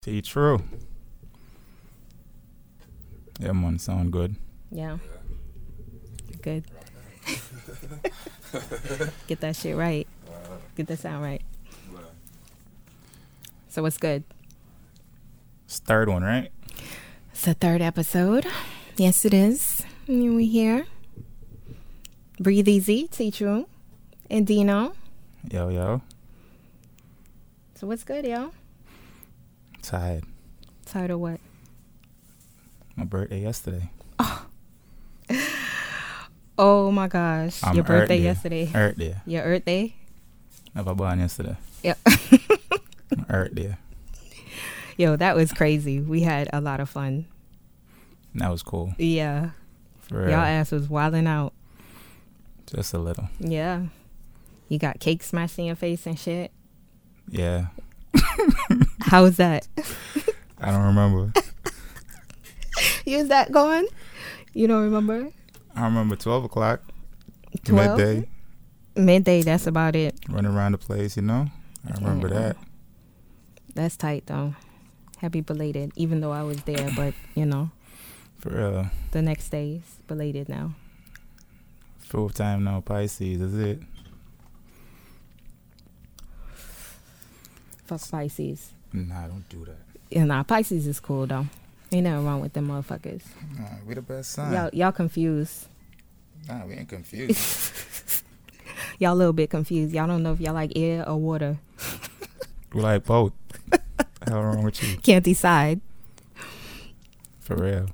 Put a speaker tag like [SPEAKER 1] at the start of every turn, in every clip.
[SPEAKER 1] T true. Yeah, man, sound good.
[SPEAKER 2] Yeah. Good. Get that shit right. Get that sound right. So what's good?
[SPEAKER 1] It's third one, right?
[SPEAKER 2] It's the third episode. Yes, it is. And We here. Breathe easy, teach room, and Dino.
[SPEAKER 1] Yo, yo.
[SPEAKER 2] So what's good, y'all?
[SPEAKER 1] Tired.
[SPEAKER 2] Tired of what?
[SPEAKER 1] My birthday yesterday.
[SPEAKER 2] Oh my gosh,
[SPEAKER 1] I'm
[SPEAKER 2] your birthday
[SPEAKER 1] earthy.
[SPEAKER 2] yesterday.
[SPEAKER 1] Earth there.
[SPEAKER 2] Your Earth Day.
[SPEAKER 1] I was born yesterday.
[SPEAKER 2] Yeah.
[SPEAKER 1] Earth there.
[SPEAKER 2] Yo, that was crazy. We had a lot of fun.
[SPEAKER 1] That was cool.
[SPEAKER 2] Yeah,
[SPEAKER 1] For real.
[SPEAKER 2] y'all ass was wilding out.
[SPEAKER 1] Just a little.
[SPEAKER 2] Yeah, you got cake smashed in your face and shit.
[SPEAKER 1] Yeah.
[SPEAKER 2] How was that?
[SPEAKER 1] I don't remember.
[SPEAKER 2] Is that going? You don't remember?
[SPEAKER 1] I remember 12 o'clock,
[SPEAKER 2] 12?
[SPEAKER 1] midday,
[SPEAKER 2] Midday. That's about it.
[SPEAKER 1] running around the place, you know? I remember
[SPEAKER 2] Yeah.
[SPEAKER 1] that.
[SPEAKER 2] That's tight though. Happy belated, even though I was there, but you know,
[SPEAKER 1] For real.
[SPEAKER 2] the next day's belated now.
[SPEAKER 1] Full time now, Pisces, is it?
[SPEAKER 2] Fuck Pisces.
[SPEAKER 1] Nah, don't do that.
[SPEAKER 2] Yeah, nah, Pisces is cool though. Ain't nothing wrong with them motherfuckers.
[SPEAKER 1] Nah, we the best sign.
[SPEAKER 2] Y'all, y'all confused.
[SPEAKER 1] Nah, we ain't confused.
[SPEAKER 2] Y'all a little bit confused. Y'all don't know if y'all like air or water.
[SPEAKER 1] we like both. Hell wrong with you?
[SPEAKER 2] Can't decide.
[SPEAKER 1] For real.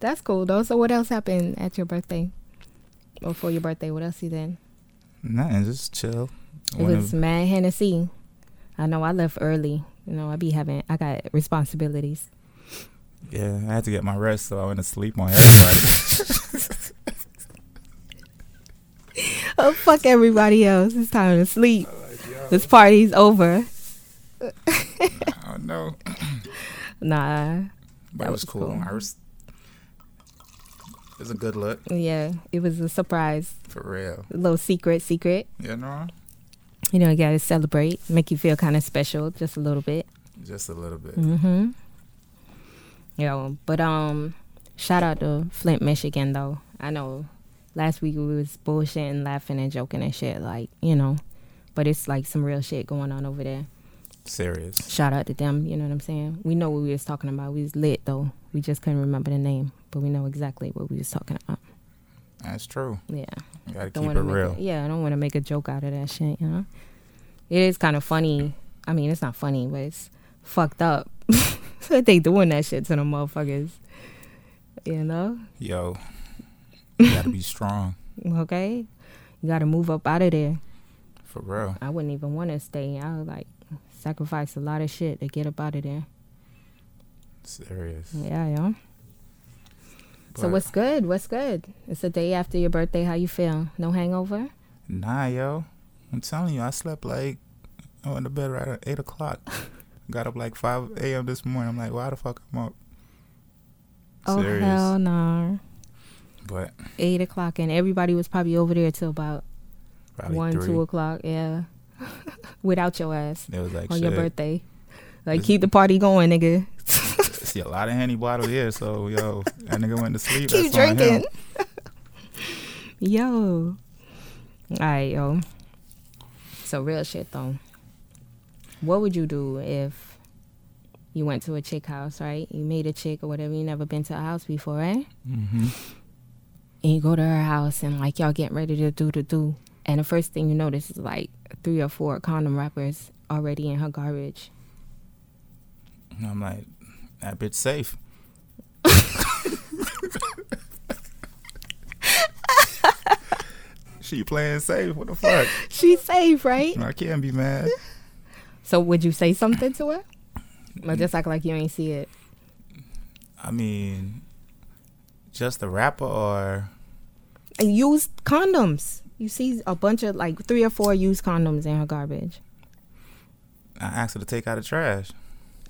[SPEAKER 2] That's cool though. So what else happened at your birthday? Or for your birthday? What else you did?
[SPEAKER 1] Nothing, just chill.
[SPEAKER 2] It
[SPEAKER 1] One
[SPEAKER 2] was
[SPEAKER 1] of-
[SPEAKER 2] Mad Hennessy. I know I left early. You know I be having. I got responsibilities.
[SPEAKER 1] yeah, I had to get my rest, so I went to sleep on everybody.
[SPEAKER 2] Oh fuck everybody else. It's time to sleep. This party's over.
[SPEAKER 1] I don't know.
[SPEAKER 2] Nah.
[SPEAKER 1] But
[SPEAKER 2] That
[SPEAKER 1] it was
[SPEAKER 2] was
[SPEAKER 1] cool.
[SPEAKER 2] cool.
[SPEAKER 1] I was, it was a good look,
[SPEAKER 2] Yeah. It was a surprise.
[SPEAKER 1] for real.
[SPEAKER 2] little secret, secret.
[SPEAKER 1] You know?
[SPEAKER 2] You know, you gotta celebrate. Make you feel kind of special, just a little bit.
[SPEAKER 1] Just a little bit.
[SPEAKER 2] Mm-hmm. Yeah, but um, shout out to Flint, Michigan, though. I know last week we was bullshitting, laughing, and joking and shit, like you know, but it's like some real shit going on over there.
[SPEAKER 1] Serious.
[SPEAKER 2] Shout out to them. You know what I'm saying? We know what we was talking about. We was lit though. We just couldn't remember the name, but we know exactly what we was talking about.
[SPEAKER 1] That's true.
[SPEAKER 2] Yeah,
[SPEAKER 1] You gotta keep
[SPEAKER 2] don't want
[SPEAKER 1] it
[SPEAKER 2] to make
[SPEAKER 1] real.
[SPEAKER 2] it, yeah. I don't want to make a joke out of that shit. You know, it is kind of funny. I mean, it's not funny, but it's fucked up. that they doing that shit to the motherfuckers. You know,
[SPEAKER 1] Yo, you gotta be strong,
[SPEAKER 2] okay. You got to move up out of there.
[SPEAKER 1] for real.
[SPEAKER 2] I wouldn't even want to stay. I would like sacrifice a lot of shit to get up out of there.
[SPEAKER 1] Serious.
[SPEAKER 2] Yeah, yeah. so
[SPEAKER 1] But-
[SPEAKER 2] what's good? What's good? It's the day after your birthday. How you feel? No hangover?
[SPEAKER 1] Nah, yo. I'm telling you, I slept like I went to bed right at eight o'clock. Got up like five a.m. this morning. I'm like, why the fuck I'm up?
[SPEAKER 2] Oh
[SPEAKER 1] Serious.
[SPEAKER 2] hell no.
[SPEAKER 1] But
[SPEAKER 2] Eight o'clock and everybody was probably over there till about
[SPEAKER 1] probably
[SPEAKER 2] one,
[SPEAKER 1] three.
[SPEAKER 2] two o'clock, yeah. Without your ass
[SPEAKER 1] It was like
[SPEAKER 2] on
[SPEAKER 1] shit.
[SPEAKER 2] your birthday. Like
[SPEAKER 1] This-
[SPEAKER 2] keep the party going, nigga.
[SPEAKER 1] See a lot of henny bottle here, so yo, that nigga went to sleep.
[SPEAKER 2] keep
[SPEAKER 1] That's on him.
[SPEAKER 2] drinking. yo. Alright, yo. So real shit though. What would you do if you went to a chick house, right? You made a chick or whatever, you never been to a house before, right?
[SPEAKER 1] Mhm.
[SPEAKER 2] And you go to her house and like y'all getting ready to do the do. And the first thing you notice is like three or four condom wrappers already in her garbage.
[SPEAKER 1] And I'm like, that bitch safe. she playing safe. What the fuck?
[SPEAKER 2] She's safe, right?
[SPEAKER 1] I can't be mad.
[SPEAKER 2] So would you say something to her? Or just act like you ain't see it?
[SPEAKER 1] I mean, just the rapper or
[SPEAKER 2] And used condoms. You see a bunch of like three or four used condoms in her garbage.
[SPEAKER 1] I asked her to take out the trash.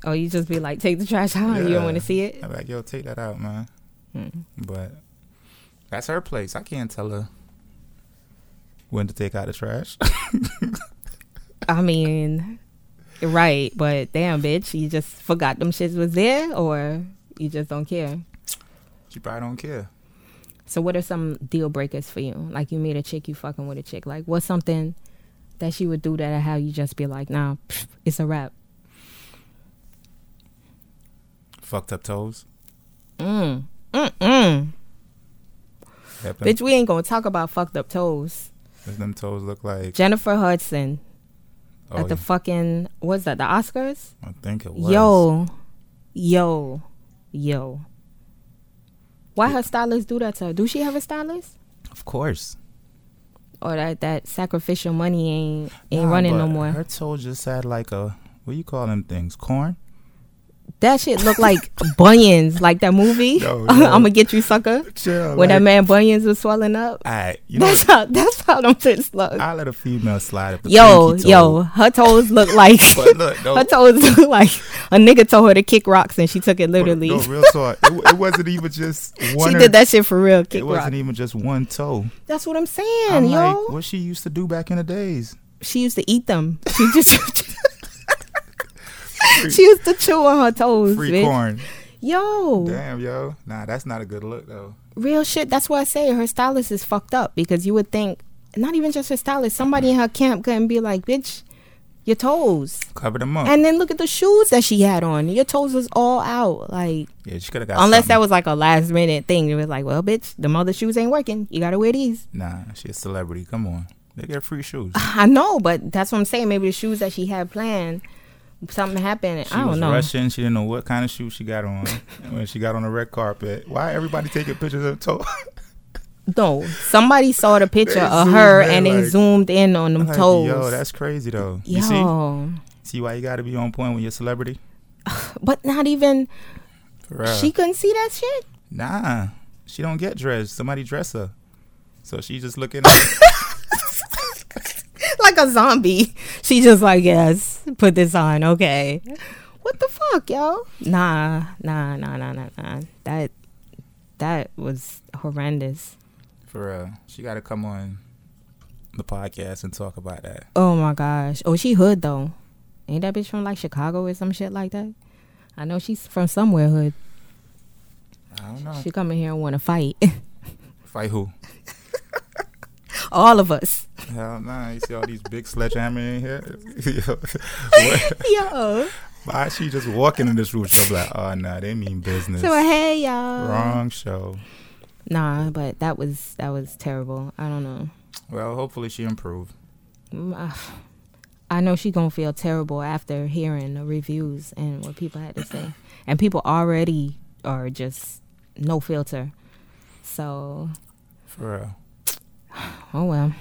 [SPEAKER 2] Or Oh, you just be like, take the trash out. You don't
[SPEAKER 1] Yeah.
[SPEAKER 2] want to see it.
[SPEAKER 1] I'm like, yo, take that out, man.
[SPEAKER 2] Mm.
[SPEAKER 1] But that's her place. I can't tell her when to take out the trash.
[SPEAKER 2] I mean, right, but damn, bitch, you just forgot them shits was there, or you just don't care.
[SPEAKER 1] She probably don't care.
[SPEAKER 2] So, what are some deal breakers for you? Like, you meet a chick, you fucking with a chick. Like, what's something that she would do that how you just be like, nah, pff, it's a wrap.
[SPEAKER 1] Fucked up toes.
[SPEAKER 2] Mm. Mm-mm.
[SPEAKER 1] Happen.
[SPEAKER 2] Bitch, we ain't gonna talk about fucked up toes.
[SPEAKER 1] Does them toes look like?
[SPEAKER 2] Jennifer Hudson
[SPEAKER 1] Oh,
[SPEAKER 2] at the fucking what's that? The Oscars?
[SPEAKER 1] I think it was.
[SPEAKER 2] Yo, yo, yo. Why her stylist do that to her? Do she have a stylist?
[SPEAKER 1] of course.
[SPEAKER 2] Or that that sacrificial money ain't ain't running no more.
[SPEAKER 1] Her toe just had like a what you call them things? Corn.
[SPEAKER 2] that shit look like bunions, like that movie.
[SPEAKER 1] No, no.
[SPEAKER 2] I'ma get you sucker.
[SPEAKER 1] Chill.
[SPEAKER 2] When that man bunions was swelling up.
[SPEAKER 1] all right, you know,
[SPEAKER 2] That's how that's how them shits look.
[SPEAKER 1] I let a female slide up the
[SPEAKER 2] yo,
[SPEAKER 1] pinky toe.
[SPEAKER 2] yo, her toes look like
[SPEAKER 1] But look, no,
[SPEAKER 2] her toes look like a nigga told her to kick rocks and she took it literally.
[SPEAKER 1] no, real talk. It, wa- it wasn't even just one.
[SPEAKER 2] she
[SPEAKER 1] or-
[SPEAKER 2] did that shit for real, kick
[SPEAKER 1] It
[SPEAKER 2] rocks.
[SPEAKER 1] wasn't even just one toe.
[SPEAKER 2] That's what I'm saying,
[SPEAKER 1] I'm
[SPEAKER 2] yo.
[SPEAKER 1] like, what she used to do back in the days.
[SPEAKER 2] she used to eat them. She just she used to chew on her toes,
[SPEAKER 1] Free
[SPEAKER 2] bitch.
[SPEAKER 1] corn.
[SPEAKER 2] Yo,
[SPEAKER 1] Damn, yo. Nah, that's not a good look though.
[SPEAKER 2] real shit. That's why I say her stylist is fucked up because you would think not even just her stylist, somebody in her camp couldn't be like, bitch, your toes.
[SPEAKER 1] Cover them up.
[SPEAKER 2] And then look at the shoes that she had on. Your toes was all out, like
[SPEAKER 1] yeah, she could have got.
[SPEAKER 2] unless that
[SPEAKER 1] something.
[SPEAKER 2] was like a last minute thing. It was like, well, bitch, the mother shoes ain't working. You gotta wear these.
[SPEAKER 1] Nah, she a celebrity. Come on, they get free shoes.
[SPEAKER 2] I know, but that's what I'm saying. Maybe the shoes that she had planned, something happened.
[SPEAKER 1] She
[SPEAKER 2] I
[SPEAKER 1] was
[SPEAKER 2] don't know.
[SPEAKER 1] rushing. She didn't know what kind of shoes she got on And when she got on the red carpet. Why everybody taking pictures of toe?
[SPEAKER 2] No, somebody saw the picture
[SPEAKER 1] They
[SPEAKER 2] of
[SPEAKER 1] zoomed
[SPEAKER 2] her
[SPEAKER 1] in,
[SPEAKER 2] and they
[SPEAKER 1] like-
[SPEAKER 2] zoomed in on them
[SPEAKER 1] Like,
[SPEAKER 2] toes.
[SPEAKER 1] Yo, that's crazy though. You see,
[SPEAKER 2] Yo.
[SPEAKER 1] see why you got to be on point when you're a celebrity.
[SPEAKER 2] but not even
[SPEAKER 1] For real.
[SPEAKER 2] she couldn't see that shit.
[SPEAKER 1] nah, she don't get dressed. Somebody dress her. So she just looking. At,
[SPEAKER 2] Like a zombie, she just like yes, put this on, okay. What the fuck, yo? Nah, nah, nah, nah, nah, nah. That that was horrendous.
[SPEAKER 1] for real, she got to come on the podcast and talk about that.
[SPEAKER 2] Oh my gosh. Oh, she hood though. Ain't that bitch from like Chicago or some shit like that? I know she's from somewhere hood.
[SPEAKER 1] I don't know.
[SPEAKER 2] She come in here and want to fight.
[SPEAKER 1] Fight who?
[SPEAKER 2] All of us.
[SPEAKER 1] Hell nah. You see all these big sledgehammer in here. Yo,
[SPEAKER 2] Yo.
[SPEAKER 1] why she just walking in this room? She's like, oh nah, they mean business.
[SPEAKER 2] So uh, hey y'all.
[SPEAKER 1] Wrong show.
[SPEAKER 2] Nah, but that was that was terrible. I don't know.
[SPEAKER 1] Well, hopefully she improved.
[SPEAKER 2] Mm, I, I know she gonna feel terrible after hearing the reviews and what people had to say, and people already are just no filter. So
[SPEAKER 1] For real.
[SPEAKER 2] oh well,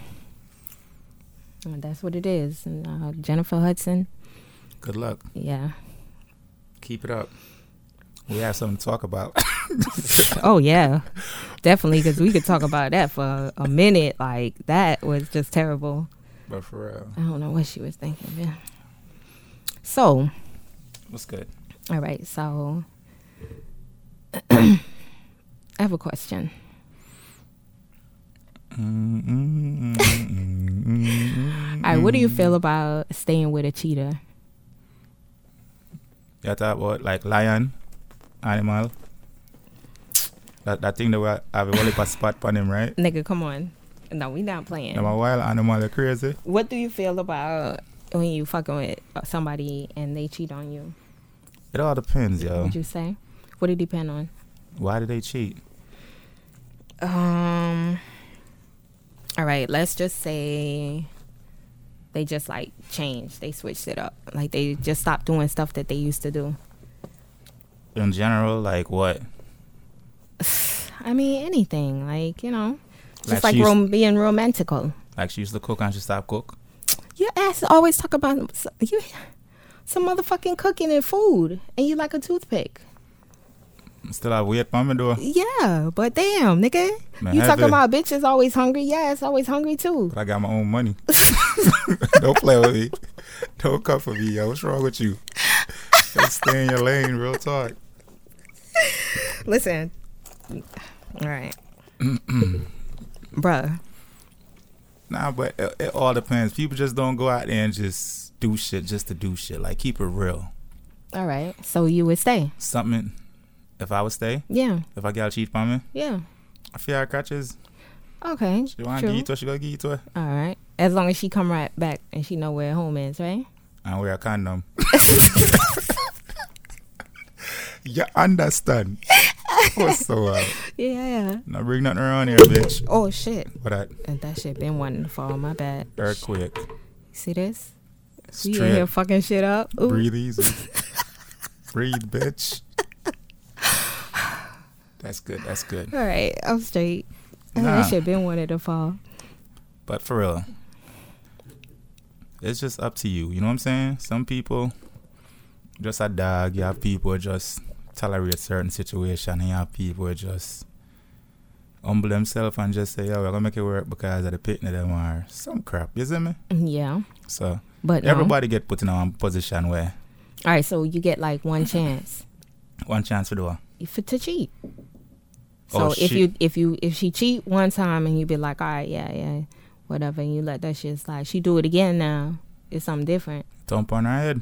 [SPEAKER 2] Well, Uh, that's what it is. And, uh, Jennifer Hudson,
[SPEAKER 1] Good luck.
[SPEAKER 2] yeah.
[SPEAKER 1] Keep it up. We have something to talk about.
[SPEAKER 2] Oh yeah, definitely because we could talk about that for a minute. Like that was just terrible.
[SPEAKER 1] but for real,
[SPEAKER 2] I don't know what she was thinking. Yeah. So.
[SPEAKER 1] what's good?
[SPEAKER 2] All right, so I have a question. All right, what do you feel about staying with a cheater?
[SPEAKER 1] You talk about like lion, animal. That that thing that we have a wallet spot on him, right?
[SPEAKER 2] Nigga, come on. No, we not playing.
[SPEAKER 1] Now my wild animal are crazy.
[SPEAKER 2] What do you feel about when you fucking with somebody and they cheat on you?
[SPEAKER 1] It all depends, yo.
[SPEAKER 2] Would you say? What it depend on?
[SPEAKER 1] Why did they cheat?
[SPEAKER 2] Um. All right, let's just say they just like changed. They switched it up. Like they just stopped doing stuff that they used to do.
[SPEAKER 1] In general, like what?
[SPEAKER 2] I mean, anything like you know, just
[SPEAKER 1] Like
[SPEAKER 2] like
[SPEAKER 1] she's-
[SPEAKER 2] rom- being romantical.
[SPEAKER 1] Like she used to cook and she stopped cook.
[SPEAKER 2] Your ass always talk about s- you, some motherfucking cooking and food, and you like a toothpick.
[SPEAKER 1] Still have weird mama though.
[SPEAKER 2] Yeah, but damn, nigga,
[SPEAKER 1] Man,
[SPEAKER 2] you
[SPEAKER 1] have
[SPEAKER 2] talking
[SPEAKER 1] it.
[SPEAKER 2] about bitches always hungry? Yeah, it's always hungry too.
[SPEAKER 1] But I got my own money. Don't play with me. Don't come for me, yo. What's wrong with you? Just stay in your lane, real talk.
[SPEAKER 2] Listen, all right, bruh.
[SPEAKER 1] Nah, but it, it all depends. People just don't go out there and just do shit just to do shit. Like keep it real.
[SPEAKER 2] All right. So you would stay?
[SPEAKER 1] Something. If I would stay,
[SPEAKER 2] Yeah.
[SPEAKER 1] if I got cheat from me,
[SPEAKER 2] Yeah.
[SPEAKER 1] I feel like I just
[SPEAKER 2] Okay.
[SPEAKER 1] she want to give
[SPEAKER 2] True.
[SPEAKER 1] you to her, she gonna give you to her.
[SPEAKER 2] All right. As long as she come right back and she know where home is, right?
[SPEAKER 1] and wear a condom. you understand? What's so up?
[SPEAKER 2] Yeah.
[SPEAKER 1] Now bring nothing around here, bitch.
[SPEAKER 2] Oh shit.
[SPEAKER 1] What that
[SPEAKER 2] Uh, That shit been wanting to fall. My bad.
[SPEAKER 1] earthquake?
[SPEAKER 2] See this? We in here
[SPEAKER 1] Strip.
[SPEAKER 2] fucking shit up. Ooh.
[SPEAKER 1] Breathe easy. Breathe, bitch. That's good. That's good.
[SPEAKER 2] All right. I'm straight. Uh,
[SPEAKER 1] Nah,
[SPEAKER 2] That shit been wanting to fall.
[SPEAKER 1] but for real, it's just up to you. You know what I'm saying? Some people just a dog. You have people just tolerate certain situation, and you have people just humble themselves and just say, "Yo, we're gonna make it work because of the pit of them or some crap." You see me?
[SPEAKER 2] Yeah.
[SPEAKER 1] So
[SPEAKER 2] But no.
[SPEAKER 1] everybody get put in a position where
[SPEAKER 2] All right. So you get like one chance
[SPEAKER 1] one chance for the one.
[SPEAKER 2] for to cheat. So
[SPEAKER 1] Oh, shit.
[SPEAKER 2] if you if you if she cheat one time and you be like, all right, yeah, yeah, whatever, and you let that shit slide, she do it again now. It's something different.
[SPEAKER 1] Thump on her head.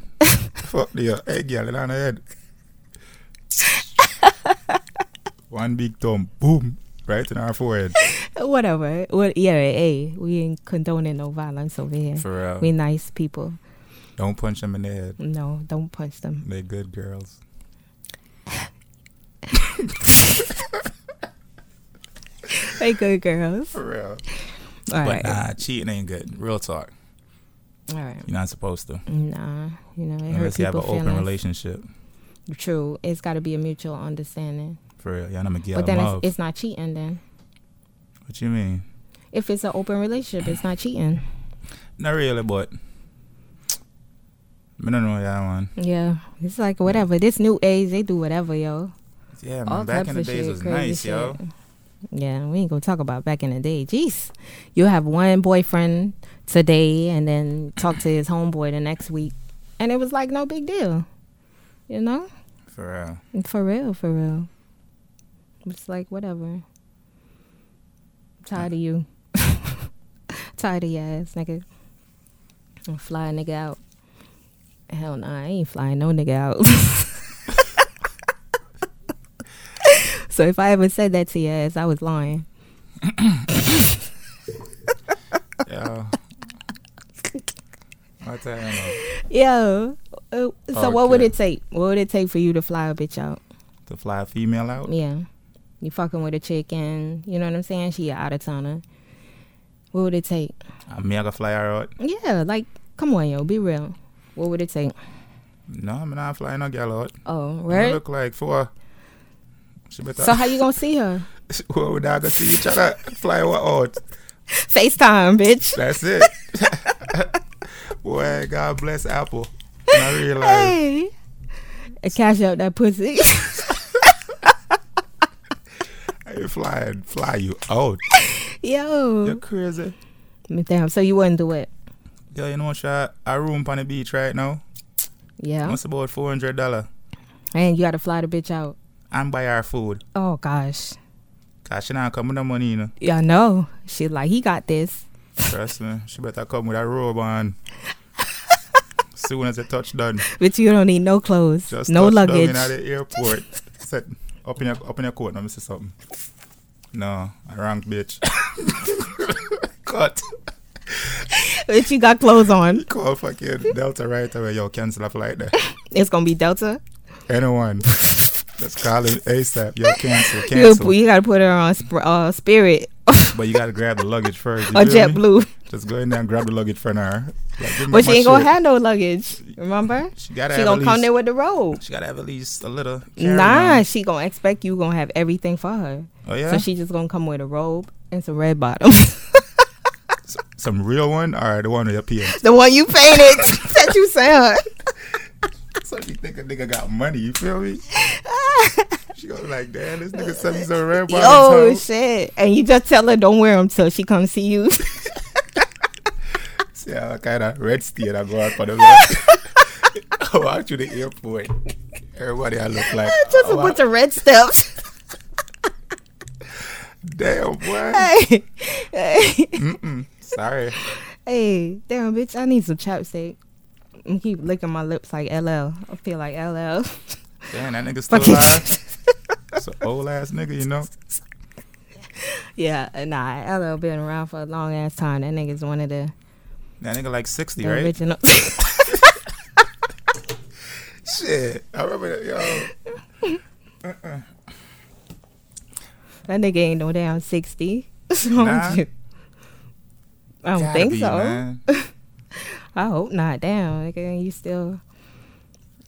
[SPEAKER 1] Fuck the hey girl, it on her head. One big thump, boom, right in her forehead.
[SPEAKER 2] whatever. What? Yeah. Hey, we ain't condoning no violence over here.
[SPEAKER 1] For real.
[SPEAKER 2] We nice people.
[SPEAKER 1] Don't punch them in the head.
[SPEAKER 2] No, don't punch them.
[SPEAKER 1] They good girls.
[SPEAKER 2] They good girls.
[SPEAKER 1] For real.
[SPEAKER 2] All
[SPEAKER 1] but
[SPEAKER 2] right.
[SPEAKER 1] nah, cheating ain't good. Real talk.
[SPEAKER 2] All right.
[SPEAKER 1] You're not supposed to.
[SPEAKER 2] Nah, you know it hurts
[SPEAKER 1] Unless you have
[SPEAKER 2] people
[SPEAKER 1] an
[SPEAKER 2] feelings.
[SPEAKER 1] open relationship.
[SPEAKER 2] True, it's got to be a mutual understanding.
[SPEAKER 1] For real. Y'all not gonna get
[SPEAKER 2] but then
[SPEAKER 1] love.
[SPEAKER 2] it's, it's not cheating. Then
[SPEAKER 1] what you mean?
[SPEAKER 2] if it's an open relationship, it's not cheating.
[SPEAKER 1] Not really, but I don't know that one.
[SPEAKER 2] Yeah, it's like whatever. This new age, they do whatever, yo.
[SPEAKER 1] Yeah, man.
[SPEAKER 2] All
[SPEAKER 1] back
[SPEAKER 2] types
[SPEAKER 1] in the
[SPEAKER 2] of
[SPEAKER 1] days
[SPEAKER 2] shit,
[SPEAKER 1] was
[SPEAKER 2] crazy
[SPEAKER 1] nice,
[SPEAKER 2] shit.
[SPEAKER 1] yo.
[SPEAKER 2] Yeah, we ain't gonna talk about back in the day. Jeez, you have one boyfriend today, and then talk to his homeboy the next week, and it was like no big deal, you know.
[SPEAKER 1] For real.
[SPEAKER 2] For real, for real. It's like whatever. Tired of you. Tired of your ass, nigga. I'm fly a nigga out. Hell nah, I ain't flying no nigga out. so if I ever said that to your ass, I was lying.
[SPEAKER 1] Yo. What the hell?
[SPEAKER 2] Yo. uh, so what would
[SPEAKER 1] Okay.
[SPEAKER 2] it take? What would it take for you to fly a bitch out?
[SPEAKER 1] To fly a female out?
[SPEAKER 2] Yeah. You fucking with a chick and you know what I'm saying? She a out of towner. What would it take?
[SPEAKER 1] Uh, me, I can fly her out.
[SPEAKER 2] Yeah, like, come on, yo, be real. What would it take?
[SPEAKER 1] No, I'm not flying no girl out.
[SPEAKER 2] Oh,
[SPEAKER 1] You
[SPEAKER 2] right.
[SPEAKER 1] look like four. She better.
[SPEAKER 2] So how you gonna see her?
[SPEAKER 1] what would I go see each other? Fly her out.
[SPEAKER 2] FaceTime, bitch.
[SPEAKER 1] That's it. Boy, God bless Apple. And I realize
[SPEAKER 2] Hey, Uh, cash out that pussy.
[SPEAKER 1] I flying, fly you out. You're
[SPEAKER 2] yo,
[SPEAKER 1] crazy.
[SPEAKER 2] damn. So you wouldn't do it?
[SPEAKER 1] Yo, you know, shot a room on the beach right now.
[SPEAKER 2] Yeah.
[SPEAKER 1] It's about four hundred dollar.
[SPEAKER 2] And you gotta fly the bitch out.
[SPEAKER 1] And buy her food.
[SPEAKER 2] Oh gosh.
[SPEAKER 1] Cause she not come with no money, you know.
[SPEAKER 2] Yeah, I know. She like he got this.
[SPEAKER 1] Trust me. She better come with a robe on. Soon as the touchdown.
[SPEAKER 2] Bitch, you don't need no clothes,
[SPEAKER 1] Just
[SPEAKER 2] no
[SPEAKER 1] touched down
[SPEAKER 2] luggage.
[SPEAKER 1] in at the airport. Said, up in your up in your coat, let me see something. No, I rank bitch. Cut.
[SPEAKER 2] Bitch, you got clothes on.
[SPEAKER 1] Call fucking Delta right away. Yo, cancel a flight there.
[SPEAKER 2] It's gonna be Delta.
[SPEAKER 1] Anyone. Let's call it ASAP. Yo, cancel,
[SPEAKER 2] You,
[SPEAKER 1] cancel.
[SPEAKER 2] you gotta put her on sp- uh, Spirit
[SPEAKER 1] but you gotta grab the luggage first. You
[SPEAKER 2] or
[SPEAKER 1] feel me?
[SPEAKER 2] JetBlue.
[SPEAKER 1] Just go in there and grab the luggage for her. Like, give me
[SPEAKER 2] But she
[SPEAKER 1] my
[SPEAKER 2] ain't gonna
[SPEAKER 1] shit.
[SPEAKER 2] have no luggage. Remember?
[SPEAKER 1] She gotta
[SPEAKER 2] She
[SPEAKER 1] have
[SPEAKER 2] gonna
[SPEAKER 1] at
[SPEAKER 2] come
[SPEAKER 1] least-
[SPEAKER 2] there with the robe.
[SPEAKER 1] She gotta have at least a little.
[SPEAKER 2] Nah,
[SPEAKER 1] carry-on.
[SPEAKER 2] she gonna expect you gonna have everything for her.
[SPEAKER 1] Oh yeah.
[SPEAKER 2] So she just gonna come with a robe and some red bottoms.
[SPEAKER 1] Some real one or the one with your PM.
[SPEAKER 2] the one you painted that you sent her.
[SPEAKER 1] So you think a nigga got money, you feel me? she gonna be like, damn, this nigga sent me some red
[SPEAKER 2] Yo,
[SPEAKER 1] bottoms.
[SPEAKER 2] shit. And you just tell her don't wear them till she comes see you.
[SPEAKER 1] See how kind of red state I go out for the road. I walk to the airport. Everybody I look like,
[SPEAKER 2] just a
[SPEAKER 1] oh, wow,
[SPEAKER 2] bunch of red stuff.
[SPEAKER 1] damn, boy.
[SPEAKER 2] hey, hey,
[SPEAKER 1] Mm-mm. Sorry.
[SPEAKER 2] hey, damn, bitch, I need some chapstick. and keep licking my lips like LL. I feel like LL.
[SPEAKER 1] Damn, that nigga still alive. That's an old ass nigga, you know.
[SPEAKER 2] yeah, nah, LL been around for a long ass time. That nigga's one of the,
[SPEAKER 1] That nigga like sixty,
[SPEAKER 2] the
[SPEAKER 1] right?
[SPEAKER 2] original.
[SPEAKER 1] Shit, I remember that, yo.
[SPEAKER 2] that nigga ain't no damn 60. So
[SPEAKER 1] Nah.
[SPEAKER 2] you- I don't
[SPEAKER 1] Gotta
[SPEAKER 2] think
[SPEAKER 1] be,
[SPEAKER 2] so.
[SPEAKER 1] man.
[SPEAKER 2] I hope not. Damn, nigga, you still.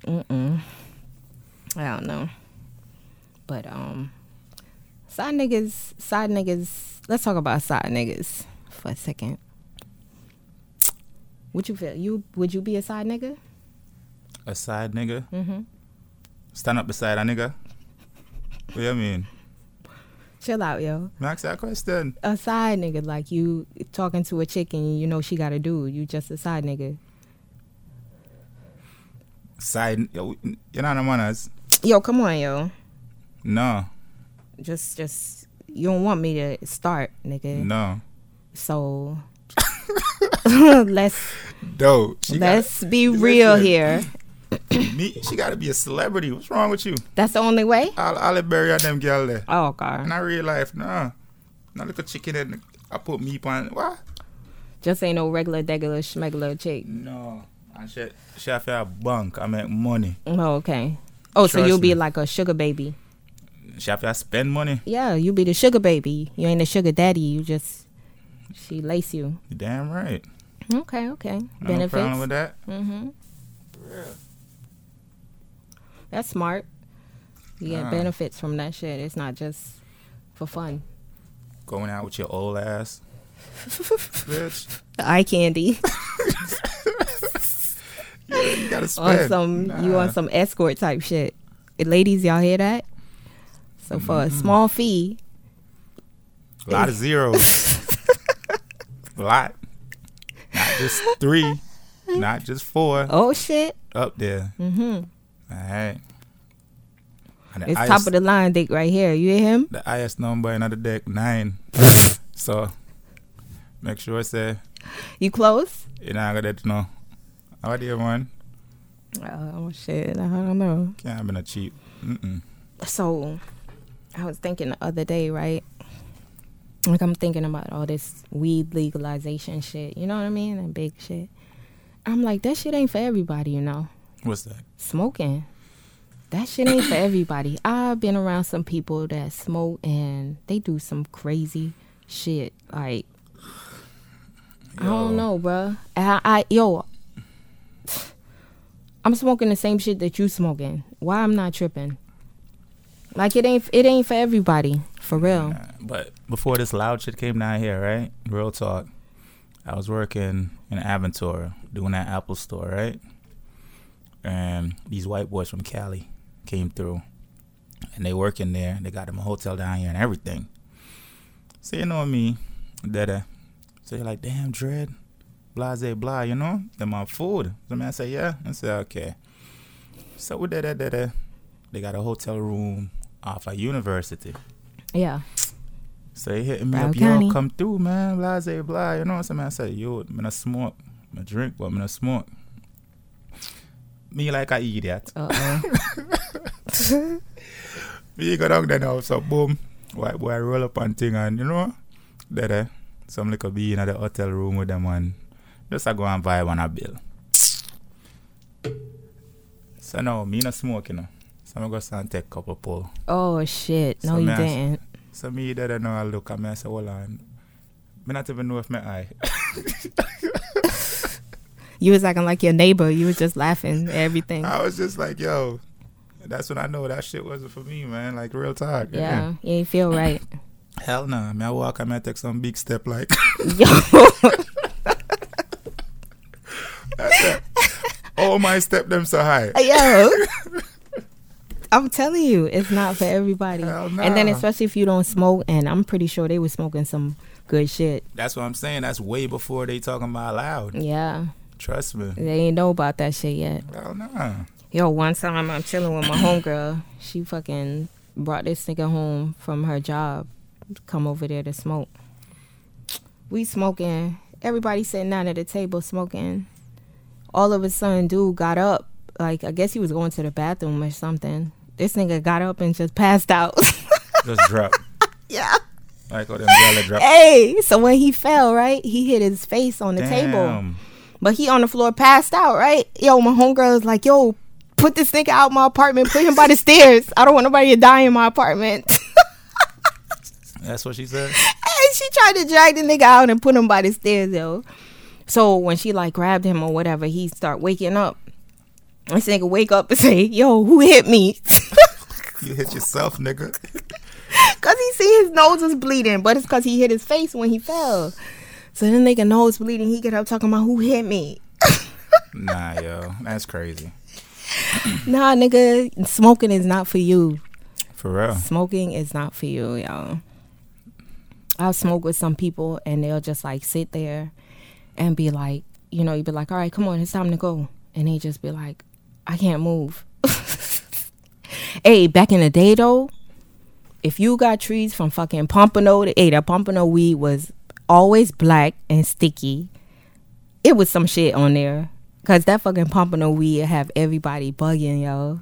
[SPEAKER 2] Mm-mm. I don't know. But um, side niggas, side niggas. Let's talk about side niggas for a second. Would you feel you? Would you be a side nigga?
[SPEAKER 1] A side nigga,
[SPEAKER 2] Mm-hmm.
[SPEAKER 1] stand up beside a nigga. What you mean?
[SPEAKER 2] Chill out, yo.
[SPEAKER 1] Max that question.
[SPEAKER 2] A side nigga, like you talking to a chick and you know she got a dude. You just a side nigga.
[SPEAKER 1] Side, yo, you know the manners.
[SPEAKER 2] Yo, come on, yo.
[SPEAKER 1] No,
[SPEAKER 2] Just, just you don't want me to start, nigga.
[SPEAKER 1] no.
[SPEAKER 2] So let's
[SPEAKER 1] Dope. She got
[SPEAKER 2] let's be real
[SPEAKER 1] listen.
[SPEAKER 2] here.
[SPEAKER 1] me. She got to be a celebrity. What's wrong with you?
[SPEAKER 2] That's the only way.
[SPEAKER 1] I'll, I'll bury all them girl there.
[SPEAKER 2] Oh God,
[SPEAKER 1] Not real life, nah. Not like a chicken and I put meat on. What?
[SPEAKER 2] just ain't no regular, degular, schmegular chick.
[SPEAKER 1] No. And she, she have a bank. I make money.
[SPEAKER 2] Oh, okay. Oh, so
[SPEAKER 1] Trust
[SPEAKER 2] you'll
[SPEAKER 1] me.
[SPEAKER 2] be like a sugar baby.
[SPEAKER 1] She have to spend money.
[SPEAKER 2] Yeah, you be the sugar baby. You ain't a sugar daddy. You just she lace you.
[SPEAKER 1] You damn right.
[SPEAKER 2] Okay,
[SPEAKER 1] I
[SPEAKER 2] okay.
[SPEAKER 1] No problem with
[SPEAKER 2] Benefits.
[SPEAKER 1] that.
[SPEAKER 2] Mm-hmm. That's smart. You get
[SPEAKER 1] Ah.
[SPEAKER 2] benefits from that shit. It's not just for fun.
[SPEAKER 1] Going out with your old ass. Bitch.
[SPEAKER 2] Eye candy.
[SPEAKER 1] Yeah, you gotta spend.
[SPEAKER 2] on some you on some escort type shit. Eh, Ladies, y'all hear that? So for a
[SPEAKER 1] Mm-hmm.
[SPEAKER 2] small fee,
[SPEAKER 1] A lot of zeros. a lot. Not just three. Not just four.
[SPEAKER 2] oh shit,
[SPEAKER 1] Up there.
[SPEAKER 2] hmm
[SPEAKER 1] All right. And the
[SPEAKER 2] it's top
[SPEAKER 1] highest-
[SPEAKER 2] of the line dick right here. You hear him?
[SPEAKER 1] the highest number in the deck nine. so make sure I say
[SPEAKER 2] You close?
[SPEAKER 1] you know I got that know. How do you man?
[SPEAKER 2] Oh shit, I don't know.
[SPEAKER 1] Can't have been a cheap. Mm-mm.
[SPEAKER 2] So I was thinking the other day, right? Like I'm thinking about all this weed legalization shit. You know what I mean? And big shit. I'm like that shit ain't for everybody, you know.
[SPEAKER 1] What's that?
[SPEAKER 2] smoking. That shit ain't for everybody. I've been around some people that smoke and they do some crazy shit. Like I
[SPEAKER 1] Yo.
[SPEAKER 2] don't know, bruh. I, I yo, I'm smoking the same shit that you smoking. Why I'm not tripping? Like it ain't it ain't for everybody, for real.
[SPEAKER 1] Nah, But before this loud shit came down here, right? Real talk. I was working in Aventura doing that Apple store, right? And these white boys from Cali came through and they work in there. They got them a hotel down here and everything. So you know me, that uh, so you're like, damn dread, blase blah, you know? Them my food. The man say, yeah. I say, okay. So we did that, did that. They got a hotel room off a university.
[SPEAKER 2] Yeah,
[SPEAKER 1] So he hitting me
[SPEAKER 2] Broward
[SPEAKER 1] up,
[SPEAKER 2] County.
[SPEAKER 1] yo, come through, man, blase, blah. You know what I'm saying? I said, yo, I'm gonna smoke, I'm gonna drink, but I'm gonna smoke. Me like I eat that.
[SPEAKER 2] uh oh,
[SPEAKER 1] Me go down there now, so boom, white boy roll up and thing, and you know, there, there, some little be in the hotel room with them, and just I go and vibe on a bill. So now, me not smoke, you know. So I'm gonna go stand and take a couple pull.
[SPEAKER 2] oh shit! No,
[SPEAKER 1] So
[SPEAKER 2] you
[SPEAKER 1] nasty.
[SPEAKER 2] didn't.
[SPEAKER 1] So me there now I look at me I say, hold on. Me not even know if my eye.
[SPEAKER 2] You was acting like your neighbor. You was just laughing at everything.
[SPEAKER 1] I was just like, yo, that's when I know that shit wasn't for me, man. Like real talk.
[SPEAKER 2] Yeah, you ain't feel right.
[SPEAKER 1] Hell no. Nah. Me I walk, I may take some big step like
[SPEAKER 2] Yo.
[SPEAKER 1] oh my step them so high.
[SPEAKER 2] Yo. I'm telling you, it's not for everybody.
[SPEAKER 1] Hell
[SPEAKER 2] And then
[SPEAKER 1] nah.
[SPEAKER 2] especially if you don't smoke and I'm pretty sure they were smoking some good shit.
[SPEAKER 1] That's what I'm saying. That's way before they talking about loud.
[SPEAKER 2] Yeah.
[SPEAKER 1] Trust me.
[SPEAKER 2] They ain't know about that shit yet.
[SPEAKER 1] Hell no. Nah.
[SPEAKER 2] Yo, one time I'm chilling with my homegirl. She fucking brought this nigga home from her job to come over there to smoke. We smoking. Everybody sitting down at the table smoking. all of a sudden, dude got up. Like, I guess he was going to the bathroom or something. This nigga got up and just passed out.
[SPEAKER 1] Just drop.
[SPEAKER 2] yeah.
[SPEAKER 1] Like all them dollar drop.
[SPEAKER 2] Hey, so when he fell, right, he hit his face on the table.
[SPEAKER 1] Damn.
[SPEAKER 2] But he on the floor passed out, right? Yo, my homegirl is like, yo, put this nigga out my apartment. Put him by the stairs. I don't want nobody to die in my apartment.
[SPEAKER 1] That's what she said.
[SPEAKER 2] and she tried to drag the nigga out and put him by the stairs, yo. So when she like grabbed him or whatever, he start waking up. This nigga wake up and say, yo, who hit me?
[SPEAKER 1] You hit yourself, nigga.
[SPEAKER 2] Cause he see his nose was bleeding, but it's cause he hit his face when he fell. So then nigga nose bleeding, he get up talking about who hit me.
[SPEAKER 1] Nah, yo, that's crazy.
[SPEAKER 2] Nah, nigga, smoking is not for you.
[SPEAKER 1] For real.
[SPEAKER 2] Smoking is not for you, y'all. I'll smoke with some people and they'll just like sit there and be like, you know, you'd be like, all right, come on, it's time to go. And they just be like, I can't move. hey, back in the day though, if you got trees from fucking Pompano to, hey, that Pompano weed was always black and sticky. It was some shit on there. Cause that fucking Pompano weed have everybody bugging, yo.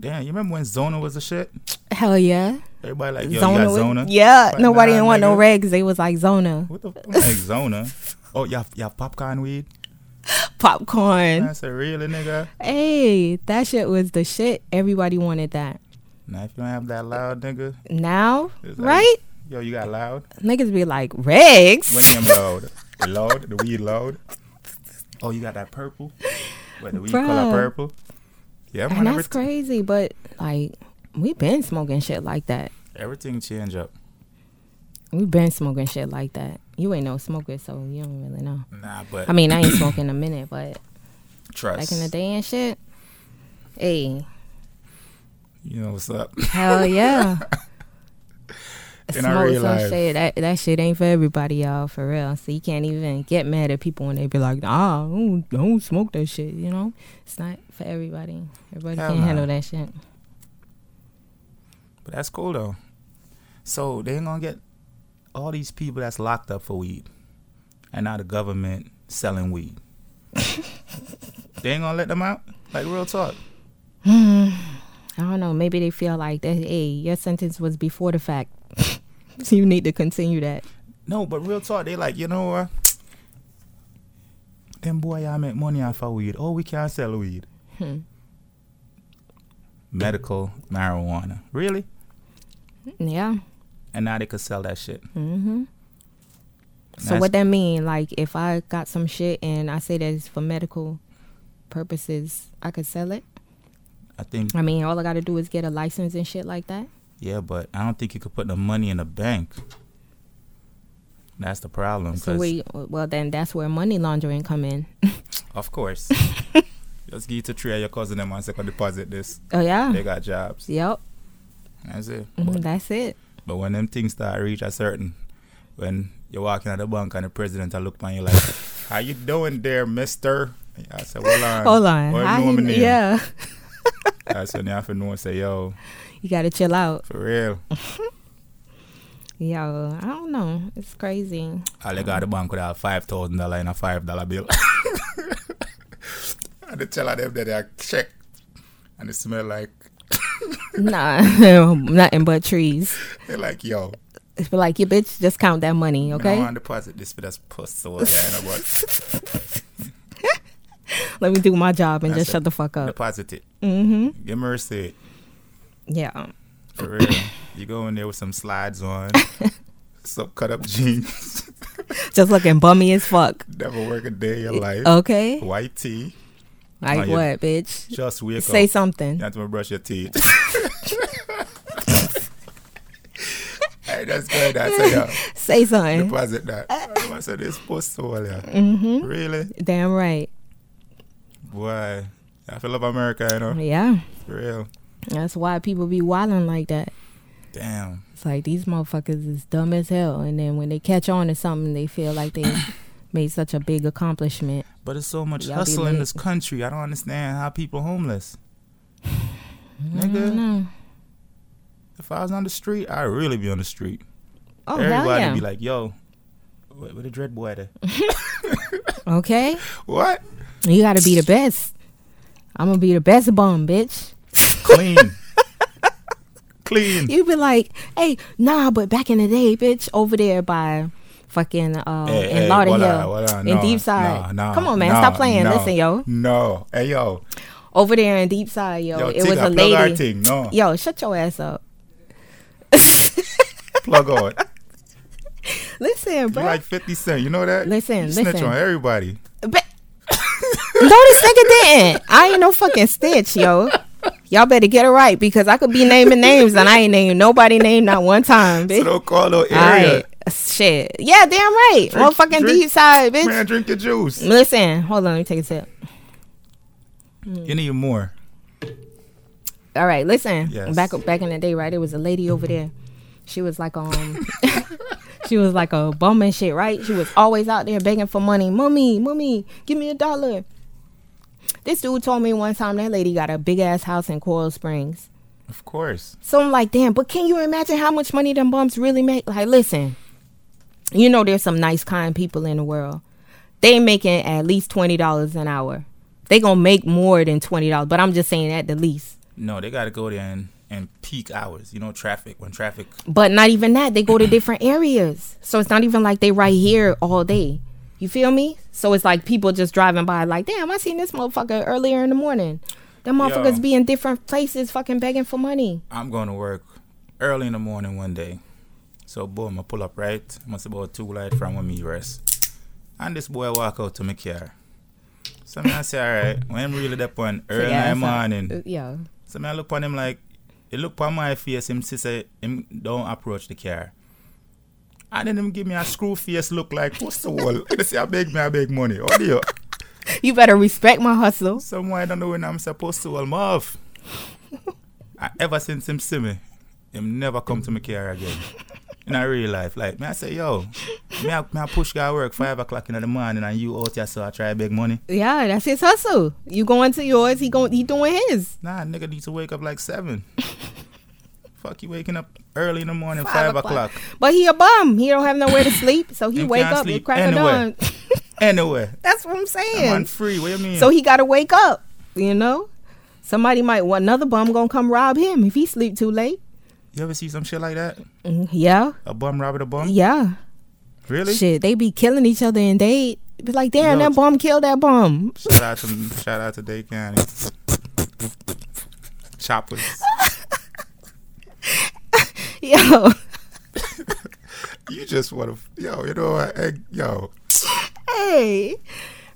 [SPEAKER 1] Damn, you remember when Zona was the shit?
[SPEAKER 2] Hell yeah.
[SPEAKER 1] Everybody like, yo, you got
[SPEAKER 2] was-
[SPEAKER 1] Zona.
[SPEAKER 2] Yeah,
[SPEAKER 1] Like,
[SPEAKER 2] nobody
[SPEAKER 1] nah,
[SPEAKER 2] didn't want no
[SPEAKER 1] nigga.
[SPEAKER 2] regs. They was like Zona
[SPEAKER 1] What the fuck? Like Zona. Oh, y'all, y'all popcorn weed?
[SPEAKER 2] popcorn.
[SPEAKER 1] That's a really nigga.
[SPEAKER 2] Hey, that shit was the shit. Everybody wanted that.
[SPEAKER 1] Now, if you don't have that loud, nigga,
[SPEAKER 2] Now,
[SPEAKER 1] It's like-
[SPEAKER 2] right?
[SPEAKER 1] yo, you got loud.
[SPEAKER 2] Niggas be like regs.
[SPEAKER 1] What them loud? The loud, the weed loud. Oh, you got that purple. What the weed
[SPEAKER 2] Bruh.
[SPEAKER 1] color purple? Yeah, man,
[SPEAKER 2] and that's
[SPEAKER 1] everyth-
[SPEAKER 2] crazy, but like we been smoking shit like that.
[SPEAKER 1] everything change up.
[SPEAKER 2] We been smoking shit like that. You ain't no smoker, so you don't really know.
[SPEAKER 1] Nah, but
[SPEAKER 2] I mean, I ain't smoking a minute, but
[SPEAKER 1] trust.
[SPEAKER 2] back in the day and shit. Hey,
[SPEAKER 1] You know what's up?
[SPEAKER 2] hell yeah.
[SPEAKER 1] Then I
[SPEAKER 2] Smoke some
[SPEAKER 1] realized-
[SPEAKER 2] shit. That, that shit ain't for everybody, y'all, for real. So you can't even get mad at people when they be like, nah, I don't, I don't smoke that shit, you know? It's not for everybody. Everybody
[SPEAKER 1] Hell
[SPEAKER 2] can't
[SPEAKER 1] nah.
[SPEAKER 2] handle that shit.
[SPEAKER 1] But that's cool though. So they ain't gonna get all these people that's locked up for weed, and now the government selling weed. they ain't gonna let them out. Like real talk.
[SPEAKER 2] I don't know. Maybe they feel like, that, hey, your sentence was before the fact. so you need to continue that.
[SPEAKER 1] No, but real talk. They like you know what? Them boy, I make money off of weed. Oh, we can't sell weed.
[SPEAKER 2] Hmm.
[SPEAKER 1] Medical marijuana, really?
[SPEAKER 2] Yeah.
[SPEAKER 1] And now they could sell that shit.
[SPEAKER 2] hmm So
[SPEAKER 1] That's-
[SPEAKER 2] what that mean? Like, if I got some shit and I say that it's for medical purposes, I could sell it?
[SPEAKER 1] I think
[SPEAKER 2] I mean, all I got to do is get a license and shit like that?
[SPEAKER 1] Yeah, but I don't think you could put the money in a bank. That's the problem.
[SPEAKER 2] So
[SPEAKER 1] 'cause-
[SPEAKER 2] we well then that's where money laundering come in.
[SPEAKER 1] of course. Just give it to three of your cousin them and say, "Go deposit this.
[SPEAKER 2] Oh yeah.
[SPEAKER 1] They got jobs.
[SPEAKER 2] Yep.
[SPEAKER 1] That's it.
[SPEAKER 2] Mhm,
[SPEAKER 1] But,
[SPEAKER 2] That's it.
[SPEAKER 1] but when them things start reach a certain, when you're walking at the bank and the president I look on you like, how you doing there, mister? I said, hold on.
[SPEAKER 2] Hold on.
[SPEAKER 1] What
[SPEAKER 2] How
[SPEAKER 1] you know
[SPEAKER 2] he-
[SPEAKER 1] my name?
[SPEAKER 2] yeah.
[SPEAKER 1] That's when you have to know and say, yo,
[SPEAKER 2] You gotta chill out.
[SPEAKER 1] for real.
[SPEAKER 2] Yo, I don't know. It's crazy.
[SPEAKER 1] I they got the bank with a $5,000 in a $5 bill. and they tell them that they are check. And it smell like,
[SPEAKER 2] nah. Nothing but trees.
[SPEAKER 1] they're like, yo,
[SPEAKER 2] It's be like, you bitch, just count that money,
[SPEAKER 1] I
[SPEAKER 2] okay?
[SPEAKER 1] want to deposit this for this puss. So what I know about.
[SPEAKER 2] Let me do my job and
[SPEAKER 1] That's
[SPEAKER 2] just
[SPEAKER 1] it.
[SPEAKER 2] shut the fuck up.
[SPEAKER 1] Deposit it.
[SPEAKER 2] Mm-hmm.
[SPEAKER 1] Give me a receipt.
[SPEAKER 2] Yeah.
[SPEAKER 1] For real. you go in there with some slides on, some cut up jeans,
[SPEAKER 2] Just looking bummy as fuck.
[SPEAKER 1] never work a day in your life,
[SPEAKER 2] Oh. Okay.
[SPEAKER 1] white tee,
[SPEAKER 2] Like
[SPEAKER 1] Nah, Oh, you-
[SPEAKER 2] what, bitch?
[SPEAKER 1] just wake
[SPEAKER 2] Say
[SPEAKER 1] up.
[SPEAKER 2] something.
[SPEAKER 1] You have to brush your teeth. hey, that's good. That's it. yeah.
[SPEAKER 2] Say something.
[SPEAKER 1] deposit that.
[SPEAKER 2] Eh?
[SPEAKER 1] I said this post all yeah.
[SPEAKER 2] Mm-hmm.
[SPEAKER 1] Really?
[SPEAKER 2] Damn right.
[SPEAKER 1] Why? I feel love America, you know.
[SPEAKER 2] Yeah.
[SPEAKER 1] For real.
[SPEAKER 2] That's why people be wilding like that.
[SPEAKER 1] Damn.
[SPEAKER 2] It's like these motherfuckers is dumb as hell, and then when they catch on to something, they feel like they made such a big accomplishment.
[SPEAKER 1] But it's so much
[SPEAKER 2] Y'all be
[SPEAKER 1] hustle in
[SPEAKER 2] lit.
[SPEAKER 1] this country. I don't understand how people homeless.
[SPEAKER 2] I don't
[SPEAKER 1] Nigga,
[SPEAKER 2] know.
[SPEAKER 1] if I was on the street, I'd really be on the street.
[SPEAKER 2] Oh hell
[SPEAKER 1] Everybody
[SPEAKER 2] yeah!
[SPEAKER 1] be like, yo, where, where the dread boy at?
[SPEAKER 2] okay,
[SPEAKER 1] what?
[SPEAKER 2] You gotta be the best. I'm gonna be the best bum, bitch.
[SPEAKER 1] Clean. Clean.
[SPEAKER 2] You be like, hey, nah, but back in the day, bitch, over there by fucking um
[SPEAKER 1] Hey,
[SPEAKER 2] in
[SPEAKER 1] hey,
[SPEAKER 2] Lauderhill,
[SPEAKER 1] what up, what up?
[SPEAKER 2] in
[SPEAKER 1] No,
[SPEAKER 2] Deep Side.
[SPEAKER 1] no, no,
[SPEAKER 2] Come on, man,
[SPEAKER 1] no,
[SPEAKER 2] stop playing.
[SPEAKER 1] no,
[SPEAKER 2] Listen, yo,
[SPEAKER 1] No. Hey, yo.
[SPEAKER 2] over there in Deep Side, yo,
[SPEAKER 1] Yo,
[SPEAKER 2] it was
[SPEAKER 1] Tigger,
[SPEAKER 2] a
[SPEAKER 1] plug our
[SPEAKER 2] lady.
[SPEAKER 1] thing. No.
[SPEAKER 2] Yo, shut your ass up.
[SPEAKER 1] Plug out.
[SPEAKER 2] Listen,
[SPEAKER 1] You
[SPEAKER 2] bro.
[SPEAKER 1] like 50 Cent. You know that?
[SPEAKER 2] Listen,
[SPEAKER 1] you Snitch
[SPEAKER 2] listen.
[SPEAKER 1] on everybody.
[SPEAKER 2] But no, this nigga didn't. I ain't no fucking stitch, yo. Y'all better get it right because I could be naming names and I ain't named nobody name not one time, bitch.
[SPEAKER 1] So don't call no
[SPEAKER 2] All
[SPEAKER 1] area.
[SPEAKER 2] right, shit. Yeah, damn right.
[SPEAKER 1] Drink-
[SPEAKER 2] Motherfucking
[SPEAKER 1] drink-
[SPEAKER 2] deep side, bitch.
[SPEAKER 1] Man, drink your juice.
[SPEAKER 2] Listen, hold on. Let me take a sip. Mm.
[SPEAKER 1] You need more.
[SPEAKER 2] All right, listen.
[SPEAKER 1] Yes.
[SPEAKER 2] Back back in the day, right? There was a lady over there. She was like um she was like a bum and shit, right? She was always out there begging for money. Mommy, mommy, give me a dollar. This dude told me one time that lady got a big ass house in Coral Springs.
[SPEAKER 1] Of course.
[SPEAKER 2] So I'm like, damn, but can you imagine how much money them bums really make? Like, listen, you know there's some nice kind people in the world. They making at least twenty dollars an hour. They gonna make more than twenty dollars, but I'm just saying at the least.
[SPEAKER 1] No, they got to go there and, and peak hours. You know, traffic. When traffic.
[SPEAKER 2] But not even that. They go to different areas. So it's not even like they right here all day. You feel me? So it's like people just driving by like, damn, I seen this motherfucker earlier in the morning. Them motherfuckers
[SPEAKER 1] Yo.
[SPEAKER 2] be in different places fucking begging for money.
[SPEAKER 1] I'm going to work early in the morning one day. So boom, I pull up right. Must about two light from when me rest. And this boy walk out to my car. So me I say, alright, when I'm really that one early
[SPEAKER 2] yeah,
[SPEAKER 1] in
[SPEAKER 2] so-
[SPEAKER 1] the morning.
[SPEAKER 2] Uh, Yeah.
[SPEAKER 1] So me I look on him like he look on my face, him see say him don't approach the car. And then him give me a screw face look like, what's the wall? He say I beg me, I beg money. Oh dear.
[SPEAKER 2] You better respect my hustle.
[SPEAKER 1] Someone I don't know when I'm supposed to well move. I ever since him see me, him never come to my car again. In a real life. Like me I say, yo, me I, me I push guy work five o'clock in the morning and you out here so I try beg money.
[SPEAKER 2] Yeah, that's his hustle. You going to yours, he going he doing his.
[SPEAKER 1] Nah, nigga need to wake up like seven. Fuck you waking up early in the morning,
[SPEAKER 2] Five
[SPEAKER 1] five
[SPEAKER 2] o'clock.
[SPEAKER 1] o'clock.
[SPEAKER 2] But he a bum. He don't have nowhere to sleep. So he
[SPEAKER 1] Him
[SPEAKER 2] wake
[SPEAKER 1] can't
[SPEAKER 2] up, it
[SPEAKER 1] sleep
[SPEAKER 2] crack of
[SPEAKER 1] anywhere.
[SPEAKER 2] dawn.
[SPEAKER 1] Anyway,
[SPEAKER 2] That's what I'm
[SPEAKER 1] I'm
[SPEAKER 2] saying.
[SPEAKER 1] on free. What do you mean?
[SPEAKER 2] So he gotta wake up, you know? Somebody might want another bum gonna come rob him if he sleep too late.
[SPEAKER 1] you ever see some shit like that?
[SPEAKER 2] Mm, Yeah,
[SPEAKER 1] A bum robbing a bum?
[SPEAKER 2] yeah.
[SPEAKER 1] Really?
[SPEAKER 2] Shit, they be killing each other and they be like, damn,
[SPEAKER 1] Yo,
[SPEAKER 2] that bum killed that bum.
[SPEAKER 1] Shout out to shout out to Day County. Choppers.
[SPEAKER 2] Yo,
[SPEAKER 1] You just want to yo. You know what? Hey, yo.
[SPEAKER 2] hey,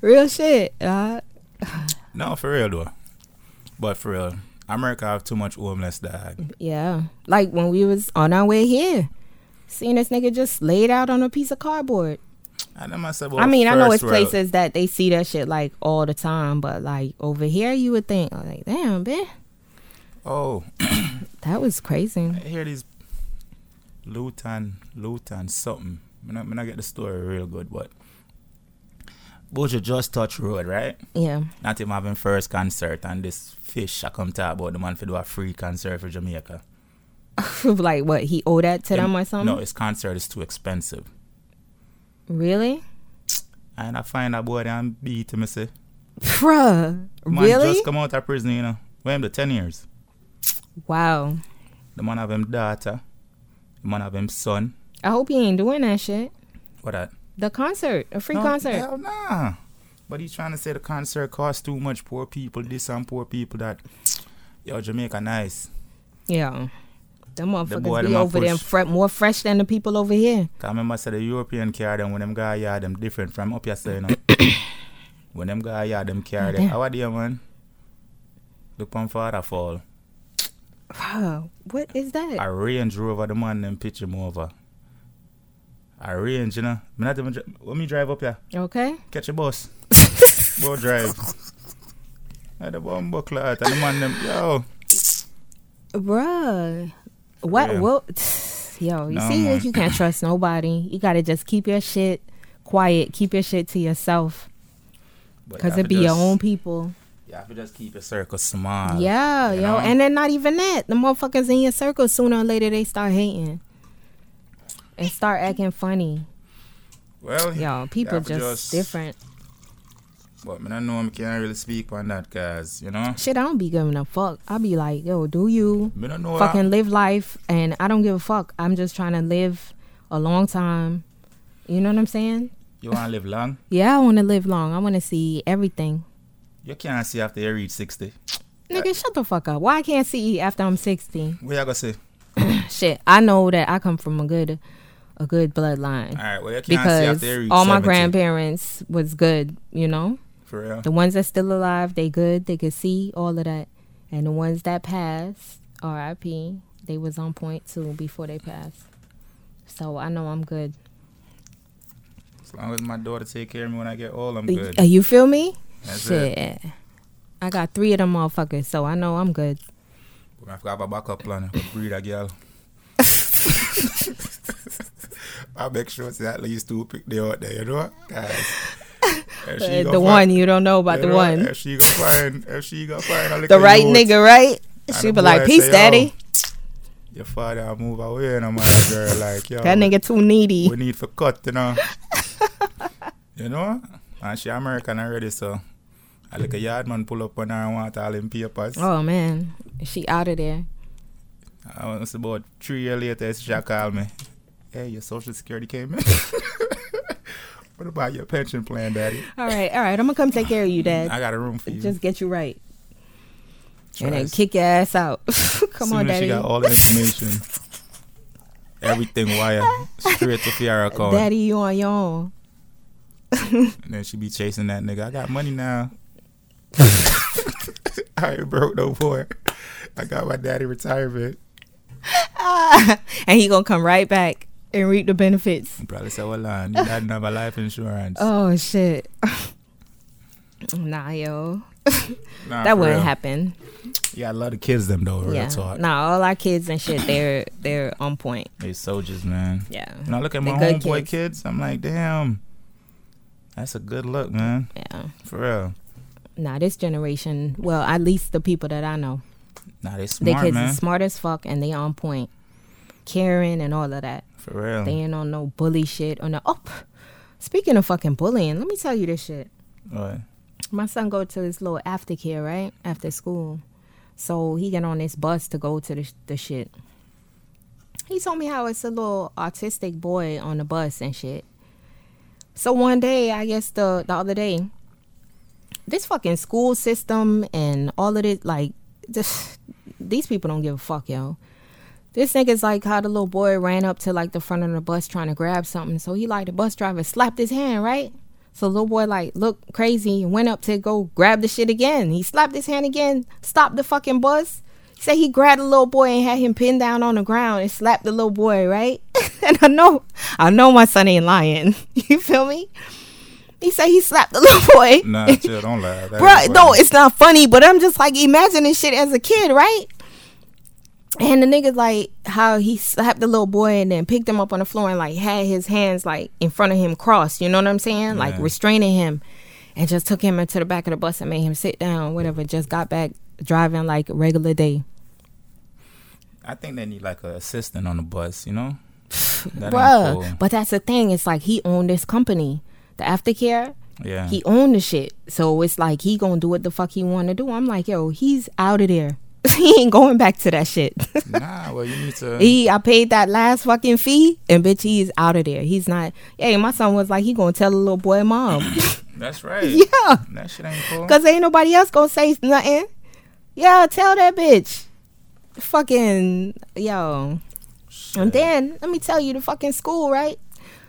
[SPEAKER 2] real shit. Uh,
[SPEAKER 1] No, for real though. But for real, America have too much homeless dog.
[SPEAKER 2] yeah, like when we was on our way here, seeing this nigga just laid out on a piece of cardboard.
[SPEAKER 1] And I must say,
[SPEAKER 2] I mean, I know it's
[SPEAKER 1] first world.
[SPEAKER 2] places that they see that shit like all the time, but like over here, you would think like, damn, bitch,
[SPEAKER 1] Oh,
[SPEAKER 2] that was crazy.
[SPEAKER 1] I hear these Luton, Luton something. I not, me not get the story real good, but Boja just touch road, right?
[SPEAKER 2] Yeah.
[SPEAKER 1] Not him having first concert, and this fish I come talk about the man for do a free concert for Jamaica.
[SPEAKER 2] like what he owed that to them or something?
[SPEAKER 1] No, his concert is too expensive.
[SPEAKER 2] Really?
[SPEAKER 1] And I find that boy and beat him, I say.
[SPEAKER 2] Bruh.
[SPEAKER 1] Man
[SPEAKER 2] Really?
[SPEAKER 1] just come out of prison, you know. When him the 10 years.
[SPEAKER 2] Wow.
[SPEAKER 1] The man have him daughter. The man have him son.
[SPEAKER 2] I hope he ain't doing that shit.
[SPEAKER 1] What that?
[SPEAKER 2] The concert, a free
[SPEAKER 1] No,
[SPEAKER 2] concert.
[SPEAKER 1] Hell nah. But he's trying to say the concert costs too much. Poor people, this and poor people that. Yo, Jamaica, nice.
[SPEAKER 2] Yeah. Them
[SPEAKER 1] boy
[SPEAKER 2] motherfuckers
[SPEAKER 1] them
[SPEAKER 2] be
[SPEAKER 1] a
[SPEAKER 2] over there
[SPEAKER 1] push.
[SPEAKER 2] fre- more fresh than the people over here.
[SPEAKER 1] Cause I remember say the European car them when them guy yard them different from up here, say, you know. when them guy yard them car them.
[SPEAKER 2] Yeah.
[SPEAKER 1] How are they, man? Look on father fall.
[SPEAKER 2] Bruh, what is that?
[SPEAKER 1] I range rover the man them pitch him over. I range, you know. Me not even dri- when me drive up here,
[SPEAKER 2] okay.
[SPEAKER 1] catch a bus. Go drive. At the bomb buckler and the man them yo.
[SPEAKER 2] Bruh. What?
[SPEAKER 1] real.
[SPEAKER 2] What? Yo, you
[SPEAKER 1] No,
[SPEAKER 2] see,
[SPEAKER 1] man.
[SPEAKER 2] you can't trust nobody. You got to just keep your shit quiet. Keep your shit to yourself.
[SPEAKER 1] But you
[SPEAKER 2] Because
[SPEAKER 1] have
[SPEAKER 2] it
[SPEAKER 1] to
[SPEAKER 2] be your
[SPEAKER 1] just-
[SPEAKER 2] own people.
[SPEAKER 1] You have to just keep your circle small.
[SPEAKER 2] Yeah,
[SPEAKER 1] you
[SPEAKER 2] yo,
[SPEAKER 1] know?
[SPEAKER 2] and then not even that. The motherfuckers in your circle sooner or later they start hating and start acting funny.
[SPEAKER 1] Well,
[SPEAKER 2] Yo,
[SPEAKER 1] you
[SPEAKER 2] people
[SPEAKER 1] have to
[SPEAKER 2] just, different.
[SPEAKER 1] But I don't know, I can't really speak on that because, you know,
[SPEAKER 2] Shit, I don't be giving a fuck. I'll be like, yo, do you
[SPEAKER 1] I don't know.
[SPEAKER 2] fucking live life? And I don't give a fuck. I'm just trying to live a long time. You know what I'm saying?
[SPEAKER 1] You want to live long?
[SPEAKER 2] Yeah, I want to live long. I want to see everything.
[SPEAKER 1] You can't see after you reach 60.
[SPEAKER 2] Nigga, shut the fuck up. Why I can't see after I'm 60?
[SPEAKER 1] What you going to say?
[SPEAKER 2] Shit, I know that I come from a good, a good bloodline
[SPEAKER 1] All right, well, you can't see
[SPEAKER 2] because
[SPEAKER 1] after you reach
[SPEAKER 2] all my
[SPEAKER 1] 70,
[SPEAKER 2] grandparents was good. You know,
[SPEAKER 1] For real.
[SPEAKER 2] the ones that's still alive, they good. They could see all of that, and the ones that passed, R.I.P. They was on point too before they passed. So I know I'm good.
[SPEAKER 1] As long as my daughter take care of me when I get old, I'm
[SPEAKER 2] Y-
[SPEAKER 1] good.
[SPEAKER 2] uh, You feel me?
[SPEAKER 1] That's
[SPEAKER 2] Shit. I got three of them motherfuckers, so I know I'm good.
[SPEAKER 1] But I forgot about backup plan. Breed a girl. I make sure it's at least two pick the out there, you know? 'Cause if she
[SPEAKER 2] Uh,
[SPEAKER 1] go
[SPEAKER 2] the
[SPEAKER 1] find-
[SPEAKER 2] one you don't know
[SPEAKER 1] you
[SPEAKER 2] about the
[SPEAKER 1] know,
[SPEAKER 2] one,
[SPEAKER 1] If she go find, if she go find a
[SPEAKER 2] the
[SPEAKER 1] little
[SPEAKER 2] right
[SPEAKER 1] youth,
[SPEAKER 2] nigga, right?
[SPEAKER 1] and
[SPEAKER 2] She
[SPEAKER 1] the
[SPEAKER 2] be like,
[SPEAKER 1] boy
[SPEAKER 2] "Peace,
[SPEAKER 1] say, oh,
[SPEAKER 2] daddy."
[SPEAKER 1] "Yo, Your father I move away, no matter girl. Like yo,
[SPEAKER 2] That nigga too needy.
[SPEAKER 1] we need for cut, you know. you know, and she American already, so I like a yard man pull up on her and want all them papers.
[SPEAKER 2] Oh man, she out of there.
[SPEAKER 1] I was about three years later, she just called me. Hey, your social security came in. what about your pension plan, daddy?
[SPEAKER 2] All right, all right. I'm gonna come take care of you, Dad.
[SPEAKER 1] I got a room for you.
[SPEAKER 2] Just get you right, and then
[SPEAKER 1] Trust.
[SPEAKER 2] kick your ass out. come
[SPEAKER 1] Soon
[SPEAKER 2] on,
[SPEAKER 1] as
[SPEAKER 2] Daddy.
[SPEAKER 1] She got all the information. Everything wired straight to Fiara account.
[SPEAKER 2] Daddy, you on your own.
[SPEAKER 1] And then she be chasing that nigga. I got money now. I ain't broke no more. I got my daddy retirement.
[SPEAKER 2] Ah, and he gonna come right back and reap the benefits.
[SPEAKER 1] He probably said, well, Lon, you didn't have a life insurance.
[SPEAKER 2] Oh shit. nah, yo,
[SPEAKER 1] Nah,
[SPEAKER 2] that
[SPEAKER 1] for
[SPEAKER 2] wouldn't
[SPEAKER 1] real.
[SPEAKER 2] happen.
[SPEAKER 1] Yeah, I love the kids, them, though. Real
[SPEAKER 2] yeah.
[SPEAKER 1] talk.
[SPEAKER 2] Nah, all our kids and shit, they're they're on point.
[SPEAKER 1] They soldiers, man.
[SPEAKER 2] Yeah.
[SPEAKER 1] When I look at
[SPEAKER 2] They
[SPEAKER 1] my
[SPEAKER 2] good
[SPEAKER 1] homeboy kids.
[SPEAKER 2] kids.
[SPEAKER 1] I'm like, damn, that's a good look, man.
[SPEAKER 2] Yeah.
[SPEAKER 1] For real.
[SPEAKER 2] Nah, this generation. Well, at least the people that I know.
[SPEAKER 1] Nah, they
[SPEAKER 2] Their
[SPEAKER 1] smart,
[SPEAKER 2] kids
[SPEAKER 1] man.
[SPEAKER 2] is smart as fuck and they on point. Caring and all of that.
[SPEAKER 1] For real.
[SPEAKER 2] They ain't on no bully shit or no oh speaking of fucking bullying, let me tell you this shit.
[SPEAKER 1] What?
[SPEAKER 2] My son go to this little aftercare, right? After school. So he get on this bus to go to the, sh- the shit. He told me how it's a little autistic boy on the bus and shit. So one day, I guess the the other day, this fucking school system and all of it, like, this, these people don't give a fuck, yo. This nigga's like how the little boy ran up to like the front of the bus trying to grab something. So he like the bus driver slapped his hand, right? So little boy like looked crazy and went up to go grab the shit again. He slapped his hand again, stopped the fucking bus. He said he grabbed the little boy and had him pinned down on the ground and slapped the little boy, right? and I know, I know my son ain't lying. you feel me? He said he slapped the little boy.
[SPEAKER 1] Nah, chill, don't laugh. That
[SPEAKER 2] Bruh,
[SPEAKER 1] ain't
[SPEAKER 2] no,
[SPEAKER 1] funny.
[SPEAKER 2] it's not funny, but I'm just like imagining shit as a kid, right? And the nigga like how he slapped the little boy and then picked him up on the floor and like had his hands like in front of him crossed, you know what I'm saying? Like
[SPEAKER 1] Yeah.
[SPEAKER 2] restraining him and just took him into the back of the bus and made him sit down, whatever, just got back driving like regular day.
[SPEAKER 1] I think they need like an assistant on the bus, you know? That ain't
[SPEAKER 2] Bruh.
[SPEAKER 1] cool.
[SPEAKER 2] But that's the thing, it's like he owned this company. The aftercare,
[SPEAKER 1] Yeah.
[SPEAKER 2] he owned the shit. So it's like he gonna do what the fuck he wanna do. I'm like, yo, he's out of there. he ain't going back to that shit.
[SPEAKER 1] nah, well, you need to.
[SPEAKER 2] He, I paid that last fucking fee, and bitch, he's out of there. He's not. Hey, my son was like, he gonna tell the little boy, mom.
[SPEAKER 1] That's right.
[SPEAKER 2] yeah,
[SPEAKER 1] That shit ain't cool.
[SPEAKER 2] cause ain't nobody else gonna say nothing. Yeah, tell that bitch. Fucking yo. And then let me tell you, the fucking school, right?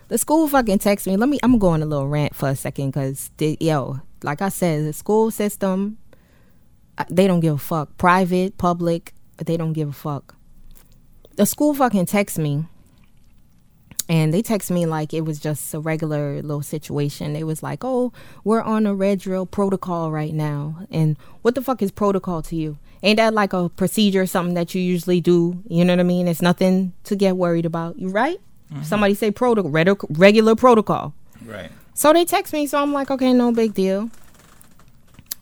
[SPEAKER 2] The school fucking text me. Let me. I'm going a little rant for a second, cause the, yo, like I said, the school system, uh, they don't give a fuck. Private, public, they don't give a fuck. The school fucking text me, and they text me like it was just a regular little situation. It was like, oh, we're on a red drill protocol right now, and what the fuck is protocol to you? Ain't that like a procedure, something that you usually do? You know what I mean? It's nothing to get worried about. You right? Somebody say protocol, regular protocol.
[SPEAKER 1] Right.
[SPEAKER 2] So they text me, so I'm like, okay, no big deal.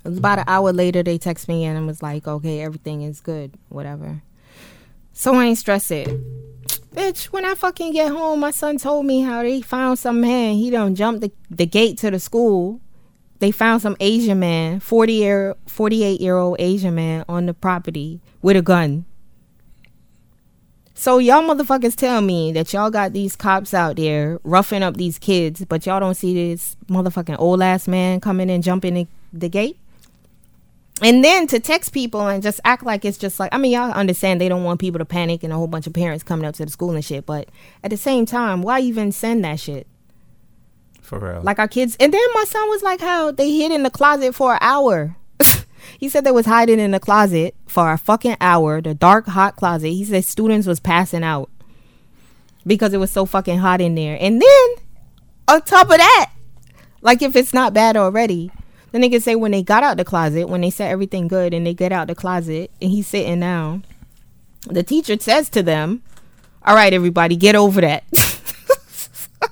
[SPEAKER 2] It was about an hour later, they text me and was like, okay, everything is good, whatever. So I ain't stress it. Bitch, when I fucking get home, my son told me how they found some man. He done jumped the, the gate to the school they found some Asian man, 40 year 48 year old Asian man on the property with a gun. So y'all motherfuckers tell me that y'all got these cops out there roughing up these kids, but y'all don't see this motherfucking old ass man coming and jumping the, the gate? and then to text people and just act like it's just like I mean y'all understand they don't want people to panic and a whole bunch of parents coming up to the school and shit, but at the same time, why even send that shit?
[SPEAKER 1] For real.
[SPEAKER 2] Like our kids and then my son was like how they hid in the closet for an hour. he said they was hiding in the closet for a fucking hour, the dark hot closet. He said students was passing out because it was so fucking hot in there. And then on top of that, like if it's not bad already, the nigga say when they got out the closet, when they said everything good and they get out the closet and he's sitting down, the teacher says to them, All right, everybody, get over that.
[SPEAKER 1] the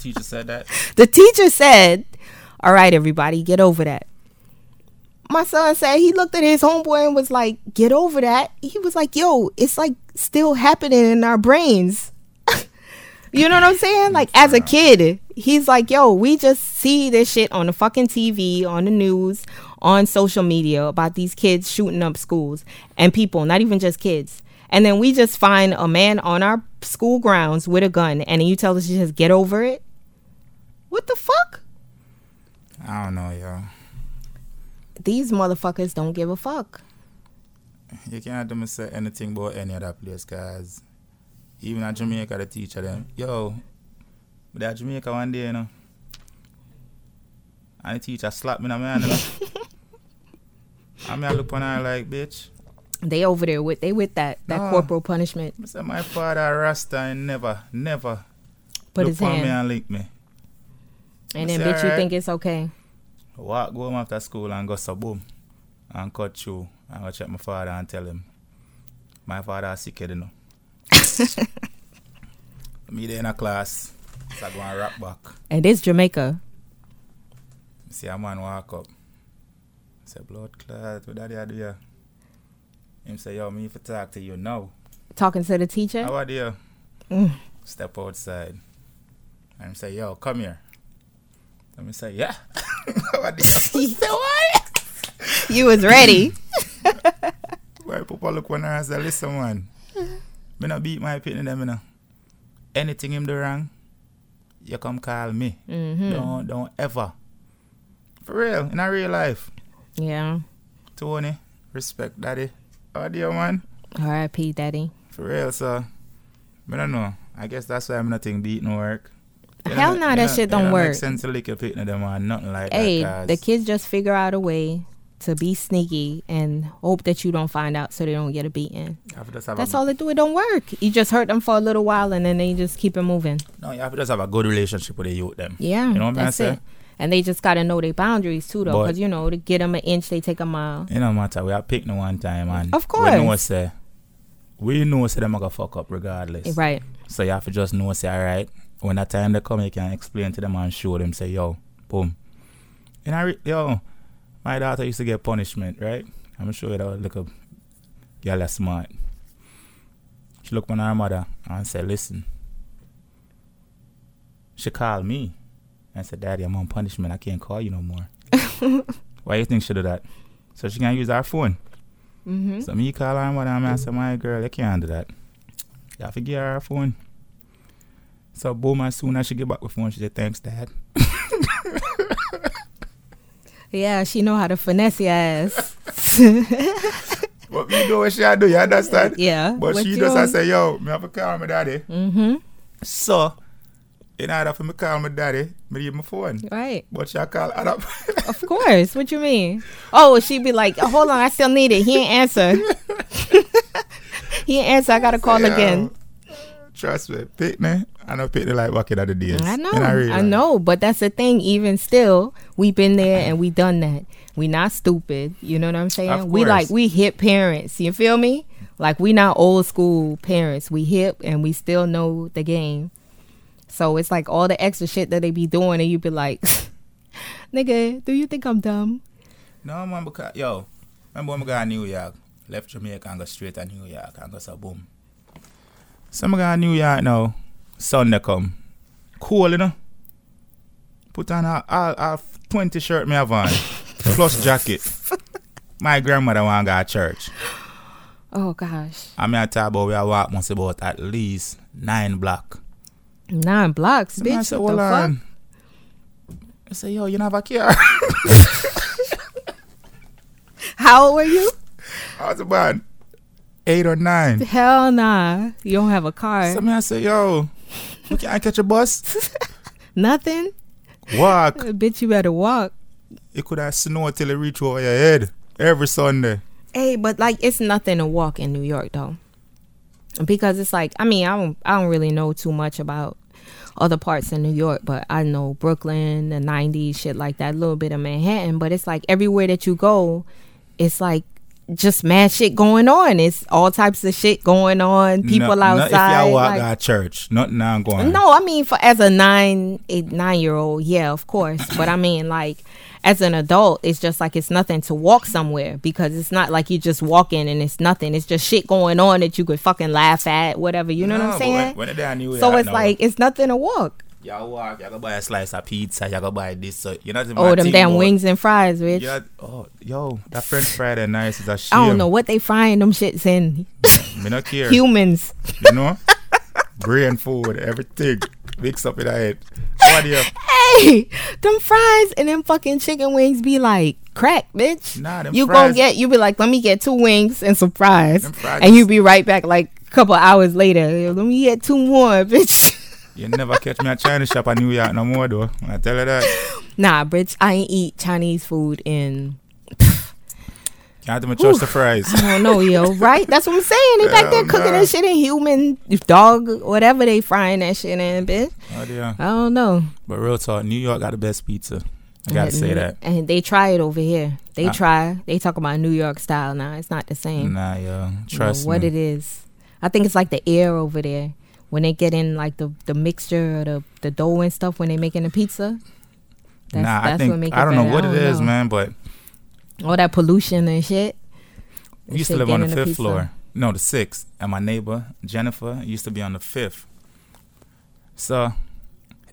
[SPEAKER 1] teacher said that.
[SPEAKER 2] The teacher said, All right, everybody, get over that. My son said he looked at his homeboy and was like, Get over that. He was like, Yo, it's like still happening in our brains. You know what I'm saying? Like as a kid, he's like, "Yo, we just see this shit on the fucking TV, on the news, on social media about these kids shooting up schools and people, not even just kids." And then we just find a man on our school grounds with a gun, and you tell us to just get over it. What the fuck?
[SPEAKER 1] I don't know, yo.
[SPEAKER 2] These motherfuckers don't give a fuck.
[SPEAKER 1] You can't them say anything about any other place, guys even at Jamaica, the teacher them, yo, but at Jamaica one day, you know, and the teacher slapped me in the man. I mean, I look on her like, bitch.
[SPEAKER 2] They over there with they with that that
[SPEAKER 1] No.
[SPEAKER 2] corporal punishment.
[SPEAKER 1] I said, my father Rasta and never, never
[SPEAKER 2] Put
[SPEAKER 1] look
[SPEAKER 2] his
[SPEAKER 1] on me
[SPEAKER 2] hand,
[SPEAKER 1] and lick me.
[SPEAKER 2] and then
[SPEAKER 1] It's
[SPEAKER 2] bitch, you
[SPEAKER 1] alright.
[SPEAKER 2] think it's okay?
[SPEAKER 1] Walk go home after school and go sub and cut through and go check my father and tell him, my father is sick, you know. me there in a class, so I go and rap back.
[SPEAKER 2] And it's Jamaica.
[SPEAKER 1] See a man walk up. Say blood clot, what that you do here? Him say, yo, me for talk to you now.
[SPEAKER 2] Talking to the teacher.
[SPEAKER 1] How are you?
[SPEAKER 2] Eh? Mm.
[SPEAKER 1] Step outside. And him say, yo, come here. Let me say, yeah. How are you?
[SPEAKER 2] You was ready.
[SPEAKER 1] Why people look when I say, listen man. me not beat my opinion them, you know. Anything him do wrong, you come call me.
[SPEAKER 2] hmm
[SPEAKER 1] Don't don't ever. For real, in a real life.
[SPEAKER 2] Yeah.
[SPEAKER 1] Tony, respect daddy. How are you, man?
[SPEAKER 2] R.I.P. Daddy.
[SPEAKER 1] For real, so I don't know. I guess that's why I'm not think beat no work. It
[SPEAKER 2] Hell
[SPEAKER 1] don't-
[SPEAKER 2] nah,
[SPEAKER 1] it
[SPEAKER 2] that
[SPEAKER 1] don't-
[SPEAKER 2] shit
[SPEAKER 1] it
[SPEAKER 2] don't
[SPEAKER 1] Make
[SPEAKER 2] work.
[SPEAKER 1] sense to lick your pick no them or nothing like
[SPEAKER 2] Hey,
[SPEAKER 1] that.
[SPEAKER 2] the
[SPEAKER 1] 'cause
[SPEAKER 2] kids just figure out a way to be sneaky and hope that you don't find out so they don't get a beating.
[SPEAKER 1] you have to just have
[SPEAKER 2] That's
[SPEAKER 1] a,
[SPEAKER 2] all they do. It don't work. You just hurt them for a little while and then they just keep it moving.
[SPEAKER 1] No, you have to just have a good relationship with the youth them.
[SPEAKER 2] Yeah,
[SPEAKER 1] You know what I'm
[SPEAKER 2] that's
[SPEAKER 1] saying?
[SPEAKER 2] it. And they just gotta know their boundaries too, though,
[SPEAKER 1] But-
[SPEAKER 2] because you know to get them an inch, they take a mile.
[SPEAKER 1] It don't matter. We have picked no one time and
[SPEAKER 2] Of
[SPEAKER 1] we know
[SPEAKER 2] course.
[SPEAKER 1] say we know say them are gonna fuck up regardless.
[SPEAKER 2] Right.
[SPEAKER 1] So you have to just know say alright. When that time they come you can explain to them and show them say yo, boom. And I re- yo, my daughter used to get punishment, right? I'm sure that would look up girl that's smart. She looked on her mother and said, Listen. She called me and said, Daddy, I'm on punishment. I can't call you no more. Why you think she do that? So she can use her phone.
[SPEAKER 2] Mm-hmm.
[SPEAKER 1] So me call her mother and I say, my girl, you can't do that. You have to give her her phone. So boom, as soon as she get back with phone, she said, thanks, dad.
[SPEAKER 2] Yeah, she know how to finesse your ass.
[SPEAKER 1] But me do what she a do, you understand?
[SPEAKER 2] yeah.
[SPEAKER 1] But she just I say, yo, me have to call my daddy.
[SPEAKER 2] Mm-hmm.
[SPEAKER 1] So, in order for me call my daddy, me give my phone.
[SPEAKER 2] Right.
[SPEAKER 1] But she a call her up.
[SPEAKER 2] Of course. What you mean? Oh, she'd be like, oh, "Hold on, I still need it. He ain't answer. he ain't answer. I gotta call
[SPEAKER 1] Yo,
[SPEAKER 2] again."
[SPEAKER 1] Trust me, Pitney, I know Pitney like walking out the days.
[SPEAKER 2] I know.
[SPEAKER 1] And realize-
[SPEAKER 2] I know. But that's the thing. Even still, we been there and we done that. We not stupid. You know what I'm saying?
[SPEAKER 1] Of
[SPEAKER 2] We
[SPEAKER 1] course.
[SPEAKER 2] like we hip parents. You feel me? Like we not old school parents. We hip and we still know the game. So it's like all the extra shit that they be doing, and you be like, "Nigga, do you think I'm dumb?"
[SPEAKER 1] No, man, because, yo, remember when I got to New York? Left Jamaica and go straight to New York and go so boom. So I got to New York now. Sunday come. Cool, you know? Put on a, a, a 20 shirt me have on, plus jacket. My grandmother want go to church.
[SPEAKER 2] Oh gosh.
[SPEAKER 1] I mean, I talk about we a walk must about at least nine block.
[SPEAKER 2] Nine blocks,
[SPEAKER 1] So
[SPEAKER 2] bitch.
[SPEAKER 1] man say,
[SPEAKER 2] what the
[SPEAKER 1] "Hold
[SPEAKER 2] fuck?
[SPEAKER 1] on." I say, yo, you never care. uh,
[SPEAKER 2] How old were you?
[SPEAKER 1] I was about eight or nine.
[SPEAKER 2] Hell nah. You don't have a car.
[SPEAKER 1] So me I say, yo, we can't catch a bus.
[SPEAKER 2] Nothing.
[SPEAKER 1] Walk.
[SPEAKER 2] bitch, you better walk.
[SPEAKER 1] It could have snowed till it reach over your head every Sunday.
[SPEAKER 2] Hey, but like it's nothing to walk in New York though. Because it's like I mean, I don't I don't really know too much about other parts in New York, but I know Brooklyn, the nineties, shit like that, a little bit of Manhattan, but it's like everywhere that you go, it's like just mad shit going on. It's all types of shit going on. People
[SPEAKER 1] No- no,
[SPEAKER 2] outside.
[SPEAKER 1] if y'all walk
[SPEAKER 2] like-
[SPEAKER 1] out church, nothing now going.
[SPEAKER 2] no, I mean for as a nine, eight, nine year old, yeah, of course. But I mean like as an adult, it's just like it's nothing to walk somewhere because it's not like you just walk in and it's nothing. It's just shit going on that you could fucking laugh at, whatever. You know
[SPEAKER 1] No,
[SPEAKER 2] what I'm
[SPEAKER 1] but when-
[SPEAKER 2] saying?
[SPEAKER 1] When, they knew
[SPEAKER 2] so it's like it's nothing to walk.
[SPEAKER 1] y'all walk, y'all go buy a slice of pizza, y'all go buy this. So you're not even
[SPEAKER 2] Oh, them
[SPEAKER 1] think
[SPEAKER 2] damn
[SPEAKER 1] about-
[SPEAKER 2] wings and fries, bitch.
[SPEAKER 1] You're not- oh, yo, that French fry that nice is a shame.
[SPEAKER 2] I don't know what they frying them shits in.
[SPEAKER 1] Me not care.
[SPEAKER 2] Humans.
[SPEAKER 1] you know, brain food, everything mixed up in that head. What do you?
[SPEAKER 2] Hey, them fries and them fucking chicken wings be like crack, bitch.
[SPEAKER 1] Nah, them
[SPEAKER 2] you
[SPEAKER 1] fries-
[SPEAKER 2] gonna get you be like, let me get two wings and some fries,
[SPEAKER 1] Them fries
[SPEAKER 2] and you
[SPEAKER 1] is-
[SPEAKER 2] be right back like a couple hours later. Let me get two more, bitch.
[SPEAKER 1] You never catch me at China shop in New York no more, though. I tell you that.
[SPEAKER 2] nah, bitch, I ain't eat Chinese food in
[SPEAKER 1] Can't even trust the fries.
[SPEAKER 2] I don't know, yo. Right? That's what I'm saying. They back
[SPEAKER 1] Hell
[SPEAKER 2] there cooking
[SPEAKER 1] nah.
[SPEAKER 2] that shit in human dog, whatever they frying that shit in, bitch.
[SPEAKER 1] Oh dear.
[SPEAKER 2] I don't know.
[SPEAKER 1] But real talk, New York got the best pizza. I gotta say that.
[SPEAKER 2] And they try it over here. They
[SPEAKER 1] I-
[SPEAKER 2] try. They talk about New York style now. It's not the same.
[SPEAKER 1] Nah, yo,
[SPEAKER 2] know
[SPEAKER 1] trust
[SPEAKER 2] what
[SPEAKER 1] me.
[SPEAKER 2] it is. I think it's like the air over there when they get in like the the mixture or the the dough and stuff when they making the pizza. That's,
[SPEAKER 1] nah, I
[SPEAKER 2] that's
[SPEAKER 1] think
[SPEAKER 2] what make it
[SPEAKER 1] I don't know
[SPEAKER 2] better.
[SPEAKER 1] what it is,
[SPEAKER 2] know.
[SPEAKER 1] man. But
[SPEAKER 2] All that pollution and shit.
[SPEAKER 1] we used
[SPEAKER 2] Shit
[SPEAKER 1] to live on the
[SPEAKER 2] getting the
[SPEAKER 1] fifth
[SPEAKER 2] pizza.
[SPEAKER 1] floor, no, the sixth, and my neighbor Jennifer used to be on the fifth. So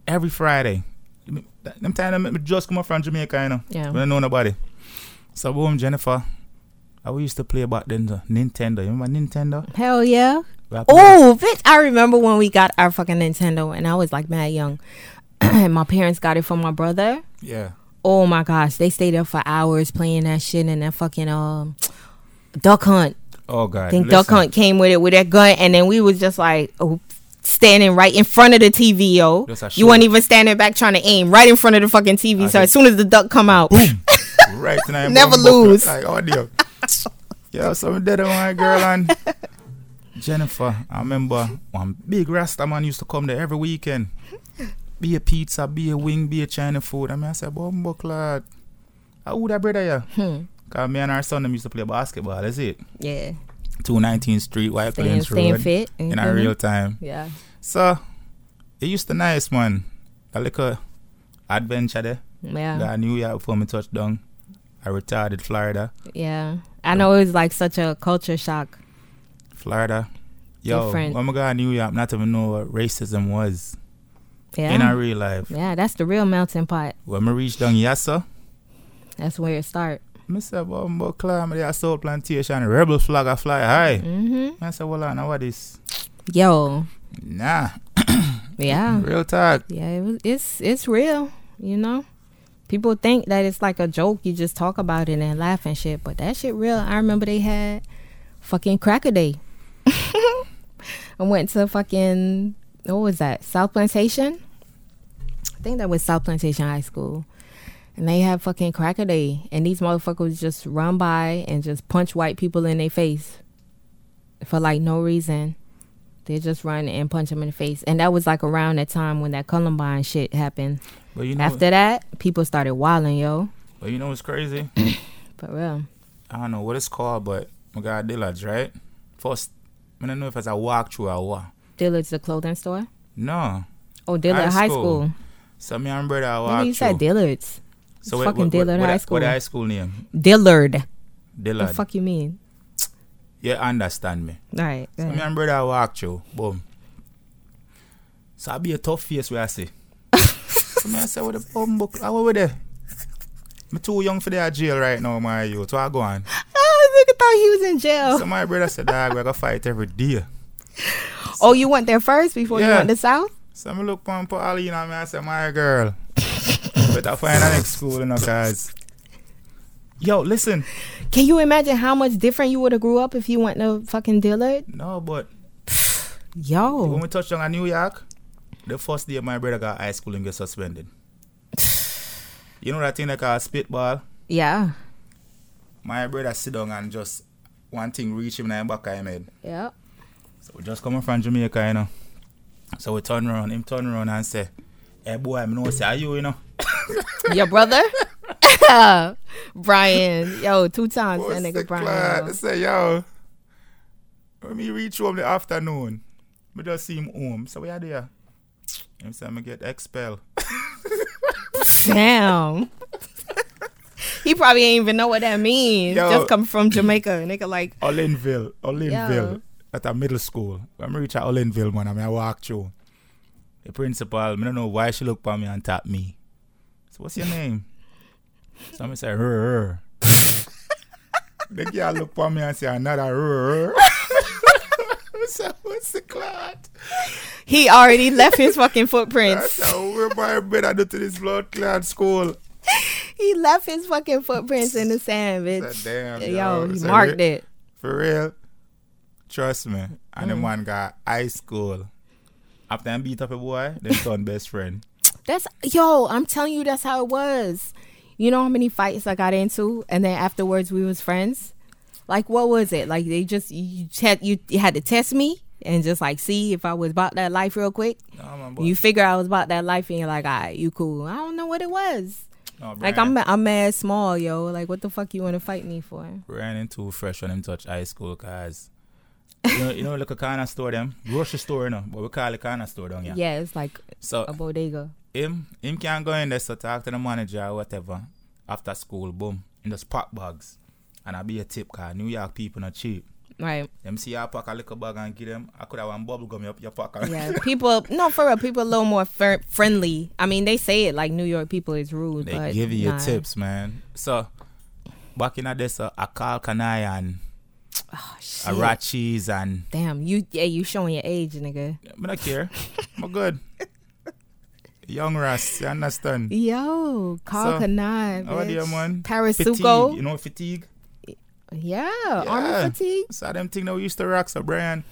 [SPEAKER 1] every Friday, them time them just come up from Jamaica, you know.
[SPEAKER 2] Yeah.
[SPEAKER 1] We don't know nobody. So boom, Jennifer. I we used to play back then the Nintendo. You remember Nintendo?
[SPEAKER 2] Hell yeah.
[SPEAKER 1] We have to go-
[SPEAKER 2] Oh, bitch! I remember when we got our fucking Nintendo, and I was like mad young. And my parents got it for my brother.
[SPEAKER 1] Yeah.
[SPEAKER 2] Oh my gosh, they stayed up for hours playing that shit and that fucking um duck hunt.
[SPEAKER 1] Oh God.
[SPEAKER 2] I think Duck
[SPEAKER 1] listen.
[SPEAKER 2] Hunt came with it with that gun, and then we was just like oh, standing right in front of the TV, yo.
[SPEAKER 1] Yes, I
[SPEAKER 2] You
[SPEAKER 1] should.
[SPEAKER 2] weren't even standing back trying to aim, right in front of the fucking TV.
[SPEAKER 1] I
[SPEAKER 2] so
[SPEAKER 1] did.
[SPEAKER 2] as soon as the duck come out,
[SPEAKER 1] right tonight.
[SPEAKER 2] Never lose.
[SPEAKER 1] Like, oh dear. Yo, so we did it with my girl and Jennifer. I remember one big Rasta man used to come there every weekend. Be a pizza, be a wing, be a China food. I mean, I said, Bumbo Clad. How would that brother ya?
[SPEAKER 2] hmm,
[SPEAKER 1] Cause me and our son them used to play basketball, is it?
[SPEAKER 2] yeah,
[SPEAKER 1] 219 Street, White
[SPEAKER 2] staying,
[SPEAKER 1] Plains
[SPEAKER 2] staying
[SPEAKER 1] Road.
[SPEAKER 2] fit.
[SPEAKER 1] In
[SPEAKER 2] Mhm.
[SPEAKER 1] our real time.
[SPEAKER 2] yeah,
[SPEAKER 1] So it used to nice man. A little adventure there.
[SPEAKER 2] yeah,
[SPEAKER 1] That I knew ya before me touched down. I retarded Florida.
[SPEAKER 2] yeah. I know it was like such a culture shock.
[SPEAKER 1] Florida. Yo,
[SPEAKER 2] Different.
[SPEAKER 1] when I got to New York, not even know what racism was
[SPEAKER 2] Yeah,
[SPEAKER 1] in our real life.
[SPEAKER 2] yeah. That's the real melting pot.
[SPEAKER 1] When I reached down Yassa,
[SPEAKER 2] That's where it start.
[SPEAKER 1] I said, Bumbo climb the assault plantation, rebel flag I fly high.
[SPEAKER 2] hmm
[SPEAKER 1] I said, well, now what is?
[SPEAKER 2] Yo,
[SPEAKER 1] Nah,
[SPEAKER 2] yeah.
[SPEAKER 1] real talk.
[SPEAKER 2] Yeah, it was, it's it's real, you know. People think that it's like a joke. You just talk about it and laugh and shit, but that shit real. I remember they had fucking Cracker Day. I went to fucking what was that South Plantation? I think that was South Plantation High School, and they had fucking Cracker Day, and these motherfuckers just run by and just punch white people in their face for like no reason. They just run and punch them in the face, and that was like around that time when that Columbine shit happened.
[SPEAKER 1] But you know,
[SPEAKER 2] After that, people started wilding, yo.
[SPEAKER 1] but you know what's crazy?
[SPEAKER 2] For real.
[SPEAKER 1] I don't know what it's called, but my guy Dillard's, right? First, I don't know if it's a walk through or what.
[SPEAKER 2] Dillard's the clothing store.
[SPEAKER 1] No.
[SPEAKER 2] Oh, Dillard
[SPEAKER 1] High
[SPEAKER 2] High
[SPEAKER 1] school.
[SPEAKER 2] School.
[SPEAKER 1] So me and brother I
[SPEAKER 2] Maybe
[SPEAKER 1] walk
[SPEAKER 2] you said
[SPEAKER 1] through.
[SPEAKER 2] Dillard's.
[SPEAKER 1] So
[SPEAKER 2] It's fucking Dillard
[SPEAKER 1] what,
[SPEAKER 2] High
[SPEAKER 1] what,
[SPEAKER 2] School.
[SPEAKER 1] What the high school name?
[SPEAKER 2] Dillard. The
[SPEAKER 1] Dillard.
[SPEAKER 2] fuck you mean?
[SPEAKER 1] You understand me.
[SPEAKER 2] All right.
[SPEAKER 1] So me and brother walk through. Boom. So I be a tough face where I see. So me I say, what the bum book? How we there? Me too young for that jail right now, my youth. So I go on.
[SPEAKER 2] Oh, nigga thought he was in jail.
[SPEAKER 1] So my brother said, dog, we gonna fight every day.
[SPEAKER 2] oh, you went there first before you
[SPEAKER 1] Yeah.
[SPEAKER 2] went to South?
[SPEAKER 1] So me look pon Paul, you know, me I say, my girl, better find a next school, you know, cause. Yo, listen.
[SPEAKER 2] Can you imagine how much different you would have grew up if you went to fucking Dillard?
[SPEAKER 1] No, but when
[SPEAKER 2] Yo.
[SPEAKER 1] we touched on a New York, the first day my brother got high school and get suspended. You know that thing they call spitball?
[SPEAKER 2] Yeah.
[SPEAKER 1] My brother sit down and just one thing reach him in the back of him head.
[SPEAKER 2] Yep.
[SPEAKER 1] So we just coming from Jamaica, you know. So we turn around, him turn around and say, Hey boy, I know say are you, you know.
[SPEAKER 2] Your brother? Brian. Yo, two times that nigga Brian. yo.
[SPEAKER 1] say, yo. When me reach home the afternoon, me just see him home. So we are there. Him say me get expelled.
[SPEAKER 2] Damn. he probably ain't even know what that means.
[SPEAKER 1] Yo.
[SPEAKER 2] Just come from Jamaica. Nigga like
[SPEAKER 1] Olinville, Olinville,
[SPEAKER 2] Yo.
[SPEAKER 1] at a middle school. When I reach at Olinville, man, I mean, I walk through. The principal, I don't know why she look at me and tap me. So, what's your name? so, I say, her, her. the girl look at me and say, another her, her. I say, what's the clot?
[SPEAKER 2] he already left his fucking
[SPEAKER 1] I
[SPEAKER 2] footprints.
[SPEAKER 1] said, where my brother do to this blood clot school?
[SPEAKER 2] He left his fucking footprints in the sand,
[SPEAKER 1] I
[SPEAKER 2] bitch.
[SPEAKER 1] said, damn,
[SPEAKER 2] Yo,
[SPEAKER 1] yo.
[SPEAKER 2] he
[SPEAKER 1] So
[SPEAKER 2] marked
[SPEAKER 1] we-
[SPEAKER 2] it.
[SPEAKER 1] For real. Trust me. And the man got high school. After I beat up a boy, they son best friend.
[SPEAKER 2] That's yo, I'm telling you that's how it was. You know how many fights I got into and then afterwards we was friends? Like what was it? Like they just you had you, you had to test me and just like see if I was about that life real quick.
[SPEAKER 1] No, man,
[SPEAKER 2] You figure I was about that life and you're like, all right, you cool. I don't know what it was.
[SPEAKER 1] no,
[SPEAKER 2] Like I'm I'm mad small, yo. Like what the fuck you wanna fight me for?
[SPEAKER 1] Brandon too fresh when him touch high school cause you know, you know like a corner store them grocery store you know but we call it corner store down
[SPEAKER 2] Yeah,
[SPEAKER 1] here
[SPEAKER 2] it's like a
[SPEAKER 1] so
[SPEAKER 2] bodega.
[SPEAKER 1] him him can go in there so talk to the manager or whatever after school boom in just pack bags and I be a tip cause New York people not cheap
[SPEAKER 2] Right.
[SPEAKER 1] them see I pack a little bag and give them I could have one bubble gum up your pocket
[SPEAKER 2] Yeah. people no for real, people a little more fr- friendly. I mean they say it like New York people is rude,
[SPEAKER 1] They
[SPEAKER 2] but
[SPEAKER 1] give you your
[SPEAKER 2] nah.
[SPEAKER 1] tips, man. So back in the day, so I call Kanai and
[SPEAKER 2] Oh, Shit.
[SPEAKER 1] Arachis and
[SPEAKER 2] Damn, you yeah, you showing your age, nigga.
[SPEAKER 1] I don't care. I'm good. Young Ras, you understand?
[SPEAKER 2] Yo, Carl
[SPEAKER 1] So,
[SPEAKER 2] Kanai.
[SPEAKER 1] how are you, man? Fatigue,
[SPEAKER 2] Parasuco.
[SPEAKER 1] you know fatigue.
[SPEAKER 2] Yeah, Army
[SPEAKER 1] Yeah.
[SPEAKER 2] fatigue.
[SPEAKER 1] So them thing that we used to rock. So Brian,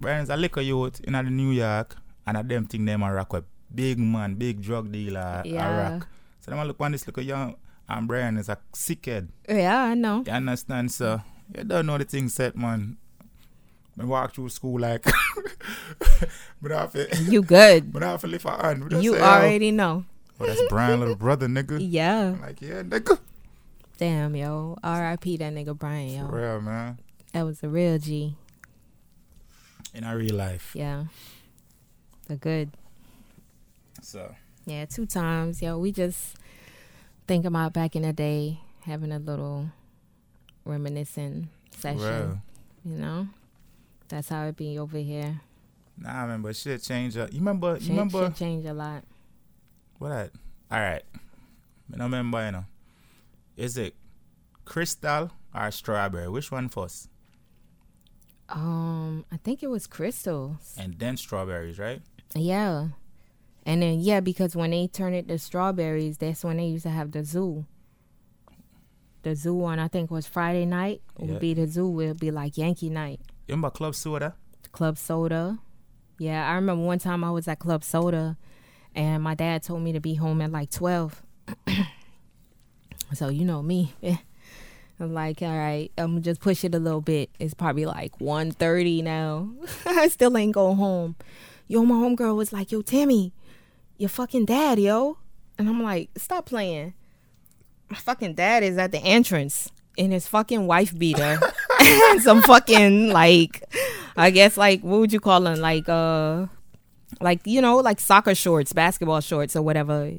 [SPEAKER 1] Brian's a liquor youth in the New York, and a them thing them a rock with big man, big drug dealer,
[SPEAKER 2] Yeah.
[SPEAKER 1] a rock. So them a look on this little young, and Brian is a sick head.
[SPEAKER 2] Yeah, I know.
[SPEAKER 1] You understand, sir? You don't know the thing set, man. I walk through school like, but I have to,
[SPEAKER 2] You good.
[SPEAKER 1] but I have to lift a hand. We just
[SPEAKER 2] You
[SPEAKER 1] say,
[SPEAKER 2] already know.
[SPEAKER 1] Oh, that's Brian, little brother, nigga.
[SPEAKER 2] Yeah.
[SPEAKER 1] I'm like, yeah, nigga.
[SPEAKER 2] Damn, yo. R.I.P. that nigga Brian,
[SPEAKER 1] For
[SPEAKER 2] yo.
[SPEAKER 1] real, man.
[SPEAKER 2] That was a real G.
[SPEAKER 1] In our real life.
[SPEAKER 2] Yeah. The good.
[SPEAKER 1] So,
[SPEAKER 2] Yeah, two times. Yo, we just think about back in the day having a little reminiscent
[SPEAKER 1] for
[SPEAKER 2] session.
[SPEAKER 1] real.
[SPEAKER 2] You know? That's how it be over here.
[SPEAKER 1] Nah, man, but shit changed up. You remember,
[SPEAKER 2] Shit,
[SPEAKER 1] you remember,
[SPEAKER 2] shit change a lot.
[SPEAKER 1] what that? All right. I don't remember, you know. Is it crystal or strawberry? Which one first?
[SPEAKER 2] Um, I think it was crystals.
[SPEAKER 1] And then strawberries, right?
[SPEAKER 2] Yeah. And then yeah, because when they turn it to strawberries, that's when they used to have the zoo. The zoo on I think was Friday night. It
[SPEAKER 1] Yeah.
[SPEAKER 2] would be the zoo. It would be like Yankee night,
[SPEAKER 1] You remember club soda?
[SPEAKER 2] Club Soda. Yeah, I remember one time I was at Club Soda, and my dad told me to be home at like twelve. so you know me. I'm like, all right, I'm just push it a little bit. It's probably like 1.30 now. I still ain't go home. Yo, my homegirl was like, yo, Tammy, your fucking dad, yo. And I'm like, stop playing. My fucking dad is at the entrance in his fucking wife beater. and some fucking like I guess like what would you call them? Like uh like you know, like soccer shorts, basketball shorts or whatever.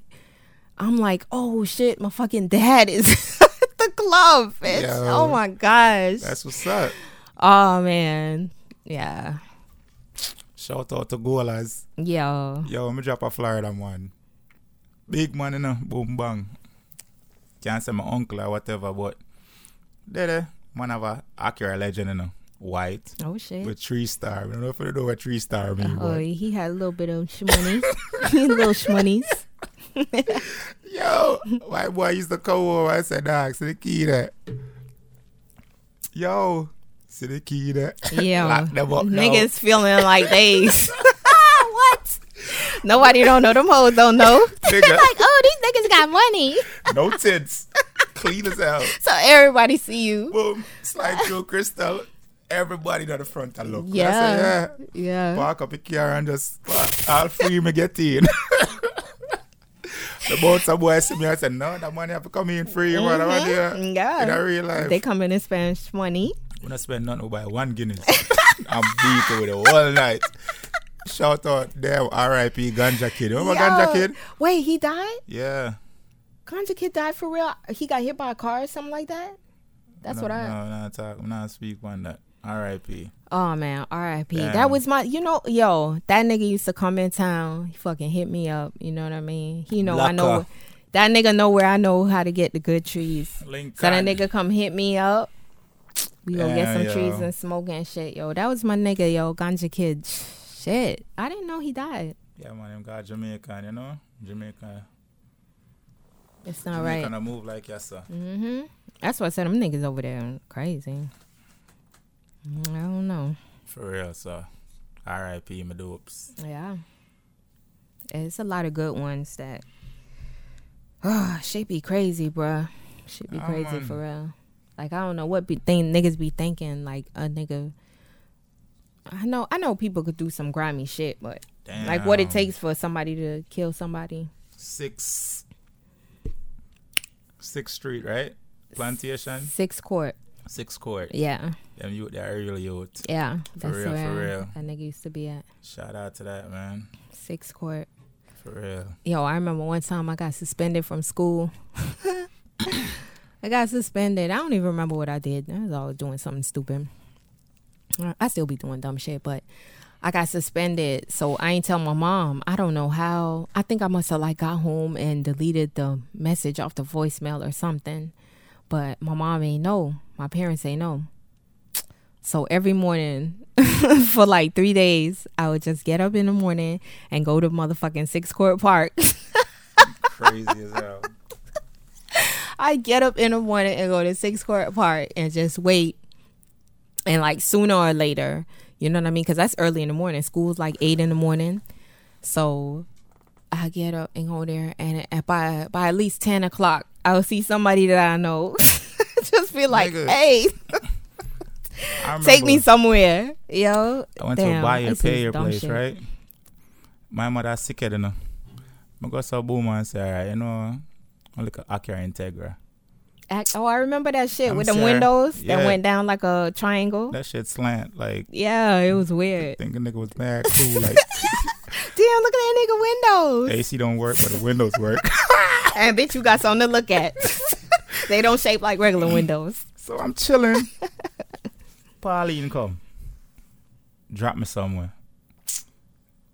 [SPEAKER 2] I'm like, oh shit, my fucking dad is at the club. bitch.
[SPEAKER 1] Yo.
[SPEAKER 2] oh my gosh.
[SPEAKER 1] That's what's up.
[SPEAKER 2] Oh man. Yeah.
[SPEAKER 1] Shout out to Golas.
[SPEAKER 2] Yo.
[SPEAKER 1] Yo, let me drop a Florida one. big man, you know, boom bang. Can't say my uncle or whatever, but there, there, man have a Acura legend, you know, white
[SPEAKER 2] Oh shit.
[SPEAKER 1] with three star. I don't know if you know what three star mean,
[SPEAKER 2] oh,
[SPEAKER 1] but
[SPEAKER 2] he had a little bit of shmoney, little shmonies.
[SPEAKER 1] yo, my boy used to come over. I said, dog, see the key there. Yo, see the key there.
[SPEAKER 2] Yeah,
[SPEAKER 1] Lock them up now.
[SPEAKER 2] niggas feeling like they's what? Nobody don't know. Them hoes don't know. They're
[SPEAKER 1] Nigga.
[SPEAKER 2] like, oh, these niggas got money,
[SPEAKER 1] No tits, clean as hell.
[SPEAKER 2] so everybody see you.
[SPEAKER 1] Boom, slide through crystal. Everybody down the front, I look. I say,
[SPEAKER 2] Yeah,
[SPEAKER 1] yeah.
[SPEAKER 2] yeah.
[SPEAKER 1] Park up your car and just I'll free me get in. the boat some boy see me, I said, No, that money have to come in free, man. I'm out here.
[SPEAKER 2] Mhm,
[SPEAKER 1] In a
[SPEAKER 2] Yeah.
[SPEAKER 1] real life.
[SPEAKER 2] They come in and spend money.
[SPEAKER 1] when I spend nothing by one Guinness, I'm beat with it all night. Shout out them R.I.P. Ganja Kid. Remember Ganja Kid?
[SPEAKER 2] Wait, he died.
[SPEAKER 1] Yeah.
[SPEAKER 2] Ganja Kid died for real. He got hit by a car or something like that. That's
[SPEAKER 1] no,
[SPEAKER 2] what I.
[SPEAKER 1] No, no, talk. I'm not speak on that. R.I.P.
[SPEAKER 2] Oh man, R.I.P.
[SPEAKER 1] Damn.
[SPEAKER 2] That was my, you know, yo, that nigga used to come in town. He fucking hit me up. You know what I mean? He know I know.
[SPEAKER 1] Laka.
[SPEAKER 2] That nigga know where I know how to get the good trees.
[SPEAKER 1] Lincoln.
[SPEAKER 2] So that nigga come hit me up. We go
[SPEAKER 1] Damn,
[SPEAKER 2] get some
[SPEAKER 1] yo.
[SPEAKER 2] trees and smoke and shit, yo. That was my nigga, yo, ganja kid. Shit, I didn't know he died.
[SPEAKER 1] Yeah, man, them guy Jamaican, you know? Jamaica.
[SPEAKER 2] It's not
[SPEAKER 1] Jamaican
[SPEAKER 2] right.
[SPEAKER 1] a move like yes, sir.
[SPEAKER 2] hmm That's why I said them niggas over there crazy. Mm, I don't know.
[SPEAKER 1] For real, sir. R.I.P. my dopes.
[SPEAKER 2] Yeah. It's a lot of good ones that oh, shit be crazy, bruh. Shit be
[SPEAKER 1] Yeah,
[SPEAKER 2] crazy
[SPEAKER 1] man.
[SPEAKER 2] for real. Like I don't know what be thing niggas be thinking like a nigga I know I know people could do some grimy shit, but
[SPEAKER 1] Damn.
[SPEAKER 2] like what it takes for somebody to kill somebody.
[SPEAKER 1] Six. Sixth Street, right? Plantation.
[SPEAKER 2] Six court.
[SPEAKER 1] Six Court.
[SPEAKER 2] Yeah.
[SPEAKER 1] Them youth, they're real youth.
[SPEAKER 2] Yeah.
[SPEAKER 1] For
[SPEAKER 2] That's
[SPEAKER 1] real, for
[SPEAKER 2] where
[SPEAKER 1] real.
[SPEAKER 2] that nigga used to be at.
[SPEAKER 1] Shout out to that, man.
[SPEAKER 2] Six court.
[SPEAKER 1] For real.
[SPEAKER 2] Yo, I remember one time I got suspended from school. I got suspended. I don't even remember what I did. I was always doing something stupid. I still be doing dumb shit, but I got suspended. So I ain't tell my mom. I don't know how. I think I must have like got home and deleted the message off the voicemail or something. But my mom ain't know. My parents ain't know. So every morning for like three days, I would just get up in the morning and go to motherfucking Six Court Park.
[SPEAKER 1] Crazy as hell.
[SPEAKER 2] I get up in the morning and go to Six Court Park and just wait. And like sooner or later, you know what I mean? Because that's early in the morning. School's like eight in the morning. So I get up and go there. And at, by, by at least 10 o'clock, I'll see somebody that I know. just be like,
[SPEAKER 1] Nigga,
[SPEAKER 2] hey,
[SPEAKER 1] I
[SPEAKER 2] take me
[SPEAKER 1] remember
[SPEAKER 2] somewhere. Yo.
[SPEAKER 1] I went to
[SPEAKER 2] Damn,
[SPEAKER 1] buy your
[SPEAKER 2] this is
[SPEAKER 1] pay your
[SPEAKER 2] dumb
[SPEAKER 1] place,
[SPEAKER 2] shit.
[SPEAKER 1] right? My mother sick you know. I go to boom and say, all right, you know, I look at Acura Integra.
[SPEAKER 2] Act- Oh, I remember that shit
[SPEAKER 1] I'm
[SPEAKER 2] with them
[SPEAKER 1] sorry.
[SPEAKER 2] windows
[SPEAKER 1] Yeah.
[SPEAKER 2] that went down like a triangle.
[SPEAKER 1] That shit slant, like,
[SPEAKER 2] Yeah, it was weird.
[SPEAKER 1] thinking nigga was mad cool. Like,
[SPEAKER 2] Damn, look at that nigga windows.
[SPEAKER 1] AC don't work, but the windows work.
[SPEAKER 2] And bitch, you got something to look at. they don't shape like regular windows.
[SPEAKER 1] So I'm chilling. Pauline come. Drop me somewhere.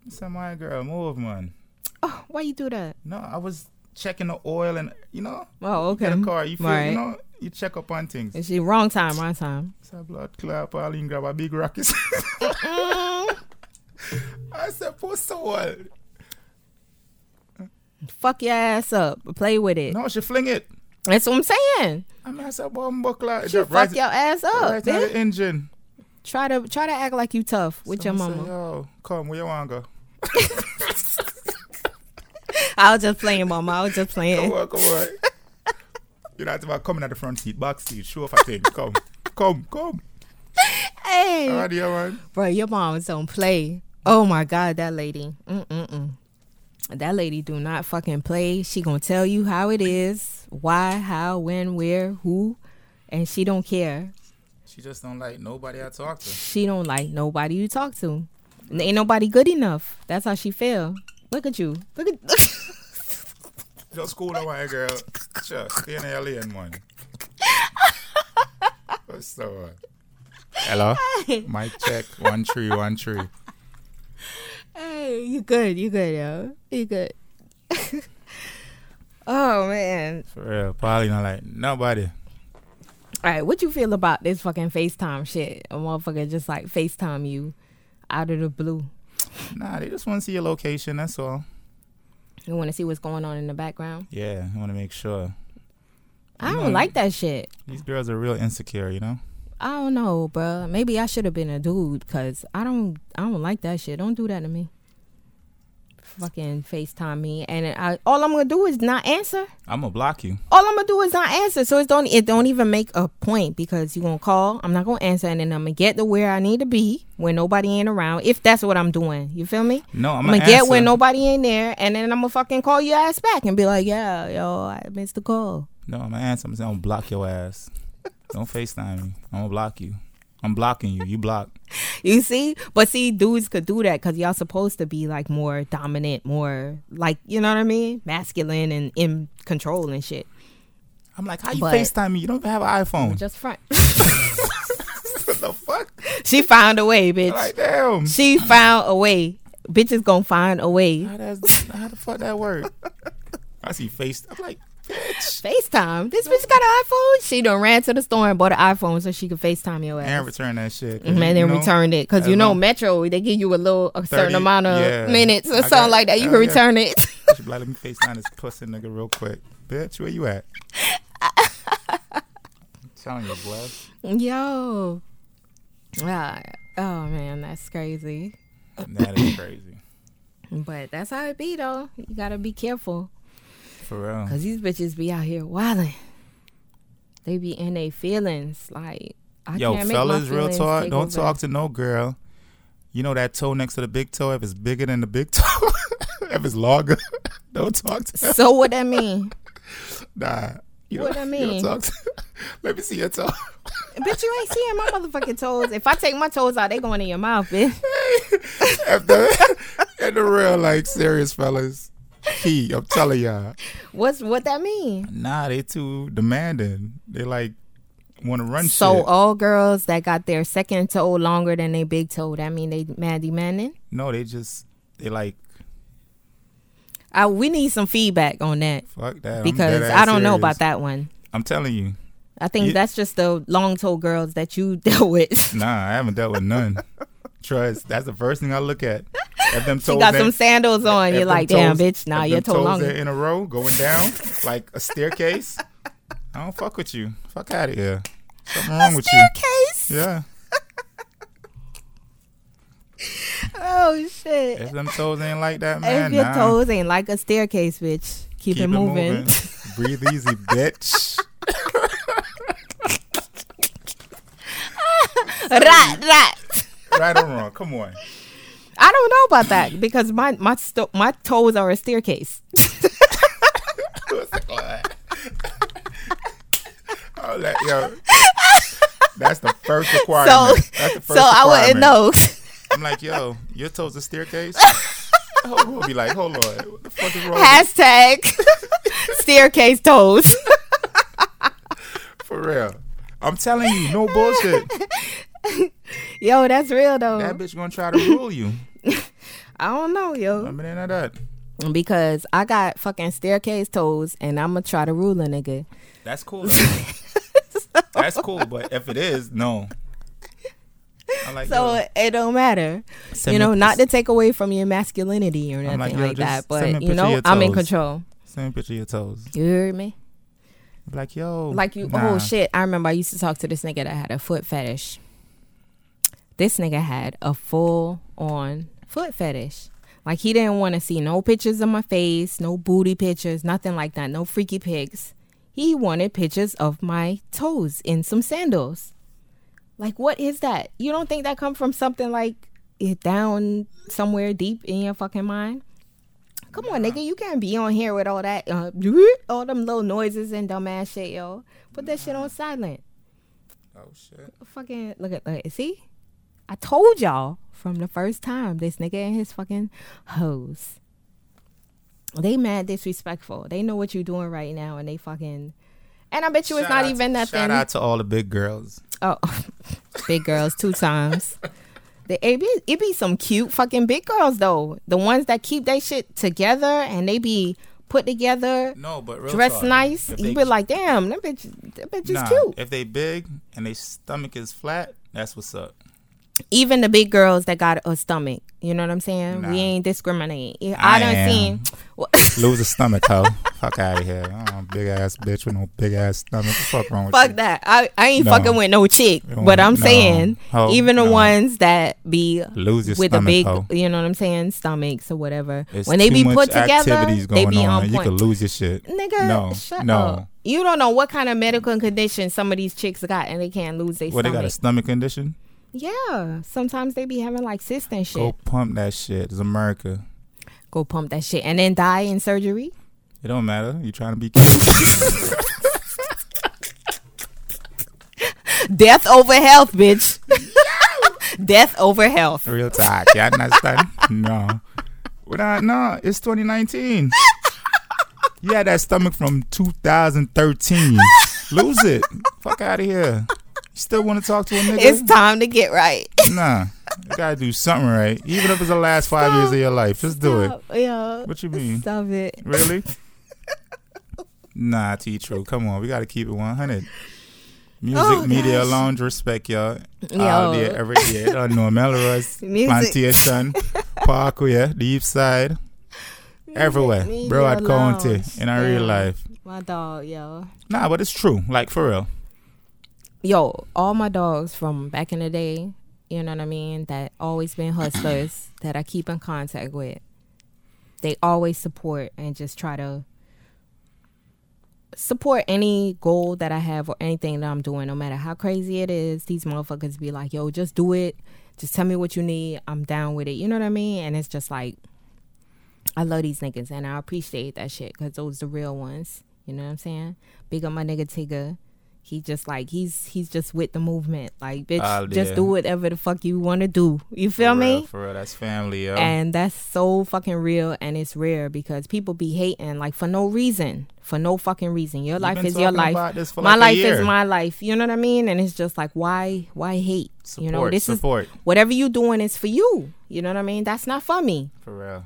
[SPEAKER 1] So my girl, move man.
[SPEAKER 2] Oh, why you do that?
[SPEAKER 1] No, I was checking the oil and you know,
[SPEAKER 2] Oh, okay.
[SPEAKER 1] get a car. You feel
[SPEAKER 2] Right.
[SPEAKER 1] you know, you check up on things.
[SPEAKER 2] And she wrong time, wrong time.
[SPEAKER 1] So blood clot, Pauline grab a big rocket.
[SPEAKER 2] Mm,
[SPEAKER 1] I said, post the
[SPEAKER 2] Eh.
[SPEAKER 1] oil.
[SPEAKER 2] fuck your ass up. Play with it.
[SPEAKER 1] No, she fling it.
[SPEAKER 2] That's what I'm saying.
[SPEAKER 1] I mean I said bomb buckler.
[SPEAKER 2] She fuck your ass up.
[SPEAKER 1] right on
[SPEAKER 2] bitch.
[SPEAKER 1] the engine.
[SPEAKER 2] Try to try to act like you tough with
[SPEAKER 1] So
[SPEAKER 2] your
[SPEAKER 1] I said,
[SPEAKER 2] mama.
[SPEAKER 1] Yo, come, where you wanna go?
[SPEAKER 2] I was just playing, mama. I was just
[SPEAKER 1] Come
[SPEAKER 2] playing.
[SPEAKER 1] on, come on. you know, it's about coming at the front seat, back seat, show off a thing. Come, come, come.
[SPEAKER 2] Hey,
[SPEAKER 1] All right, yeah, man.
[SPEAKER 2] bro, your mom don't play. Oh my god, that lady. Mm mm mm. That lady do not fucking play. She gonna tell you how it is, why, how, when, where, who, and she don't care.
[SPEAKER 1] She just don't like nobody I talk to.
[SPEAKER 2] She don't like nobody you talk to. And Ain't nobody good enough. That's how she feel. Look at you. Look at look.
[SPEAKER 1] Just cool on my girl. Sure, stay in LA and man. What's the word? Hello? Mic check. One tree, one tree.
[SPEAKER 2] Hey, you good? You good, yo? You good? Oh man.
[SPEAKER 1] For real. Probably not like nobody.
[SPEAKER 2] All right, what you feel about this fucking FaceTime shit? A motherfucker just like FaceTime you out of the blue.
[SPEAKER 1] Nah, they just want to see your location. That's all.
[SPEAKER 2] You want to see what's going on in the background?
[SPEAKER 1] Yeah, I want to make sure.
[SPEAKER 2] I
[SPEAKER 1] You
[SPEAKER 2] don't
[SPEAKER 1] know-
[SPEAKER 2] like that shit.
[SPEAKER 1] These girls are real insecure, you know?
[SPEAKER 2] I don't know, bruh. Maybe I should have been a dude because I don't, I don't like that shit. Don't do that to me. Fucking Facetime me, and I, all I'm gonna do is not answer.
[SPEAKER 1] I'm going to block you.
[SPEAKER 2] All I'm gonna do is not answer. So it don't, it don't even make a point because you gonna call. I'm not gonna answer, and then I'm gonna get to where I need to be when nobody ain't around. If that's what I'm doing, you feel me?
[SPEAKER 1] No, I'm,
[SPEAKER 2] I'm, gonna
[SPEAKER 1] gonna
[SPEAKER 2] get where
[SPEAKER 1] answer.
[SPEAKER 2] nobody ain't there, and then I'm gonna fucking call your ass back and be like, yeah, yo, I missed the call.
[SPEAKER 1] No, I'm gonna answer. I'm saying I'm gonna block your ass. Don't FaceTime me. I'm gonna block you. I'm blocking you. You block.
[SPEAKER 2] You see, but see, dudes could do that because y'all supposed to be like more dominant, more like you know what I mean, masculine and in control and shit.
[SPEAKER 1] I'm like, how you
[SPEAKER 2] But-
[SPEAKER 1] FaceTime me? You don't even have an iPhone.
[SPEAKER 2] Just front.
[SPEAKER 1] what the fuck?
[SPEAKER 2] she found a way, bitch.
[SPEAKER 1] Like, damn.
[SPEAKER 2] She found a way. Bitches gonna find a way.
[SPEAKER 1] How, does, how the fuck that work? I see face. I'm like, bitch.
[SPEAKER 2] FaceTime. This bitch got an iPhone. She done ran to the store and bought an iPhone so she could FaceTime your ass.
[SPEAKER 1] And return that shit. 'cause
[SPEAKER 2] And
[SPEAKER 1] you
[SPEAKER 2] then
[SPEAKER 1] know,
[SPEAKER 2] returned it because
[SPEAKER 1] I
[SPEAKER 2] you know
[SPEAKER 1] love-
[SPEAKER 2] Metro they give you a little a certain
[SPEAKER 1] 30,
[SPEAKER 2] amount of
[SPEAKER 1] yeah.
[SPEAKER 2] minutes or
[SPEAKER 1] I
[SPEAKER 2] something
[SPEAKER 1] got-
[SPEAKER 2] like that. You
[SPEAKER 1] oh,
[SPEAKER 2] can
[SPEAKER 1] yeah.
[SPEAKER 2] return it.
[SPEAKER 1] I should be like, Let me FaceTime this pussy nigga real quick. Bitch, where you at? I'm telling you, boy.
[SPEAKER 2] Yo. Ah, oh man, that's crazy.
[SPEAKER 1] That is crazy.
[SPEAKER 2] But that's how it be though. You gotta be careful.
[SPEAKER 1] For real.
[SPEAKER 2] Cause these bitches be out here wilding. They be in their feelings. Like I
[SPEAKER 1] Yo,
[SPEAKER 2] can't make my
[SPEAKER 1] fellas, real
[SPEAKER 2] feelings
[SPEAKER 1] talk.
[SPEAKER 2] take
[SPEAKER 1] Don't
[SPEAKER 2] over.
[SPEAKER 1] talk to no girl. You know that toe next to the big toe. If it's bigger than the big toe, if it's longer, don't talk to.
[SPEAKER 2] So what that mean?
[SPEAKER 1] Nah. You
[SPEAKER 2] What
[SPEAKER 1] don't-
[SPEAKER 2] I
[SPEAKER 1] You
[SPEAKER 2] mean?
[SPEAKER 1] don't talk to, let me see your toe.
[SPEAKER 2] bitch, you ain't seeing my motherfucking toes. If I take my toes out, they going in your mouth, bitch.
[SPEAKER 1] If the, in the real, like serious fellas, key. I'm telling y'all.
[SPEAKER 2] What's what that mean?
[SPEAKER 1] Nah, they too demanding. They like want to run
[SPEAKER 2] So uh,
[SPEAKER 1] shit.
[SPEAKER 2] all girls that got their second toe longer than their big toe, that mean they mad demanding?
[SPEAKER 1] no, they just they like
[SPEAKER 2] I, we need some feedback on that.
[SPEAKER 1] fuck that. I'm
[SPEAKER 2] because
[SPEAKER 1] dead
[SPEAKER 2] I
[SPEAKER 1] ass
[SPEAKER 2] don't know about
[SPEAKER 1] serious.
[SPEAKER 2] that one.
[SPEAKER 1] I'm telling you.
[SPEAKER 2] I think
[SPEAKER 1] You-
[SPEAKER 2] that's just the long toe girls that you deal with.
[SPEAKER 1] Nah, I haven't dealt with none. Trust. That's the first thing I look at. If them toes
[SPEAKER 2] she got
[SPEAKER 1] ain't-
[SPEAKER 2] some sandals on.
[SPEAKER 1] if
[SPEAKER 2] You're
[SPEAKER 1] them
[SPEAKER 2] like, damn,
[SPEAKER 1] toes-
[SPEAKER 2] bitch. Nah,
[SPEAKER 1] if
[SPEAKER 2] your
[SPEAKER 1] them
[SPEAKER 2] toe
[SPEAKER 1] toes
[SPEAKER 2] longer.
[SPEAKER 1] are in a row going down like a staircase. I don't fuck with you. Fuck out of here. Something wrong with you.
[SPEAKER 2] Staircase.
[SPEAKER 1] Yeah.
[SPEAKER 2] Oh shit.
[SPEAKER 1] If them toes ain't like that,
[SPEAKER 2] If
[SPEAKER 1] man.
[SPEAKER 2] your
[SPEAKER 1] nah.
[SPEAKER 2] toes ain't like a staircase, bitch, keep, it moving.
[SPEAKER 1] Breathe easy, bitch.
[SPEAKER 2] rat, rat.
[SPEAKER 1] right or wrong. Come on.
[SPEAKER 2] I don't know about that because my my sto- my toes are a staircase.
[SPEAKER 1] Oh, that, yo. That's the first requirement. That's the first
[SPEAKER 2] so I
[SPEAKER 1] requirement.
[SPEAKER 2] wouldn't know.
[SPEAKER 1] I'm like, yo, your toes a staircase. Hold on, be like, hold on, what the fuck is wrong? with
[SPEAKER 2] Hashtag staircase toes.
[SPEAKER 1] you? For real, I'm telling you, no bullshit.
[SPEAKER 2] Yo, that's real though.
[SPEAKER 1] That bitch gonna try to rule you.
[SPEAKER 2] I don't know, yo.
[SPEAKER 1] I mean, ain't that.
[SPEAKER 2] because I got fucking staircase toes and I'm gonna try to rule a nigga.
[SPEAKER 1] That's cool. though. That's cool, but if it is, no. I'm like,
[SPEAKER 2] So
[SPEAKER 1] yo,
[SPEAKER 2] it- it don't matter.
[SPEAKER 1] send
[SPEAKER 2] you
[SPEAKER 1] me
[SPEAKER 2] know,
[SPEAKER 1] a-
[SPEAKER 2] not to take away from your masculinity or
[SPEAKER 1] I'm
[SPEAKER 2] nothing
[SPEAKER 1] like,
[SPEAKER 2] like,
[SPEAKER 1] yo,
[SPEAKER 2] that,
[SPEAKER 1] just send me a
[SPEAKER 2] but you
[SPEAKER 1] picture of
[SPEAKER 2] know,
[SPEAKER 1] your
[SPEAKER 2] I'm in
[SPEAKER 1] toes.
[SPEAKER 2] control.
[SPEAKER 1] send me a picture of your toes.
[SPEAKER 2] You hear me?
[SPEAKER 1] I'm like, yo,
[SPEAKER 2] Like you
[SPEAKER 1] nah.
[SPEAKER 2] oh shit, I remember I used to talk to this nigga that had a foot fetish. This nigga had a full on foot fetish. Like he didn't want to see no pictures of my face, no booty pictures, nothing like that, no freaky pics. He wanted pictures of my toes in some sandals. Like what is that? You don't think that come from something like it down somewhere deep in your fucking mind? Come on, nigga, you can't be on here with all that, uh, all them little noises and dumbass shit, yo. Put that shit on silent.
[SPEAKER 1] Oh shit.
[SPEAKER 2] Fucking look at, look at, see? I told y'all from the first time this nigga and his fucking hoes. They mad disrespectful. They know what you doing right now, and they fucking. And I bet you it's
[SPEAKER 1] Shout
[SPEAKER 2] not
[SPEAKER 1] out
[SPEAKER 2] even
[SPEAKER 1] to-
[SPEAKER 2] nothing.
[SPEAKER 1] Shout out to all the big girls.
[SPEAKER 2] Oh, big girls two times. They, it, be, it be some cute fucking big girls though. The ones that keep they shit together and they be put together,
[SPEAKER 1] No, but real
[SPEAKER 2] dressed
[SPEAKER 1] talk,
[SPEAKER 2] nice,
[SPEAKER 1] if
[SPEAKER 2] you
[SPEAKER 1] they-
[SPEAKER 2] be like, damn, that bitch, that bitch
[SPEAKER 1] nah, Eh.
[SPEAKER 2] is cute.
[SPEAKER 1] If they big and they stomach is flat, that's what's up.
[SPEAKER 2] Even the big girls that got a stomach, you know what I'm saying?
[SPEAKER 1] Nah.
[SPEAKER 2] We ain't discriminating. Yeah, I, done
[SPEAKER 1] am.
[SPEAKER 2] seen. Well,
[SPEAKER 1] Lose a stomach, hoe. Fuck out of here. Oh, big ass bitch with no big ass stomach. What the fuck wrong with
[SPEAKER 2] Fuck
[SPEAKER 1] you?
[SPEAKER 2] that. I, I ain't
[SPEAKER 1] No.
[SPEAKER 2] fucking with no chick.
[SPEAKER 1] No,
[SPEAKER 2] But I'm
[SPEAKER 1] no.
[SPEAKER 2] saying
[SPEAKER 1] Ho,
[SPEAKER 2] even the
[SPEAKER 1] no.
[SPEAKER 2] ones that be
[SPEAKER 1] Lose your
[SPEAKER 2] with a
[SPEAKER 1] stomach,
[SPEAKER 2] big,
[SPEAKER 1] hoe.
[SPEAKER 2] you know what I'm saying, stomachs or whatever.
[SPEAKER 1] It's
[SPEAKER 2] when they
[SPEAKER 1] too
[SPEAKER 2] be
[SPEAKER 1] much
[SPEAKER 2] put together,
[SPEAKER 1] activities
[SPEAKER 2] they
[SPEAKER 1] going
[SPEAKER 2] be
[SPEAKER 1] on.
[SPEAKER 2] on,
[SPEAKER 1] and You
[SPEAKER 2] point.
[SPEAKER 1] could lose your shit.
[SPEAKER 2] Nigga,
[SPEAKER 1] no,
[SPEAKER 2] shut
[SPEAKER 1] no.
[SPEAKER 2] up. You don't know what kind of medical condition some of these chicks got, and they can't lose their
[SPEAKER 1] What they
[SPEAKER 2] stomach.
[SPEAKER 1] got a stomach condition?
[SPEAKER 2] yeah, sometimes they be having like cysts and shit.
[SPEAKER 1] Go
[SPEAKER 2] Go.
[SPEAKER 1] pump that shit. It's America.
[SPEAKER 2] pump that shit, and then die in surgery.
[SPEAKER 1] It don't matter. You trying to be
[SPEAKER 2] Death over health, bitch. Death over health.
[SPEAKER 1] real talk. You understand? no, We're not- no. It's 2019. You had that stomach from 2013. Lose it. Fuck out of here. You still want to talk to a nigga?
[SPEAKER 2] It's time to get right.
[SPEAKER 1] nah. You gotta do something right, even if it's the last five years of your life. Just do it.
[SPEAKER 2] Stop. Yeah.
[SPEAKER 1] What you mean?
[SPEAKER 2] Stop it.
[SPEAKER 1] Really? nah, T True. Come on, we gotta keep it one hundred. Music,
[SPEAKER 2] Oh,
[SPEAKER 1] media,
[SPEAKER 2] gosh.
[SPEAKER 1] lounge, respect y'all.
[SPEAKER 2] Yo.
[SPEAKER 1] All day, every day. It don't know Melrose,
[SPEAKER 2] Music.
[SPEAKER 1] Plantation, Parkway, Deep Side, everywhere.
[SPEAKER 2] Media
[SPEAKER 1] Broad County,
[SPEAKER 2] Lounge.
[SPEAKER 1] in our real
[SPEAKER 2] Yeah.
[SPEAKER 1] life.
[SPEAKER 2] My dog, yo.
[SPEAKER 1] Nah, but it's true. Like for real.
[SPEAKER 2] Yo, all my dogs from back in the day, you know what I mean, that always been hustlers that I keep in contact with. They always support and just try to support any goal that I have or anything that I'm doing, no matter how crazy it is. These motherfuckers be like, yo, just do it. Just tell me what you need. I'm down with it. You know what I mean? And it's just like, I love these niggas and I appreciate that shit because those the real ones. You know what I'm saying? Big up my nigga Tigger. He just like he's he's just with the movement. Like bitch,
[SPEAKER 1] Oh,
[SPEAKER 2] just
[SPEAKER 1] yeah.
[SPEAKER 2] do whatever the fuck you want to do. You feel
[SPEAKER 1] for
[SPEAKER 2] me?
[SPEAKER 1] Real, for real, that's family, yo.
[SPEAKER 2] And that's so fucking real and it's rare because people be hating like for no reason. For no fucking reason. Your
[SPEAKER 1] We've
[SPEAKER 2] life
[SPEAKER 1] been
[SPEAKER 2] is your
[SPEAKER 1] talking
[SPEAKER 2] life.
[SPEAKER 1] about this for
[SPEAKER 2] my
[SPEAKER 1] like a
[SPEAKER 2] life
[SPEAKER 1] year.
[SPEAKER 2] is my life. You know what I mean? And it's just like why why hate?
[SPEAKER 1] support,
[SPEAKER 2] you know, this
[SPEAKER 1] support.
[SPEAKER 2] is whatever you doing is for you. You know what I mean? That's not for me.
[SPEAKER 1] for real.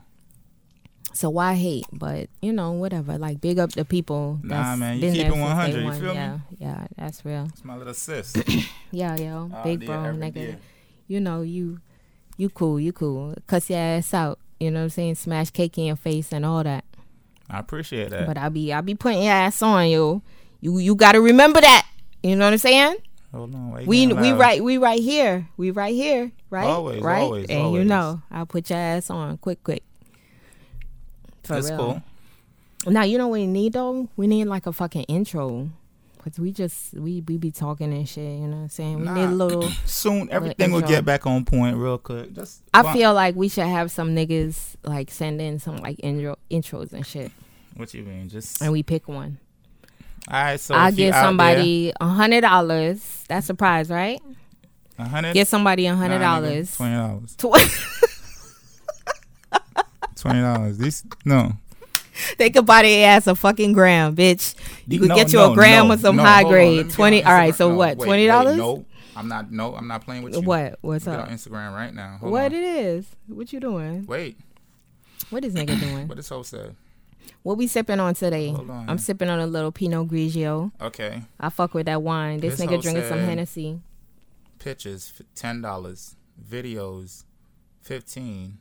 [SPEAKER 2] So why hate? But you know, whatever. Like big up the people.
[SPEAKER 1] Nah,
[SPEAKER 2] that's
[SPEAKER 1] man, you
[SPEAKER 2] been
[SPEAKER 1] keep
[SPEAKER 2] there
[SPEAKER 1] it
[SPEAKER 2] since day
[SPEAKER 1] 100, you
[SPEAKER 2] one.
[SPEAKER 1] feel me?
[SPEAKER 2] yeah, yeah, that's real.
[SPEAKER 1] It's my little sis.
[SPEAKER 2] Yeah, yo,
[SPEAKER 1] All
[SPEAKER 2] big
[SPEAKER 1] day,
[SPEAKER 2] bro,
[SPEAKER 1] every
[SPEAKER 2] nigga.
[SPEAKER 1] day.
[SPEAKER 2] You know, you you cool, you cool. Cuss your ass out. You know what I'm saying? Smash cake in your face and all that.
[SPEAKER 1] I appreciate that.
[SPEAKER 2] But I be I be putting your ass on yo. You you gotta remember that. You know what I'm saying?
[SPEAKER 1] Hold on, why you
[SPEAKER 2] We
[SPEAKER 1] getting
[SPEAKER 2] we
[SPEAKER 1] loud?
[SPEAKER 2] right we right here. We right here. Right?
[SPEAKER 1] Always,
[SPEAKER 2] right?
[SPEAKER 1] always,
[SPEAKER 2] and you
[SPEAKER 1] always.
[SPEAKER 2] know, I'll put your ass on quick quick. For
[SPEAKER 1] That's
[SPEAKER 2] real.
[SPEAKER 1] cool.
[SPEAKER 2] Now you know what we need though? We need like a fucking intro. Cause we just we we be talking and shit, you know what I'm saying? We need
[SPEAKER 1] Nah.
[SPEAKER 2] a little
[SPEAKER 1] Soon everything will
[SPEAKER 2] intro.
[SPEAKER 1] get back on point real quick. Just
[SPEAKER 2] I
[SPEAKER 1] bump-
[SPEAKER 2] feel like we should have some niggas like send in some like intro, intros and shit,
[SPEAKER 1] What you mean? Just
[SPEAKER 2] and we pick one.
[SPEAKER 1] all right. So
[SPEAKER 2] I'll
[SPEAKER 1] if you
[SPEAKER 2] give
[SPEAKER 1] out
[SPEAKER 2] somebody a hundred dollars. That's a prize, right?
[SPEAKER 1] there, a hundred.
[SPEAKER 2] Give somebody a hundred
[SPEAKER 1] Nah, nigga,
[SPEAKER 2] dollars.
[SPEAKER 1] Twenty dollars.
[SPEAKER 2] Tw-
[SPEAKER 1] Twenty dollars. This no.
[SPEAKER 2] they could buy their ass a fucking gram, bitch. You could
[SPEAKER 1] No,
[SPEAKER 2] get you
[SPEAKER 1] no,
[SPEAKER 2] a gram
[SPEAKER 1] no,
[SPEAKER 2] or some
[SPEAKER 1] no,
[SPEAKER 2] high
[SPEAKER 1] hold on, let
[SPEAKER 2] grade.
[SPEAKER 1] me get
[SPEAKER 2] Twenty.
[SPEAKER 1] on
[SPEAKER 2] All right.
[SPEAKER 1] Instagram.
[SPEAKER 2] So
[SPEAKER 1] No,
[SPEAKER 2] what?
[SPEAKER 1] wait,
[SPEAKER 2] Twenty
[SPEAKER 1] wait,
[SPEAKER 2] dollars.
[SPEAKER 1] No, I'm not. No, I'm not playing with you.
[SPEAKER 2] What? What's
[SPEAKER 1] Get
[SPEAKER 2] up?
[SPEAKER 1] on Instagram right now. Hold
[SPEAKER 2] What
[SPEAKER 1] on.
[SPEAKER 2] it is? What you doing?
[SPEAKER 1] Wait.
[SPEAKER 2] What is nigga doing?
[SPEAKER 1] What this hoe said.
[SPEAKER 2] What we sipping on today?
[SPEAKER 1] Hold on.
[SPEAKER 2] I'm sipping on a little Pinot Grigio.
[SPEAKER 1] Okay.
[SPEAKER 2] I fuck with that wine. This,
[SPEAKER 1] This
[SPEAKER 2] nigga
[SPEAKER 1] hoe
[SPEAKER 2] drinking some
[SPEAKER 1] said-
[SPEAKER 2] Hennessy.
[SPEAKER 1] Pictures. f- Ten dollars. Videos. Fifteen.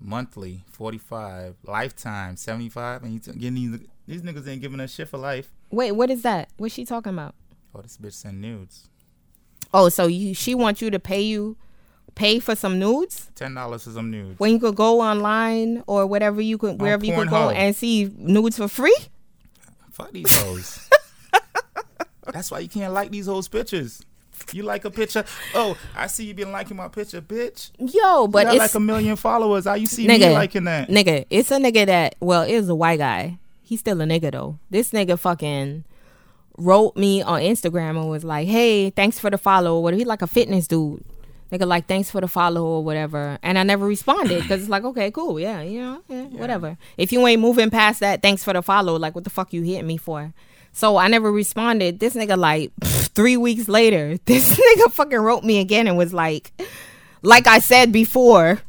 [SPEAKER 1] Monthly. Forty-five. Lifetime. Seventy-five. And you t- getting these. These niggas ain't giving us shit for life.
[SPEAKER 2] Wait, what is that? What's she talking about?
[SPEAKER 1] Oh, this bitch send nudes.
[SPEAKER 2] Oh, so you she wants you to pay you pay for some nudes
[SPEAKER 1] Ten dollars for some nudes.
[SPEAKER 2] when you could go online or whatever you could wherever you could go
[SPEAKER 1] Pornhub.
[SPEAKER 2] and see nudes for free?
[SPEAKER 1] Fuck these hoes. That's why you can't like these hoes' pictures. You like a picture. Oh, I see you been liking my picture, bitch.
[SPEAKER 2] Yo,
[SPEAKER 1] But
[SPEAKER 2] but
[SPEAKER 1] you got like
[SPEAKER 2] it's
[SPEAKER 1] a million followers. How you see me
[SPEAKER 2] Nigga.
[SPEAKER 1] liking that?
[SPEAKER 2] nigga, it's a nigga that well, it was a white guy. He's still a nigga though. This nigga fucking wrote me on Instagram and was like, "Hey, thanks for the follow." What he like a fitness dude. Nigga, like, thanks for the follow or whatever. And I never responded because it's like, okay, cool. Yeah, you know, yeah, whatever. If you ain't moving past that, thanks for the follow. Like, what the fuck you hitting me for? So I never responded. This nigga, like, three weeks later, this nigga fucking wrote me again and was like, like I said before,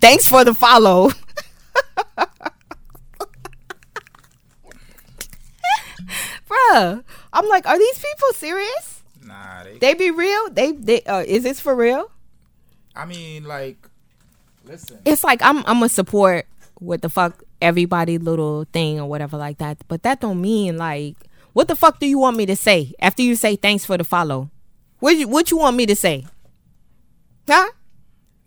[SPEAKER 2] thanks for the follow. yeah. I'm like, are these people serious?
[SPEAKER 1] Nah, they,
[SPEAKER 2] They be real? They they uh, is this for real?
[SPEAKER 1] I mean, like, listen.
[SPEAKER 2] It's like I'm I'm gonna support what the fuck everybody little thing or whatever like that. But that don't mean like what the fuck do you want me to say after you say thanks for the follow? What you what you want me to say? Huh?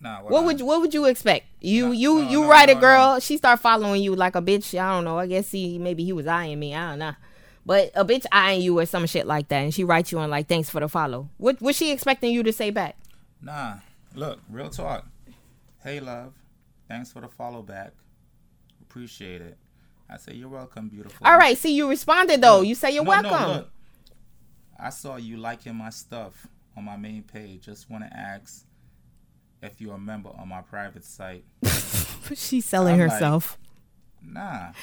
[SPEAKER 1] Nah,
[SPEAKER 2] What
[SPEAKER 1] I-
[SPEAKER 2] would you, what would you expect? You
[SPEAKER 1] No,
[SPEAKER 2] you
[SPEAKER 1] no,
[SPEAKER 2] you
[SPEAKER 1] no,
[SPEAKER 2] write a
[SPEAKER 1] no,
[SPEAKER 2] girl, she start following you like a bitch. I don't know. I guess he maybe he was eyeing me. I don't know. But a bitch eyeing you or some shit like that, and she writes you and like thanks for the follow. What was she expecting you to say back?
[SPEAKER 1] Nah, look, real talk. Hey, love. Thanks for the follow back. Appreciate it. I say you're welcome, beautiful.
[SPEAKER 2] All right, see you responded though. You say you're
[SPEAKER 1] No, no,
[SPEAKER 2] welcome.
[SPEAKER 1] look. I saw you liking my stuff on my main page. Just want to ask if you're a member on my private site.
[SPEAKER 2] She's selling
[SPEAKER 1] I'm like-
[SPEAKER 2] herself.
[SPEAKER 1] Nah.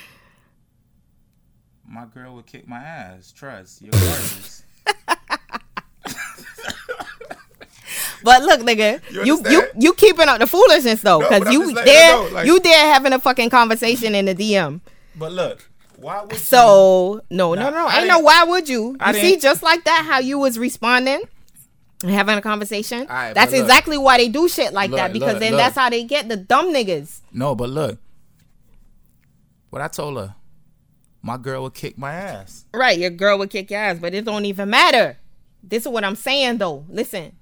[SPEAKER 1] My girl would kick my ass. Trust. You're gorgeous.
[SPEAKER 2] but look, nigga,
[SPEAKER 1] You
[SPEAKER 2] you you, you
[SPEAKER 1] understand?
[SPEAKER 2] keeping up the foolishness though,
[SPEAKER 1] No,
[SPEAKER 2] because
[SPEAKER 1] but I'm
[SPEAKER 2] you
[SPEAKER 1] just letting
[SPEAKER 2] there
[SPEAKER 1] you know, like-
[SPEAKER 2] you there having a fucking conversation in the DM.
[SPEAKER 1] but look, why would you-
[SPEAKER 2] So no, no,
[SPEAKER 1] Nah,
[SPEAKER 2] no.
[SPEAKER 1] I
[SPEAKER 2] I know
[SPEAKER 1] didn't-
[SPEAKER 2] why would you?
[SPEAKER 1] I
[SPEAKER 2] You see,
[SPEAKER 1] didn't-
[SPEAKER 2] just like that, how you was responding and having a conversation.
[SPEAKER 1] Alright,
[SPEAKER 2] that's
[SPEAKER 1] but look.
[SPEAKER 2] exactly why they do shit like that
[SPEAKER 1] Look,
[SPEAKER 2] because
[SPEAKER 1] look,
[SPEAKER 2] then
[SPEAKER 1] look.
[SPEAKER 2] that's how they get the dumb niggas.
[SPEAKER 1] No, but look. What I told her, my girl would kick my ass.
[SPEAKER 2] Right, your girl would kick your ass, but it don't even matter. This is what I'm saying though. Listen,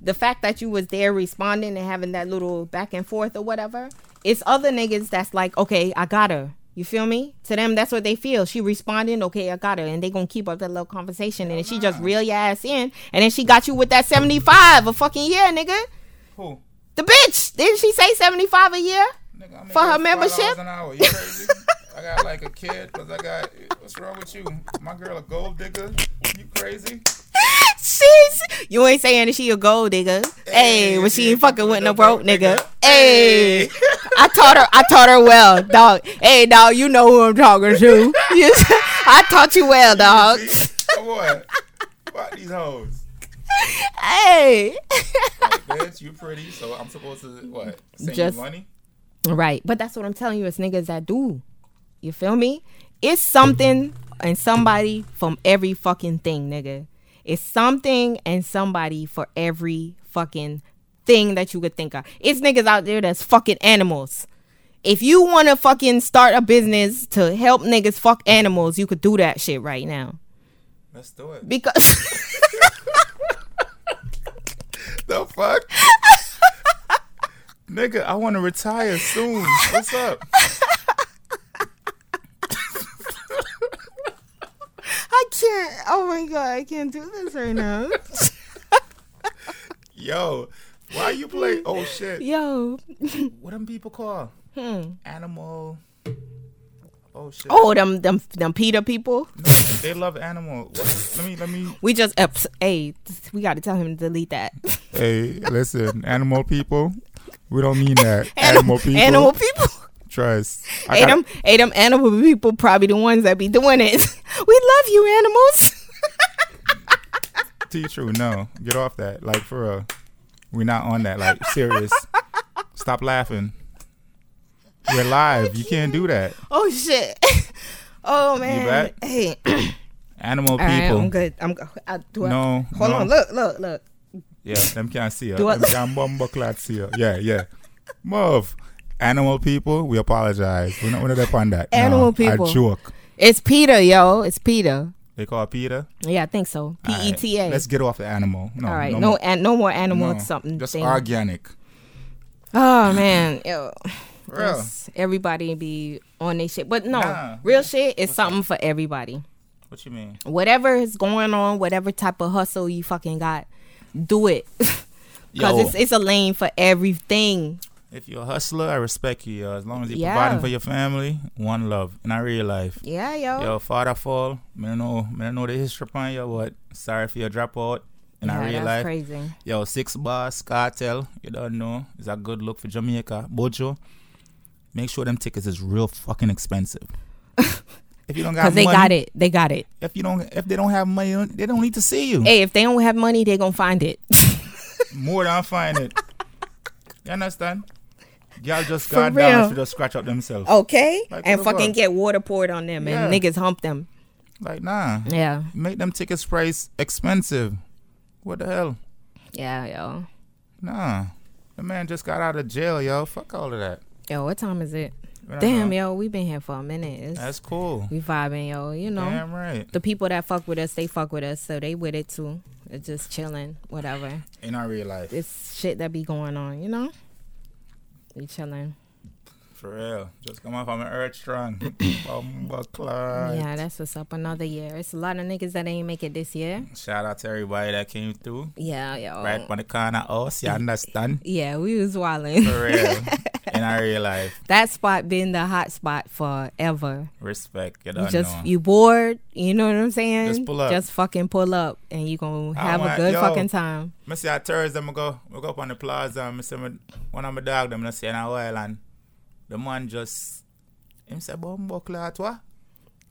[SPEAKER 2] the fact that you was there responding and having that little back and forth or whatever, it's other niggas that's like, okay, I got her. You feel me? To them, that's what they feel. She responding, okay, I got her, and they gonna keep up that little conversation, and then she just reel your ass in, and then she got you with that seventy five a fucking year, nigga.
[SPEAKER 1] Who?
[SPEAKER 2] The bitch didn't she say seventy five a year?
[SPEAKER 1] Nigga, I'm
[SPEAKER 2] For her membership?
[SPEAKER 1] An hour. You crazy? I got like a kid because I got. What's wrong with you? My girl a gold digger. You crazy?
[SPEAKER 2] She's you ain't saying that she a gold nigga. Hey, but she ain't fucking with no broke nigga. Hey, I taught her. I taught her well, dog. Hey, dog, you know who I'm talking to. You- I taught you well, dog.
[SPEAKER 1] Come on. Fuck these hoes.
[SPEAKER 2] Hey,
[SPEAKER 1] Like, bitch, you pretty, so I'm supposed to what? Send
[SPEAKER 2] Just-
[SPEAKER 1] you money?
[SPEAKER 2] right. But that's what I'm telling you. It's niggas that do. You feel me? It's something and somebody from every fucking thing, nigga. It's something and somebody for every fucking thing that you could think of. It's niggas out there that's fucking animals. If you want to fucking start a business to help niggas fuck animals, you could do that shit right now.
[SPEAKER 1] Let's do it.
[SPEAKER 2] Because
[SPEAKER 1] The fuck? Nigga, I want to retire soon. What's up?
[SPEAKER 2] I can't. Oh my god, I can't do this right now.
[SPEAKER 1] Yo, why you play? Oh shit.
[SPEAKER 2] Yo.
[SPEAKER 1] What them people call? Animal. Oh shit.
[SPEAKER 2] Hmm. Oh, them them them Peter people.
[SPEAKER 1] No, they love animal. What? Let me let me.
[SPEAKER 2] We just up. Hey, we got to tell him to delete that.
[SPEAKER 1] Hey, listen, animal people. We don't mean that. Animal people.
[SPEAKER 2] Animal people.
[SPEAKER 1] Trust. I
[SPEAKER 2] Hey,
[SPEAKER 1] got,
[SPEAKER 2] them, hey, them animal people probably the ones that be doing it. we love you, animals.
[SPEAKER 1] T true. No, get off that. Like for real, we're not on that. Like serious. Stop laughing. We're live. You can't do that.
[SPEAKER 2] Oh shit. Oh man.
[SPEAKER 1] back?
[SPEAKER 2] Hey.
[SPEAKER 1] Animal
[SPEAKER 2] All right,
[SPEAKER 1] people.
[SPEAKER 2] I'm good. I'm. go- I, do I,
[SPEAKER 1] No,
[SPEAKER 2] Hold
[SPEAKER 1] no.
[SPEAKER 2] on. Look. Look. Look.
[SPEAKER 1] Yeah, them can't see her.
[SPEAKER 2] Do I-
[SPEAKER 1] Them damn bumbo clad see her. Yeah, yeah. Move. Animal people, we apologize. We're not one of them on that. No,
[SPEAKER 2] Animal people.
[SPEAKER 1] I joke.
[SPEAKER 2] It's Peter, yo. It's Peter.
[SPEAKER 1] They call Peter.
[SPEAKER 2] Yeah, I think so. P E T
[SPEAKER 1] Alright,
[SPEAKER 2] A.
[SPEAKER 1] Let's get off the animal. No,
[SPEAKER 2] All right.
[SPEAKER 1] no,
[SPEAKER 2] No.
[SPEAKER 1] more-
[SPEAKER 2] and no more animal
[SPEAKER 1] no.
[SPEAKER 2] something.
[SPEAKER 1] Just
[SPEAKER 2] thing.
[SPEAKER 1] organic.
[SPEAKER 2] Oh man, yo.
[SPEAKER 1] Real.
[SPEAKER 2] Yes, Everybody be on their shit, but no,
[SPEAKER 1] Nah.
[SPEAKER 2] real shit is something for everybody.
[SPEAKER 1] What you mean?
[SPEAKER 2] Whatever is going on, whatever type of hustle you fucking got, do it. Cause
[SPEAKER 1] Yo.
[SPEAKER 2] it's, it's a lane for everything.
[SPEAKER 1] If you're a hustler, I respect you. Yo. As long as you're
[SPEAKER 2] Yeah.
[SPEAKER 1] providing for your family, one love in our real life.
[SPEAKER 2] Yeah, yo.
[SPEAKER 1] Yo, father fall. Me don't know, me don't know the history on you, but sorry for your dropout in
[SPEAKER 2] yeah,
[SPEAKER 1] our real
[SPEAKER 2] that's
[SPEAKER 1] life.
[SPEAKER 2] crazy.
[SPEAKER 1] Yo, six bars, cartel, you don't know. It's a good look for Jamaica. Bojo, make sure them tickets is real fucking expensive. if you don't got
[SPEAKER 2] Cause they
[SPEAKER 1] money,
[SPEAKER 2] got it. They got it.
[SPEAKER 1] if you don't if they don't have money, they don't need to see you.
[SPEAKER 2] Hey, if they don't have money, they gonna find it.
[SPEAKER 1] More than find it. You understand? Y'all just
[SPEAKER 2] For
[SPEAKER 1] got down
[SPEAKER 2] real.
[SPEAKER 1] if you just scratch up themselves.
[SPEAKER 2] okay,
[SPEAKER 1] Like,
[SPEAKER 2] and
[SPEAKER 1] what the
[SPEAKER 2] fucking
[SPEAKER 1] fuck?
[SPEAKER 2] get water poured on them, and
[SPEAKER 1] Yeah.
[SPEAKER 2] niggas hump them.
[SPEAKER 1] Like, nah,
[SPEAKER 2] Yeah.
[SPEAKER 1] make them tickets price expensive. What the hell?
[SPEAKER 2] Yeah, yo.
[SPEAKER 1] Nah, the man just got out of jail, yo. Fuck all of that.
[SPEAKER 2] Yo, what time is it?
[SPEAKER 1] I don't
[SPEAKER 2] Damn,
[SPEAKER 1] know.
[SPEAKER 2] yo, we been here for a minute. It's,
[SPEAKER 1] That's cool.
[SPEAKER 2] we vibing, yo. You know,
[SPEAKER 1] Damn right.
[SPEAKER 2] the people that fuck with us, they fuck with us, so they with it too. It's just chilling, whatever.
[SPEAKER 1] In our real life,
[SPEAKER 2] It's shit that be going on, you know. We chilling.
[SPEAKER 1] for real. Just come off on an earth strong. Bumble clot.
[SPEAKER 2] Yeah, that's what's up. Another year. It's a lot of niggas that ain't make it this year.
[SPEAKER 1] Shout out to everybody that came through.
[SPEAKER 2] Yeah, yo.
[SPEAKER 1] Right on the corner us, you understand?
[SPEAKER 2] Yeah, we was wilding.
[SPEAKER 1] For real. In our real life,
[SPEAKER 2] that spot been the hot spot forever.
[SPEAKER 1] respect. You
[SPEAKER 2] You
[SPEAKER 1] don't
[SPEAKER 2] just
[SPEAKER 1] know.
[SPEAKER 2] you bored, you know what I'm saying?
[SPEAKER 1] Just pull up.
[SPEAKER 2] Just fucking pull up, and you gonna
[SPEAKER 1] I
[SPEAKER 2] have a
[SPEAKER 1] want-
[SPEAKER 2] good
[SPEAKER 1] yo.
[SPEAKER 2] fucking time.
[SPEAKER 1] I see a Thursday, I go, I go up on the plaza and I see my, one of my dog, them, I see in a while, and the man just, him say, Bumbo Clot, what?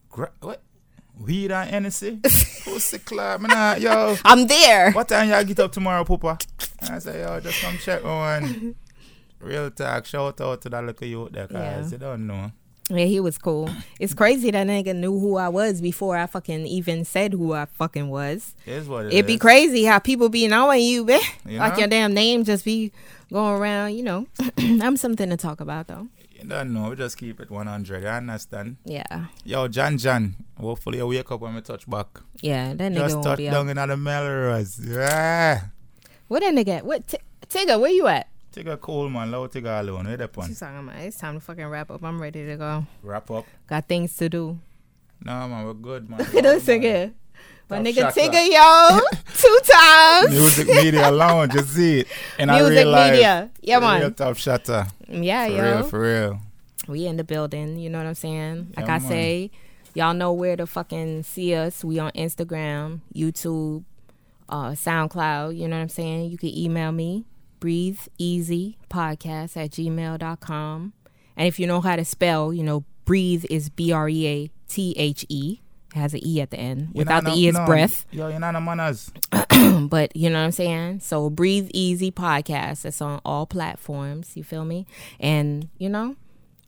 [SPEAKER 1] Gra- what? Weed and Hennessy? Pussy Clot, man, nah, yo.
[SPEAKER 2] I'm there.
[SPEAKER 1] What time y'all get up tomorrow, Poopa? And I say, yo, just come check my one. Real talk, shout out to that little youth there,
[SPEAKER 2] Yeah.
[SPEAKER 1] cause you don't know.
[SPEAKER 2] Yeah, he was cool. It's crazy that nigga knew who I was before I fucking even said who I fucking was.
[SPEAKER 1] It's what it
[SPEAKER 2] It'd be
[SPEAKER 1] is.
[SPEAKER 2] crazy how people be knowing you, man.
[SPEAKER 1] You
[SPEAKER 2] like
[SPEAKER 1] know?
[SPEAKER 2] your damn name just be going around, you know. I'm something to talk about though.
[SPEAKER 1] You don't know. We just keep it 100. You understand?
[SPEAKER 2] Yeah.
[SPEAKER 1] Yo, Jan Jan, hopefully you wake up when we touch back.
[SPEAKER 2] Yeah, that nigga
[SPEAKER 1] Just
[SPEAKER 2] won't
[SPEAKER 1] touch
[SPEAKER 2] be out.
[SPEAKER 1] down in the Melrose. Yeah.
[SPEAKER 2] What that nigga? What T- Tigger, where you at?
[SPEAKER 1] Take a cool man, low take a alone. Wait up on.
[SPEAKER 2] She's talking about it's time to fucking wrap up. I'm ready to go.
[SPEAKER 1] Wrap up.
[SPEAKER 2] Got things to do.
[SPEAKER 1] No man, we're good man.
[SPEAKER 2] Look at this nigga. My
[SPEAKER 1] Top
[SPEAKER 2] nigga
[SPEAKER 1] shots,
[SPEAKER 2] Tigger, yo, two times.
[SPEAKER 1] Music media lounge, you see it. And I
[SPEAKER 2] Music
[SPEAKER 1] real
[SPEAKER 2] media. Yeah,
[SPEAKER 1] man. Real
[SPEAKER 2] man.
[SPEAKER 1] top shutter.
[SPEAKER 2] Yeah,
[SPEAKER 1] For
[SPEAKER 2] yo.
[SPEAKER 1] real, for real.
[SPEAKER 2] we in the building. You know what I'm saying?
[SPEAKER 1] Yeah,
[SPEAKER 2] like I
[SPEAKER 1] man.
[SPEAKER 2] say, y'all know where to fucking see us. We on Instagram, YouTube, uh, SoundCloud. You know what I'm saying? You can email me, breathe easy podcast at gmail.com. And if you know how to spell, you know, breathe is B R E A T H E. It has an E at the end.
[SPEAKER 1] You
[SPEAKER 2] Without
[SPEAKER 1] know,
[SPEAKER 2] the E, it's
[SPEAKER 1] no,
[SPEAKER 2] breath
[SPEAKER 1] Yo, you know the manners.
[SPEAKER 2] but you know what I'm saying? So Breathe Easy podcast that's on all platforms, you feel me? And you know,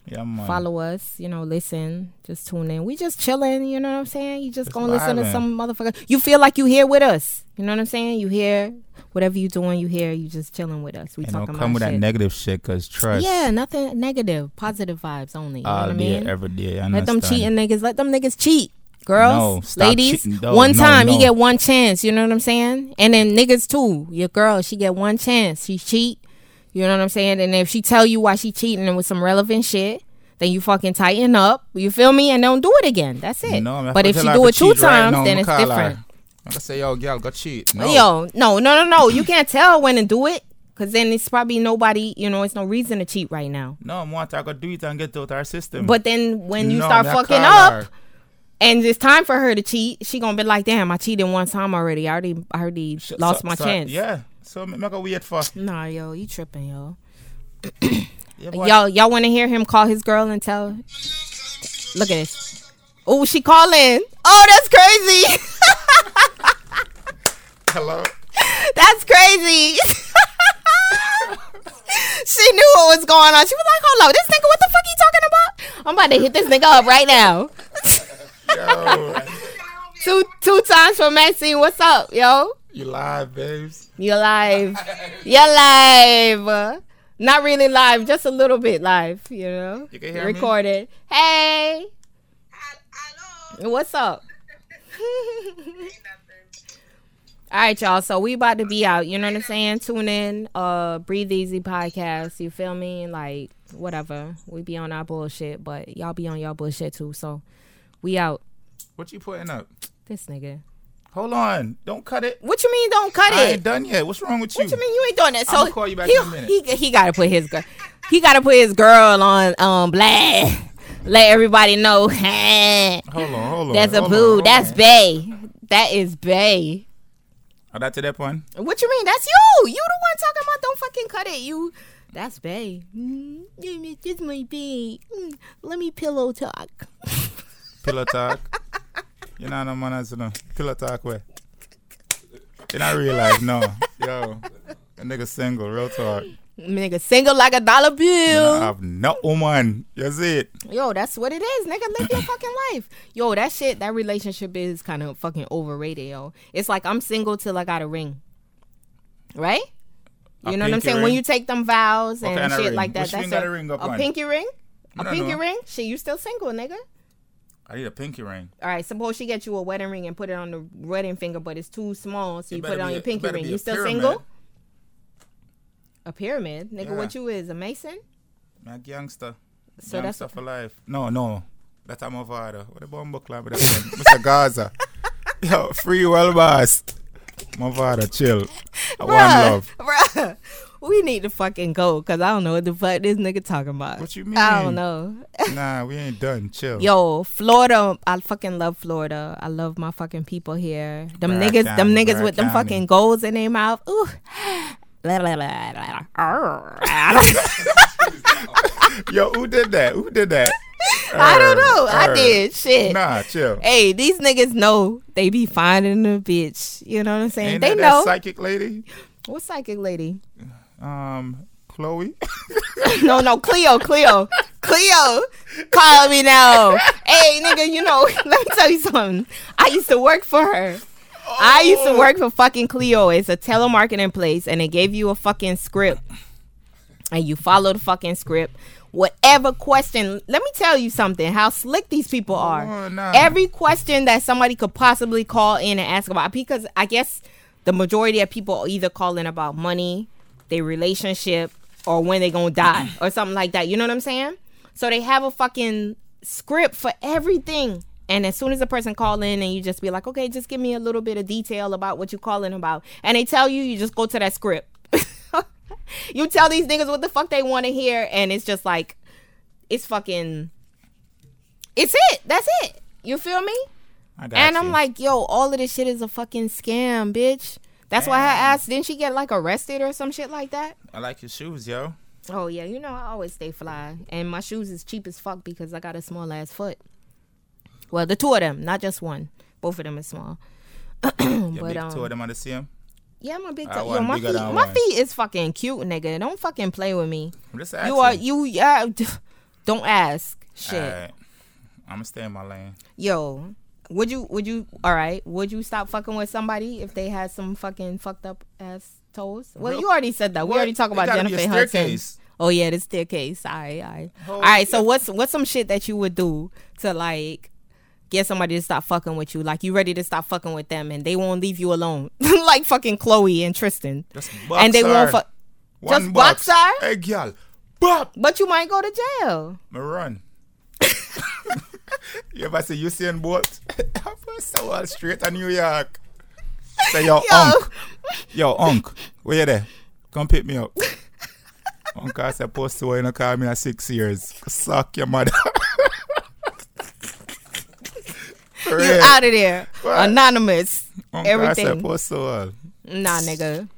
[SPEAKER 1] Yeah man.
[SPEAKER 2] follow us, you know, listen, just tune in. We just chilling, you know what I'm saying? You just
[SPEAKER 1] Just
[SPEAKER 2] going to listen to
[SPEAKER 1] vibing.
[SPEAKER 2] some motherfucker. You feel like you here with us. You know what I'm saying? You here whatever you doing, you here, you just chilling with us. We
[SPEAKER 1] and
[SPEAKER 2] talking
[SPEAKER 1] don't come with
[SPEAKER 2] about
[SPEAKER 1] that
[SPEAKER 2] shit.
[SPEAKER 1] negative shit, cause trust.
[SPEAKER 2] yeah, nothing negative, positive vibes only, you know what
[SPEAKER 1] All
[SPEAKER 2] I
[SPEAKER 1] day,
[SPEAKER 2] mean?
[SPEAKER 1] every day. you
[SPEAKER 2] Let them
[SPEAKER 1] understand?
[SPEAKER 2] cheating niggas, let them niggas cheat. Girls,
[SPEAKER 1] No, stop
[SPEAKER 2] ladies,
[SPEAKER 1] cheating, though.
[SPEAKER 2] one
[SPEAKER 1] No,
[SPEAKER 2] time
[SPEAKER 1] no.
[SPEAKER 2] you get one chance. You know what I'm saying? And then niggas too. Your girl, she get one chance. She cheat. You know what I'm saying? And if she tell you why she cheating and with some relevant shit, then you fucking tighten up. You feel me? And don't do it again. That's it.
[SPEAKER 1] No, man,
[SPEAKER 2] but
[SPEAKER 1] I
[SPEAKER 2] if she
[SPEAKER 1] feel like
[SPEAKER 2] do
[SPEAKER 1] I
[SPEAKER 2] it two
[SPEAKER 1] cheat right
[SPEAKER 2] times,
[SPEAKER 1] now,
[SPEAKER 2] then it's
[SPEAKER 1] I'ma call her.
[SPEAKER 2] different.
[SPEAKER 1] I'm gonna say, yo, girl, go cheat. No.
[SPEAKER 2] Yo, no, no, no, no. You can't tell when to do it because then it's probably nobody. You know, it's no reason to cheat right now.
[SPEAKER 1] No, I'm want to go do it and get out our system.
[SPEAKER 2] But then when you
[SPEAKER 1] No,
[SPEAKER 2] start
[SPEAKER 1] me a
[SPEAKER 2] fucking
[SPEAKER 1] call
[SPEAKER 2] up,
[SPEAKER 1] her.
[SPEAKER 2] and it's time for her to cheat. She gonna be like, "Damn, I cheated one time already. I already, I already
[SPEAKER 1] Sh-
[SPEAKER 2] lost
[SPEAKER 1] so-
[SPEAKER 2] my
[SPEAKER 1] so-
[SPEAKER 2] chance."
[SPEAKER 1] Yeah. So me- make a wait for.
[SPEAKER 2] Nah, yo, you tripping, yo.
[SPEAKER 1] Yeah, boy.
[SPEAKER 2] Y'all, y'all want to hear him call his girl and tell? Look at this. Oh, she calling. Oh, that's crazy.
[SPEAKER 1] Hello.
[SPEAKER 2] that's crazy. she knew what was going on. She was like, "Hold up, this nigga, what the fuck he talking about?" I'm about to hit this nigga up right now.
[SPEAKER 1] Yo,
[SPEAKER 2] two, two times for Maxine. What's up, yo?
[SPEAKER 1] you live, babes.
[SPEAKER 2] You're live. You're live. Not really live, just a little bit live, you know?
[SPEAKER 1] You can hear me?
[SPEAKER 2] Recorded. Hey,
[SPEAKER 3] Hello.
[SPEAKER 2] what's up? All right, y'all. So we about to be out. You know what I'm saying? Tune in, uh, Breathe Easy podcast. You feel me? Like whatever. We be on our bullshit, but y'all be on y'all bullshit too. So we out.
[SPEAKER 1] What you putting up?
[SPEAKER 2] This nigga.
[SPEAKER 1] Hold on. Don't cut it.
[SPEAKER 2] What you mean? Don't cut
[SPEAKER 1] I
[SPEAKER 2] it.
[SPEAKER 1] ain't done yet. What's wrong with you?
[SPEAKER 2] What you mean you ain't doing that? So
[SPEAKER 1] I'ma call you back
[SPEAKER 2] he,
[SPEAKER 1] in a minute.
[SPEAKER 2] He, he gotta put his girl. He gotta put his girl on um blast. Let everybody know. That's
[SPEAKER 1] Hold on, hold on.
[SPEAKER 2] a
[SPEAKER 1] hold
[SPEAKER 2] boo.
[SPEAKER 1] on,
[SPEAKER 2] That's
[SPEAKER 1] hold
[SPEAKER 2] Bay. That is Bay.
[SPEAKER 1] on. Are that to that one?
[SPEAKER 2] What you mean? That's you. You the one talking about don't fucking cut it. You. That's Bay. Mm, this my Bay. Mm, let me pillow talk.
[SPEAKER 1] Pillow talk. you know the manners, you know. Pillow talk where? You not real life, no. Yo, a nigga single, real talk.
[SPEAKER 2] nigga single like a dollar bill.
[SPEAKER 1] I have no woman. You see it?
[SPEAKER 2] Yo, that's what it is, nigga. Live your fucking life. Yo, that shit, that relationship is kind of fucking overrated, yo. It's like I'm single till I got a ring. Right? You
[SPEAKER 1] A
[SPEAKER 2] know what I'm
[SPEAKER 1] pinky
[SPEAKER 2] saying? When
[SPEAKER 1] ring?
[SPEAKER 2] you take them vows and
[SPEAKER 1] What kind of
[SPEAKER 2] shit
[SPEAKER 1] ring?
[SPEAKER 2] like that,
[SPEAKER 1] Which
[SPEAKER 2] that's
[SPEAKER 1] ring got a ring up on?
[SPEAKER 2] pinky ring. A
[SPEAKER 1] I don't
[SPEAKER 2] pinky
[SPEAKER 1] know.
[SPEAKER 2] ring. Shit, you still single, nigga.
[SPEAKER 1] I need a pinky ring.
[SPEAKER 2] All right, suppose she get you a wedding ring and put it on the wedding finger, but it's too small, so you put
[SPEAKER 1] better
[SPEAKER 2] it on
[SPEAKER 1] be a-
[SPEAKER 2] your
[SPEAKER 1] it
[SPEAKER 2] pinky
[SPEAKER 1] better
[SPEAKER 2] ring.
[SPEAKER 1] be a
[SPEAKER 2] You still
[SPEAKER 1] pyramid.
[SPEAKER 2] single? A pyramid, nigga. What you is a mason?
[SPEAKER 1] I'm a gangster.
[SPEAKER 2] So that's
[SPEAKER 1] gangster for life. No, no. That I'm over there. What the bomb club? Mr. Gaza. Yo, free world boss. My father, chill. I want love.
[SPEAKER 2] Bruh, we need to fucking go because I don't know what the fuck this nigga talking about.
[SPEAKER 1] What you mean?
[SPEAKER 2] I don't know.
[SPEAKER 1] Nah, we ain't done. Chill.
[SPEAKER 2] Yo, Florida, I fucking love Florida. I love my fucking people here. Them
[SPEAKER 1] Broward
[SPEAKER 2] niggas, them
[SPEAKER 1] County,
[SPEAKER 2] niggas
[SPEAKER 1] Broward
[SPEAKER 2] with them
[SPEAKER 1] County.
[SPEAKER 2] fucking goals in their mouth. Ooh. Blah, blah, blah, blah. Arr. I don't-
[SPEAKER 1] Yo, who did that? Who did that?
[SPEAKER 2] I don't know. I
[SPEAKER 1] Err,
[SPEAKER 2] did
[SPEAKER 1] err.
[SPEAKER 2] shit.
[SPEAKER 1] Nah, chill.
[SPEAKER 2] Hey, these niggas know they be finding a bitch. You know what I'm saying?
[SPEAKER 1] Ain't
[SPEAKER 2] they
[SPEAKER 1] that
[SPEAKER 2] know.
[SPEAKER 1] that psychic lady?
[SPEAKER 2] what psychic lady?
[SPEAKER 1] Um, Chloe.
[SPEAKER 2] no, no, Cleo, Cleo, Cleo, call me now. hey, nigga, you know, let me tell you something. I used to work for her. I used to work for fucking Cleo. It's a telemarketing place, and they gave you a fucking script, and you follow the fucking script. Whatever question, let me tell you something. How slick these people are.
[SPEAKER 1] Oh, nah.
[SPEAKER 2] Every question that somebody could possibly call in and ask about, because I guess the majority of people either call in about money, their relationship, or when they gonna die, or something like that. You know what I'm saying? So they have a fucking script for everything. And as soon as a person call in and you just be like, okay, just give me a little bit of detail about what you calling about. And they tell you, you just go to that script. you tell these niggas what the fuck they want to hear. And it's just like, it's fucking it's it that's it you feel me
[SPEAKER 1] I got
[SPEAKER 2] and i'm
[SPEAKER 1] you.
[SPEAKER 2] like yo all of this shit is a fucking scam bitch that's why her ass didn't she get like arrested or some shit like that
[SPEAKER 1] I like your shoes, yo.
[SPEAKER 2] oh yeah you know i always stay fly and my shoes is cheap as fuck because i got a small ass foot well the two of them not just one both of them is small
[SPEAKER 1] Your
[SPEAKER 2] But,
[SPEAKER 1] big
[SPEAKER 2] um,
[SPEAKER 1] two of them are the same.
[SPEAKER 2] yeah my big
[SPEAKER 1] That
[SPEAKER 2] toe yo
[SPEAKER 1] one
[SPEAKER 2] my
[SPEAKER 1] bigger
[SPEAKER 2] feet
[SPEAKER 1] than
[SPEAKER 2] my
[SPEAKER 1] one.
[SPEAKER 2] feet is fucking cute nigga don't fucking play with me
[SPEAKER 1] I'm just
[SPEAKER 2] you are
[SPEAKER 1] asking.
[SPEAKER 2] you yeah don't ask shit
[SPEAKER 1] I'm gonna stay in my lane.
[SPEAKER 2] yo would you would you all right would you stop fucking with somebody if they had some fucking fucked up ass toes well
[SPEAKER 1] Real-
[SPEAKER 2] you already said that we
[SPEAKER 1] What?
[SPEAKER 2] already talked
[SPEAKER 1] It
[SPEAKER 2] about
[SPEAKER 1] gotta be a
[SPEAKER 2] jennifer hudson
[SPEAKER 1] staircase.
[SPEAKER 2] oh yeah the staircase all right all right
[SPEAKER 1] Oh,
[SPEAKER 2] all right so
[SPEAKER 1] yeah.
[SPEAKER 2] what's what's some shit that you would do to like get somebody to stop fucking with you like you ready to stop fucking with them and they won't leave you alone like fucking chloe and tristan
[SPEAKER 1] Just box
[SPEAKER 2] and they won't
[SPEAKER 1] her.
[SPEAKER 2] fuck
[SPEAKER 1] One
[SPEAKER 2] just
[SPEAKER 1] box.
[SPEAKER 2] box her?
[SPEAKER 1] Hey, girl. Bop.
[SPEAKER 2] but you might go to jail
[SPEAKER 1] Me run. you ever see Usain Bolt? I first saw her straight to New York. Say, yo, Unc. Yo, Unc. Where you there? Come pick me up. Unc, I supposed to you know, call me in six years. Suck your mother. For
[SPEAKER 2] you
[SPEAKER 1] real.
[SPEAKER 2] out of there
[SPEAKER 1] What?
[SPEAKER 2] anonymous
[SPEAKER 1] Unc, I
[SPEAKER 2] everything
[SPEAKER 1] supposed to her.
[SPEAKER 2] nah nigga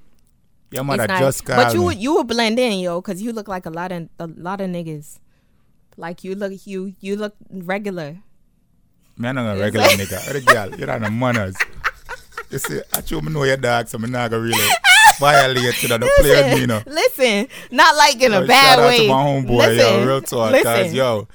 [SPEAKER 1] Your mother
[SPEAKER 2] It's not-
[SPEAKER 1] just called
[SPEAKER 2] but you
[SPEAKER 1] me.
[SPEAKER 2] would you would blend in, yo, because you look like a lot of a lot of niggas. Like you look you you look regular.
[SPEAKER 1] Man, I'm a regular nigga. What a girl. You don't have manners. You see, I you me know your dog, so I'm not gonna really violate you. Don't play with me, you know.
[SPEAKER 2] Listen, not like in a
[SPEAKER 1] Yo,
[SPEAKER 2] bad
[SPEAKER 1] shout
[SPEAKER 2] way.
[SPEAKER 1] out to my homeboy,
[SPEAKER 2] listen,
[SPEAKER 1] yo. Real talk, cause
[SPEAKER 2] listen.
[SPEAKER 1] yo,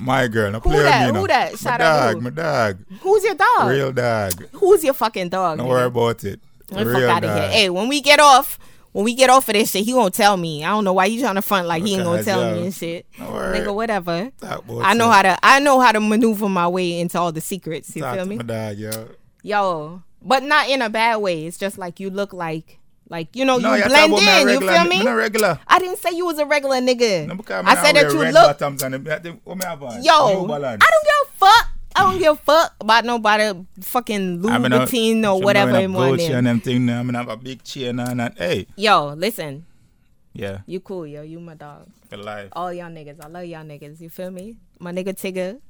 [SPEAKER 1] my girl, no
[SPEAKER 2] Who
[SPEAKER 1] play
[SPEAKER 2] that?
[SPEAKER 1] with me,
[SPEAKER 2] Who
[SPEAKER 1] no.
[SPEAKER 2] that?
[SPEAKER 1] My
[SPEAKER 2] Shout out
[SPEAKER 1] dog,
[SPEAKER 2] who? Oh.
[SPEAKER 1] my dog,
[SPEAKER 2] Who's your dog?
[SPEAKER 1] real dog.
[SPEAKER 2] Who's your fucking dog?
[SPEAKER 1] Don't
[SPEAKER 2] nigga?
[SPEAKER 1] worry about it.
[SPEAKER 2] Get the
[SPEAKER 1] real
[SPEAKER 2] fuck out of
[SPEAKER 1] dog.
[SPEAKER 2] here. Hey, when we get off, when we get off of this shit, he won't tell me. I don't know why you trying to front like he ain't gonna
[SPEAKER 1] Because,
[SPEAKER 2] tell
[SPEAKER 1] yo,
[SPEAKER 2] me and shit.
[SPEAKER 1] don't worry.
[SPEAKER 2] Nigga, whatever.
[SPEAKER 1] Talk about
[SPEAKER 2] I know
[SPEAKER 1] it.
[SPEAKER 2] how to I know how to maneuver my way into all the secrets. You
[SPEAKER 1] Talk
[SPEAKER 2] feel
[SPEAKER 1] to
[SPEAKER 2] me?
[SPEAKER 1] My dog, yo.
[SPEAKER 2] yo but not in a bad way it's just like you look like like you know
[SPEAKER 1] No,
[SPEAKER 2] you
[SPEAKER 1] you
[SPEAKER 2] blend
[SPEAKER 1] talk about me
[SPEAKER 2] in you
[SPEAKER 1] regular.
[SPEAKER 2] feel
[SPEAKER 1] Me not
[SPEAKER 2] me
[SPEAKER 1] regular.
[SPEAKER 2] i didn't say you was a regular nigga
[SPEAKER 1] No, because me
[SPEAKER 2] i
[SPEAKER 1] not
[SPEAKER 2] said
[SPEAKER 1] wear
[SPEAKER 2] that you
[SPEAKER 1] red
[SPEAKER 2] look
[SPEAKER 1] bottoms and them- what me have on?
[SPEAKER 2] yo
[SPEAKER 1] New
[SPEAKER 2] i
[SPEAKER 1] Balance.
[SPEAKER 2] don't give a fuck i don't give a fuck about nobody fucking
[SPEAKER 1] I mean, uh,
[SPEAKER 2] Louboutin or
[SPEAKER 1] some
[SPEAKER 2] whatever
[SPEAKER 1] man
[SPEAKER 2] it
[SPEAKER 1] have gold chain
[SPEAKER 2] was
[SPEAKER 1] and them thing. I mean, have a big chain on and hey,
[SPEAKER 2] yo listen
[SPEAKER 1] yeah,
[SPEAKER 2] you cool yo you my dog
[SPEAKER 1] for life.
[SPEAKER 2] all y'all niggas i love y'all niggas you feel me my nigga tigger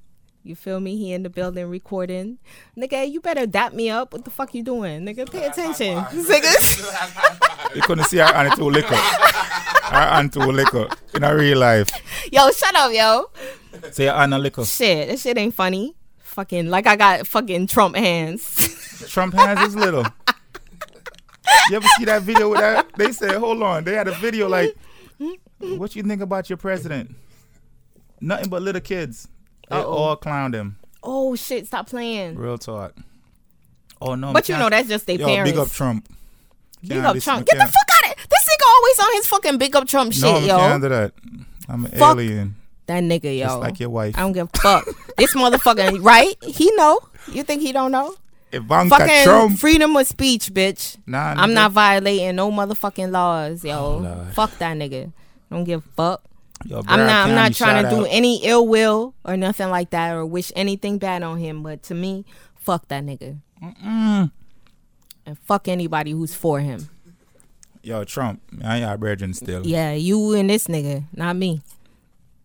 [SPEAKER 2] you feel me? He in the building recording. Nigga, you better dap me up. What the fuck you doing? Nigga, pay attention. Niggas.
[SPEAKER 1] You couldn't see her aunt too liquor. her aunt too liquor in her real life.
[SPEAKER 2] Yo, shut up, yo.
[SPEAKER 1] Say your aunt a liquor.
[SPEAKER 2] Shit, that shit ain't funny. Fucking like I got fucking Trump hands.
[SPEAKER 1] Trump hands is little. You ever see that video with that? They said, hold on, they had a video like what you think about your president? Nothing but little kids. They
[SPEAKER 2] Uh-oh.
[SPEAKER 1] all clowned him.
[SPEAKER 2] Oh shit! Stop playing.
[SPEAKER 1] Real talk. Oh no.
[SPEAKER 2] but you
[SPEAKER 1] can't-
[SPEAKER 2] know that's just their
[SPEAKER 1] Yo,
[SPEAKER 2] parents.
[SPEAKER 1] big up Trump.
[SPEAKER 2] Big
[SPEAKER 1] Can't
[SPEAKER 2] up
[SPEAKER 1] listen-
[SPEAKER 2] Trump. Get the
[SPEAKER 1] can't-
[SPEAKER 2] fuck out of it. This nigga always on his fucking big up Trump shit,
[SPEAKER 1] No, I'm
[SPEAKER 2] yo.
[SPEAKER 1] can't do that. I'm an
[SPEAKER 2] Fuck
[SPEAKER 1] alien,
[SPEAKER 2] That nigga,
[SPEAKER 1] just
[SPEAKER 2] yo.
[SPEAKER 1] like your wife.
[SPEAKER 2] I don't give a fuck. this motherfucking right? He know. You think he don't know?
[SPEAKER 1] Ivanka
[SPEAKER 2] Fucking
[SPEAKER 1] Trump.
[SPEAKER 2] freedom of speech, bitch.
[SPEAKER 1] Nah,
[SPEAKER 2] I'm
[SPEAKER 1] nigga. Oh,
[SPEAKER 2] not violating no motherfucking laws, yo.
[SPEAKER 1] Lord.
[SPEAKER 2] fuck that nigga. Don't give a fuck.
[SPEAKER 1] Yo,
[SPEAKER 2] I'm
[SPEAKER 1] Brad
[SPEAKER 2] not. I'm
[SPEAKER 1] County,
[SPEAKER 2] not trying to
[SPEAKER 1] shout
[SPEAKER 2] do
[SPEAKER 1] out.
[SPEAKER 2] any ill will or nothing like that, or wish anything bad on him. But to me, fuck that nigga,
[SPEAKER 1] Mm.
[SPEAKER 2] and fuck anybody who's for him.
[SPEAKER 1] Yo, Trump. I y'all brethren still.
[SPEAKER 2] Yeah, you and this nigga, not me.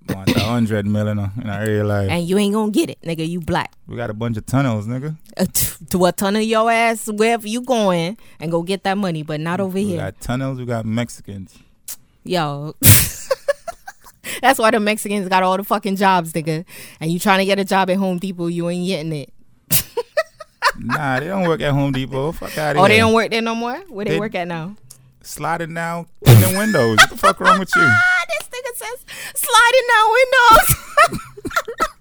[SPEAKER 1] Want a hundred million in our real life.
[SPEAKER 2] And you ain't gonna get it, nigga. You black.
[SPEAKER 1] We got a bunch of tunnels, nigga.
[SPEAKER 2] Uh, t- to a ton of your ass wherever you going, and go get that money, but not over
[SPEAKER 1] We
[SPEAKER 2] here.
[SPEAKER 1] got tunnels. We got Mexicans.
[SPEAKER 2] Yo. That's why the Mexicans got all the fucking jobs, nigga. And you trying to get a job at Home Depot, you ain't getting it.
[SPEAKER 1] nah, they don't work at Home Depot. Fuck out of
[SPEAKER 2] Oh,
[SPEAKER 1] here.
[SPEAKER 2] they don't work there no more? Where they,
[SPEAKER 1] They-
[SPEAKER 2] work at now?
[SPEAKER 1] Sliding down the windows. What the fuck wrong with you?
[SPEAKER 2] Ah, this nigga says sliding down windows.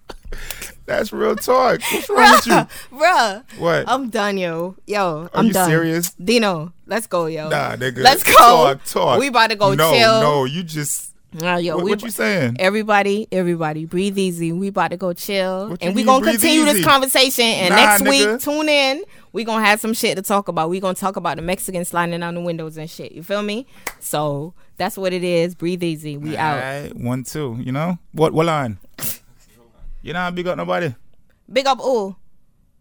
[SPEAKER 1] That's real talk. What's wrong with
[SPEAKER 2] bruh,
[SPEAKER 1] you?
[SPEAKER 2] bruh.
[SPEAKER 1] What?
[SPEAKER 2] I'm done, yo. Yo,
[SPEAKER 1] Are
[SPEAKER 2] I'm
[SPEAKER 1] you
[SPEAKER 2] done.
[SPEAKER 1] serious?
[SPEAKER 2] Dino, let's go, yo.
[SPEAKER 1] Nah, nigga.
[SPEAKER 2] Let's go.
[SPEAKER 1] Talk, talk.
[SPEAKER 2] We about to go
[SPEAKER 1] no,
[SPEAKER 2] chill.
[SPEAKER 1] No, you just.
[SPEAKER 2] Nah, yo,
[SPEAKER 1] What,
[SPEAKER 2] we,
[SPEAKER 1] what you saying?
[SPEAKER 2] everybody, everybody, breathe easy. We about to go chill.
[SPEAKER 1] What you
[SPEAKER 2] and we
[SPEAKER 1] mean,
[SPEAKER 2] gonna
[SPEAKER 1] breathe
[SPEAKER 2] continue this
[SPEAKER 1] easy?
[SPEAKER 2] conversation. And
[SPEAKER 1] Nah,
[SPEAKER 2] next week,
[SPEAKER 1] nigga.
[SPEAKER 2] tune in. We gonna have some shit to talk about. We gonna talk about the Mexicans sliding down the windows and shit. You feel me? So that's what it is. Breathe easy. We out.
[SPEAKER 1] All right, one, two. You know what? What line? you not big up nobody.
[SPEAKER 2] Big up ooh.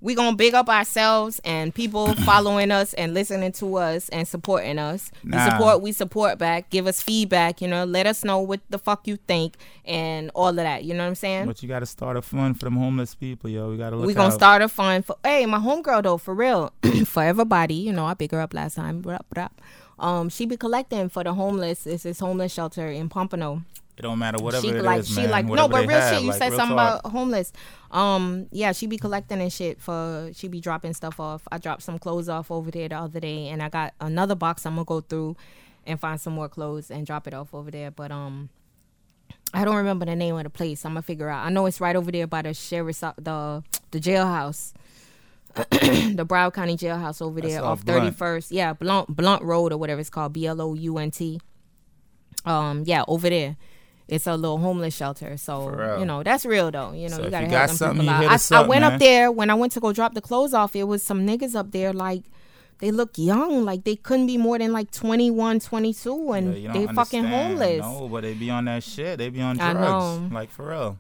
[SPEAKER 2] We gonna big up ourselves and people following us and listening to us and supporting us.
[SPEAKER 1] Nah.
[SPEAKER 2] You support, we support back. Give us feedback, you know. Let us know what the fuck you think and all of that. You know what I'm saying?
[SPEAKER 1] But you gotta start a fund for them homeless people, yo. We gotta look.
[SPEAKER 2] we gonna
[SPEAKER 1] out.
[SPEAKER 2] start a fund for hey my homegirl though for real for everybody you know i pick her up last time What up, what up? um she be collecting for the homeless it's this homeless shelter in pompano
[SPEAKER 1] It don't matter whatever
[SPEAKER 2] she
[SPEAKER 1] it
[SPEAKER 2] like
[SPEAKER 1] is,
[SPEAKER 2] she
[SPEAKER 1] man.
[SPEAKER 2] like no
[SPEAKER 1] Whatever
[SPEAKER 2] but
[SPEAKER 1] they
[SPEAKER 2] real
[SPEAKER 1] have,
[SPEAKER 2] shit you
[SPEAKER 1] like,
[SPEAKER 2] said
[SPEAKER 1] real
[SPEAKER 2] something
[SPEAKER 1] talk.
[SPEAKER 2] about homeless um yeah she be collecting and shit for she be dropping stuff off i dropped some clothes off over there the other day and i got another box i'm gonna go through and find some more clothes and drop it off over there but um I don't remember the name of the place. I'm gonna figure out. I know it's right over there by the sheriff's o- the the jailhouse, the Broward County jailhouse over
[SPEAKER 1] That's
[SPEAKER 2] there
[SPEAKER 1] off
[SPEAKER 2] off
[SPEAKER 1] Blunt.
[SPEAKER 2] 31st. Yeah, Blunt Blunt Road or whatever it's called. B L O U N T. Um, yeah, over there. It's a little homeless shelter,
[SPEAKER 1] For
[SPEAKER 2] so
[SPEAKER 1] real.
[SPEAKER 2] you know that's real though. You know
[SPEAKER 1] So
[SPEAKER 2] you
[SPEAKER 1] if
[SPEAKER 2] gotta
[SPEAKER 1] you
[SPEAKER 2] help
[SPEAKER 1] got
[SPEAKER 2] them
[SPEAKER 1] something,
[SPEAKER 2] people
[SPEAKER 1] you
[SPEAKER 2] out.
[SPEAKER 1] hit
[SPEAKER 2] I,
[SPEAKER 1] us
[SPEAKER 2] I
[SPEAKER 1] up,
[SPEAKER 2] went up
[SPEAKER 1] man.
[SPEAKER 2] there when I went to go drop the clothes off. It was some niggas up there like they look young, like they couldn't be more than like 21, 22,
[SPEAKER 1] Yeah,
[SPEAKER 2] and
[SPEAKER 1] you don't
[SPEAKER 2] they
[SPEAKER 1] understand.
[SPEAKER 2] fucking homeless.
[SPEAKER 1] No, but they be on that shit. They be on
[SPEAKER 2] I
[SPEAKER 1] drugs.
[SPEAKER 2] know.
[SPEAKER 1] Like for real.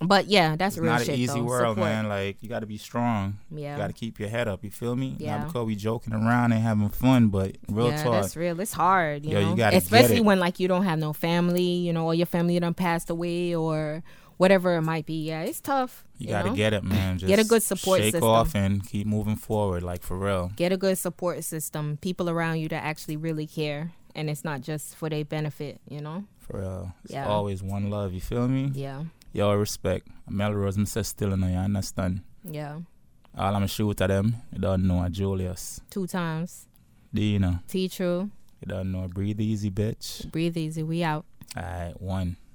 [SPEAKER 2] But yeah, that's
[SPEAKER 1] It's
[SPEAKER 2] real
[SPEAKER 1] not
[SPEAKER 2] shit.
[SPEAKER 1] an easy
[SPEAKER 2] though.
[SPEAKER 1] world,
[SPEAKER 2] Support.
[SPEAKER 1] man. Like you got to be strong.
[SPEAKER 2] Yeah.
[SPEAKER 1] You got to keep your head up. You feel me?
[SPEAKER 2] Yeah.
[SPEAKER 1] Not because we joking around and having fun, but real
[SPEAKER 2] yeah,
[SPEAKER 1] talk.
[SPEAKER 2] that's real. It's hard, you
[SPEAKER 1] Yo, you
[SPEAKER 2] know.
[SPEAKER 1] gotta get
[SPEAKER 2] Especially
[SPEAKER 1] it.
[SPEAKER 2] when like you don't have no family, you know, or your family done passed away or whatever it might be. Yeah, it's tough.
[SPEAKER 1] You,
[SPEAKER 2] You,
[SPEAKER 1] gotta
[SPEAKER 2] know?
[SPEAKER 1] get it, man. Just
[SPEAKER 2] Get a good support
[SPEAKER 1] shake
[SPEAKER 2] system.
[SPEAKER 1] off and keep moving forward. Like for real.
[SPEAKER 2] Get a good support system, people around you that actually really care, and it's not just for their benefit, you know.
[SPEAKER 1] For real. It's
[SPEAKER 2] Yeah.
[SPEAKER 1] always one love. You feel me?
[SPEAKER 2] Yeah,
[SPEAKER 1] Yo, respect. Melrose, I'm so still in I understand.
[SPEAKER 2] yeah.
[SPEAKER 1] All I'm shoot at them, you don't know a Julius.
[SPEAKER 2] Two times.
[SPEAKER 1] Do you know?
[SPEAKER 2] T true.
[SPEAKER 1] You don't know. Breathe easy, bitch.
[SPEAKER 2] Breathe easy. We out.
[SPEAKER 1] All right, one.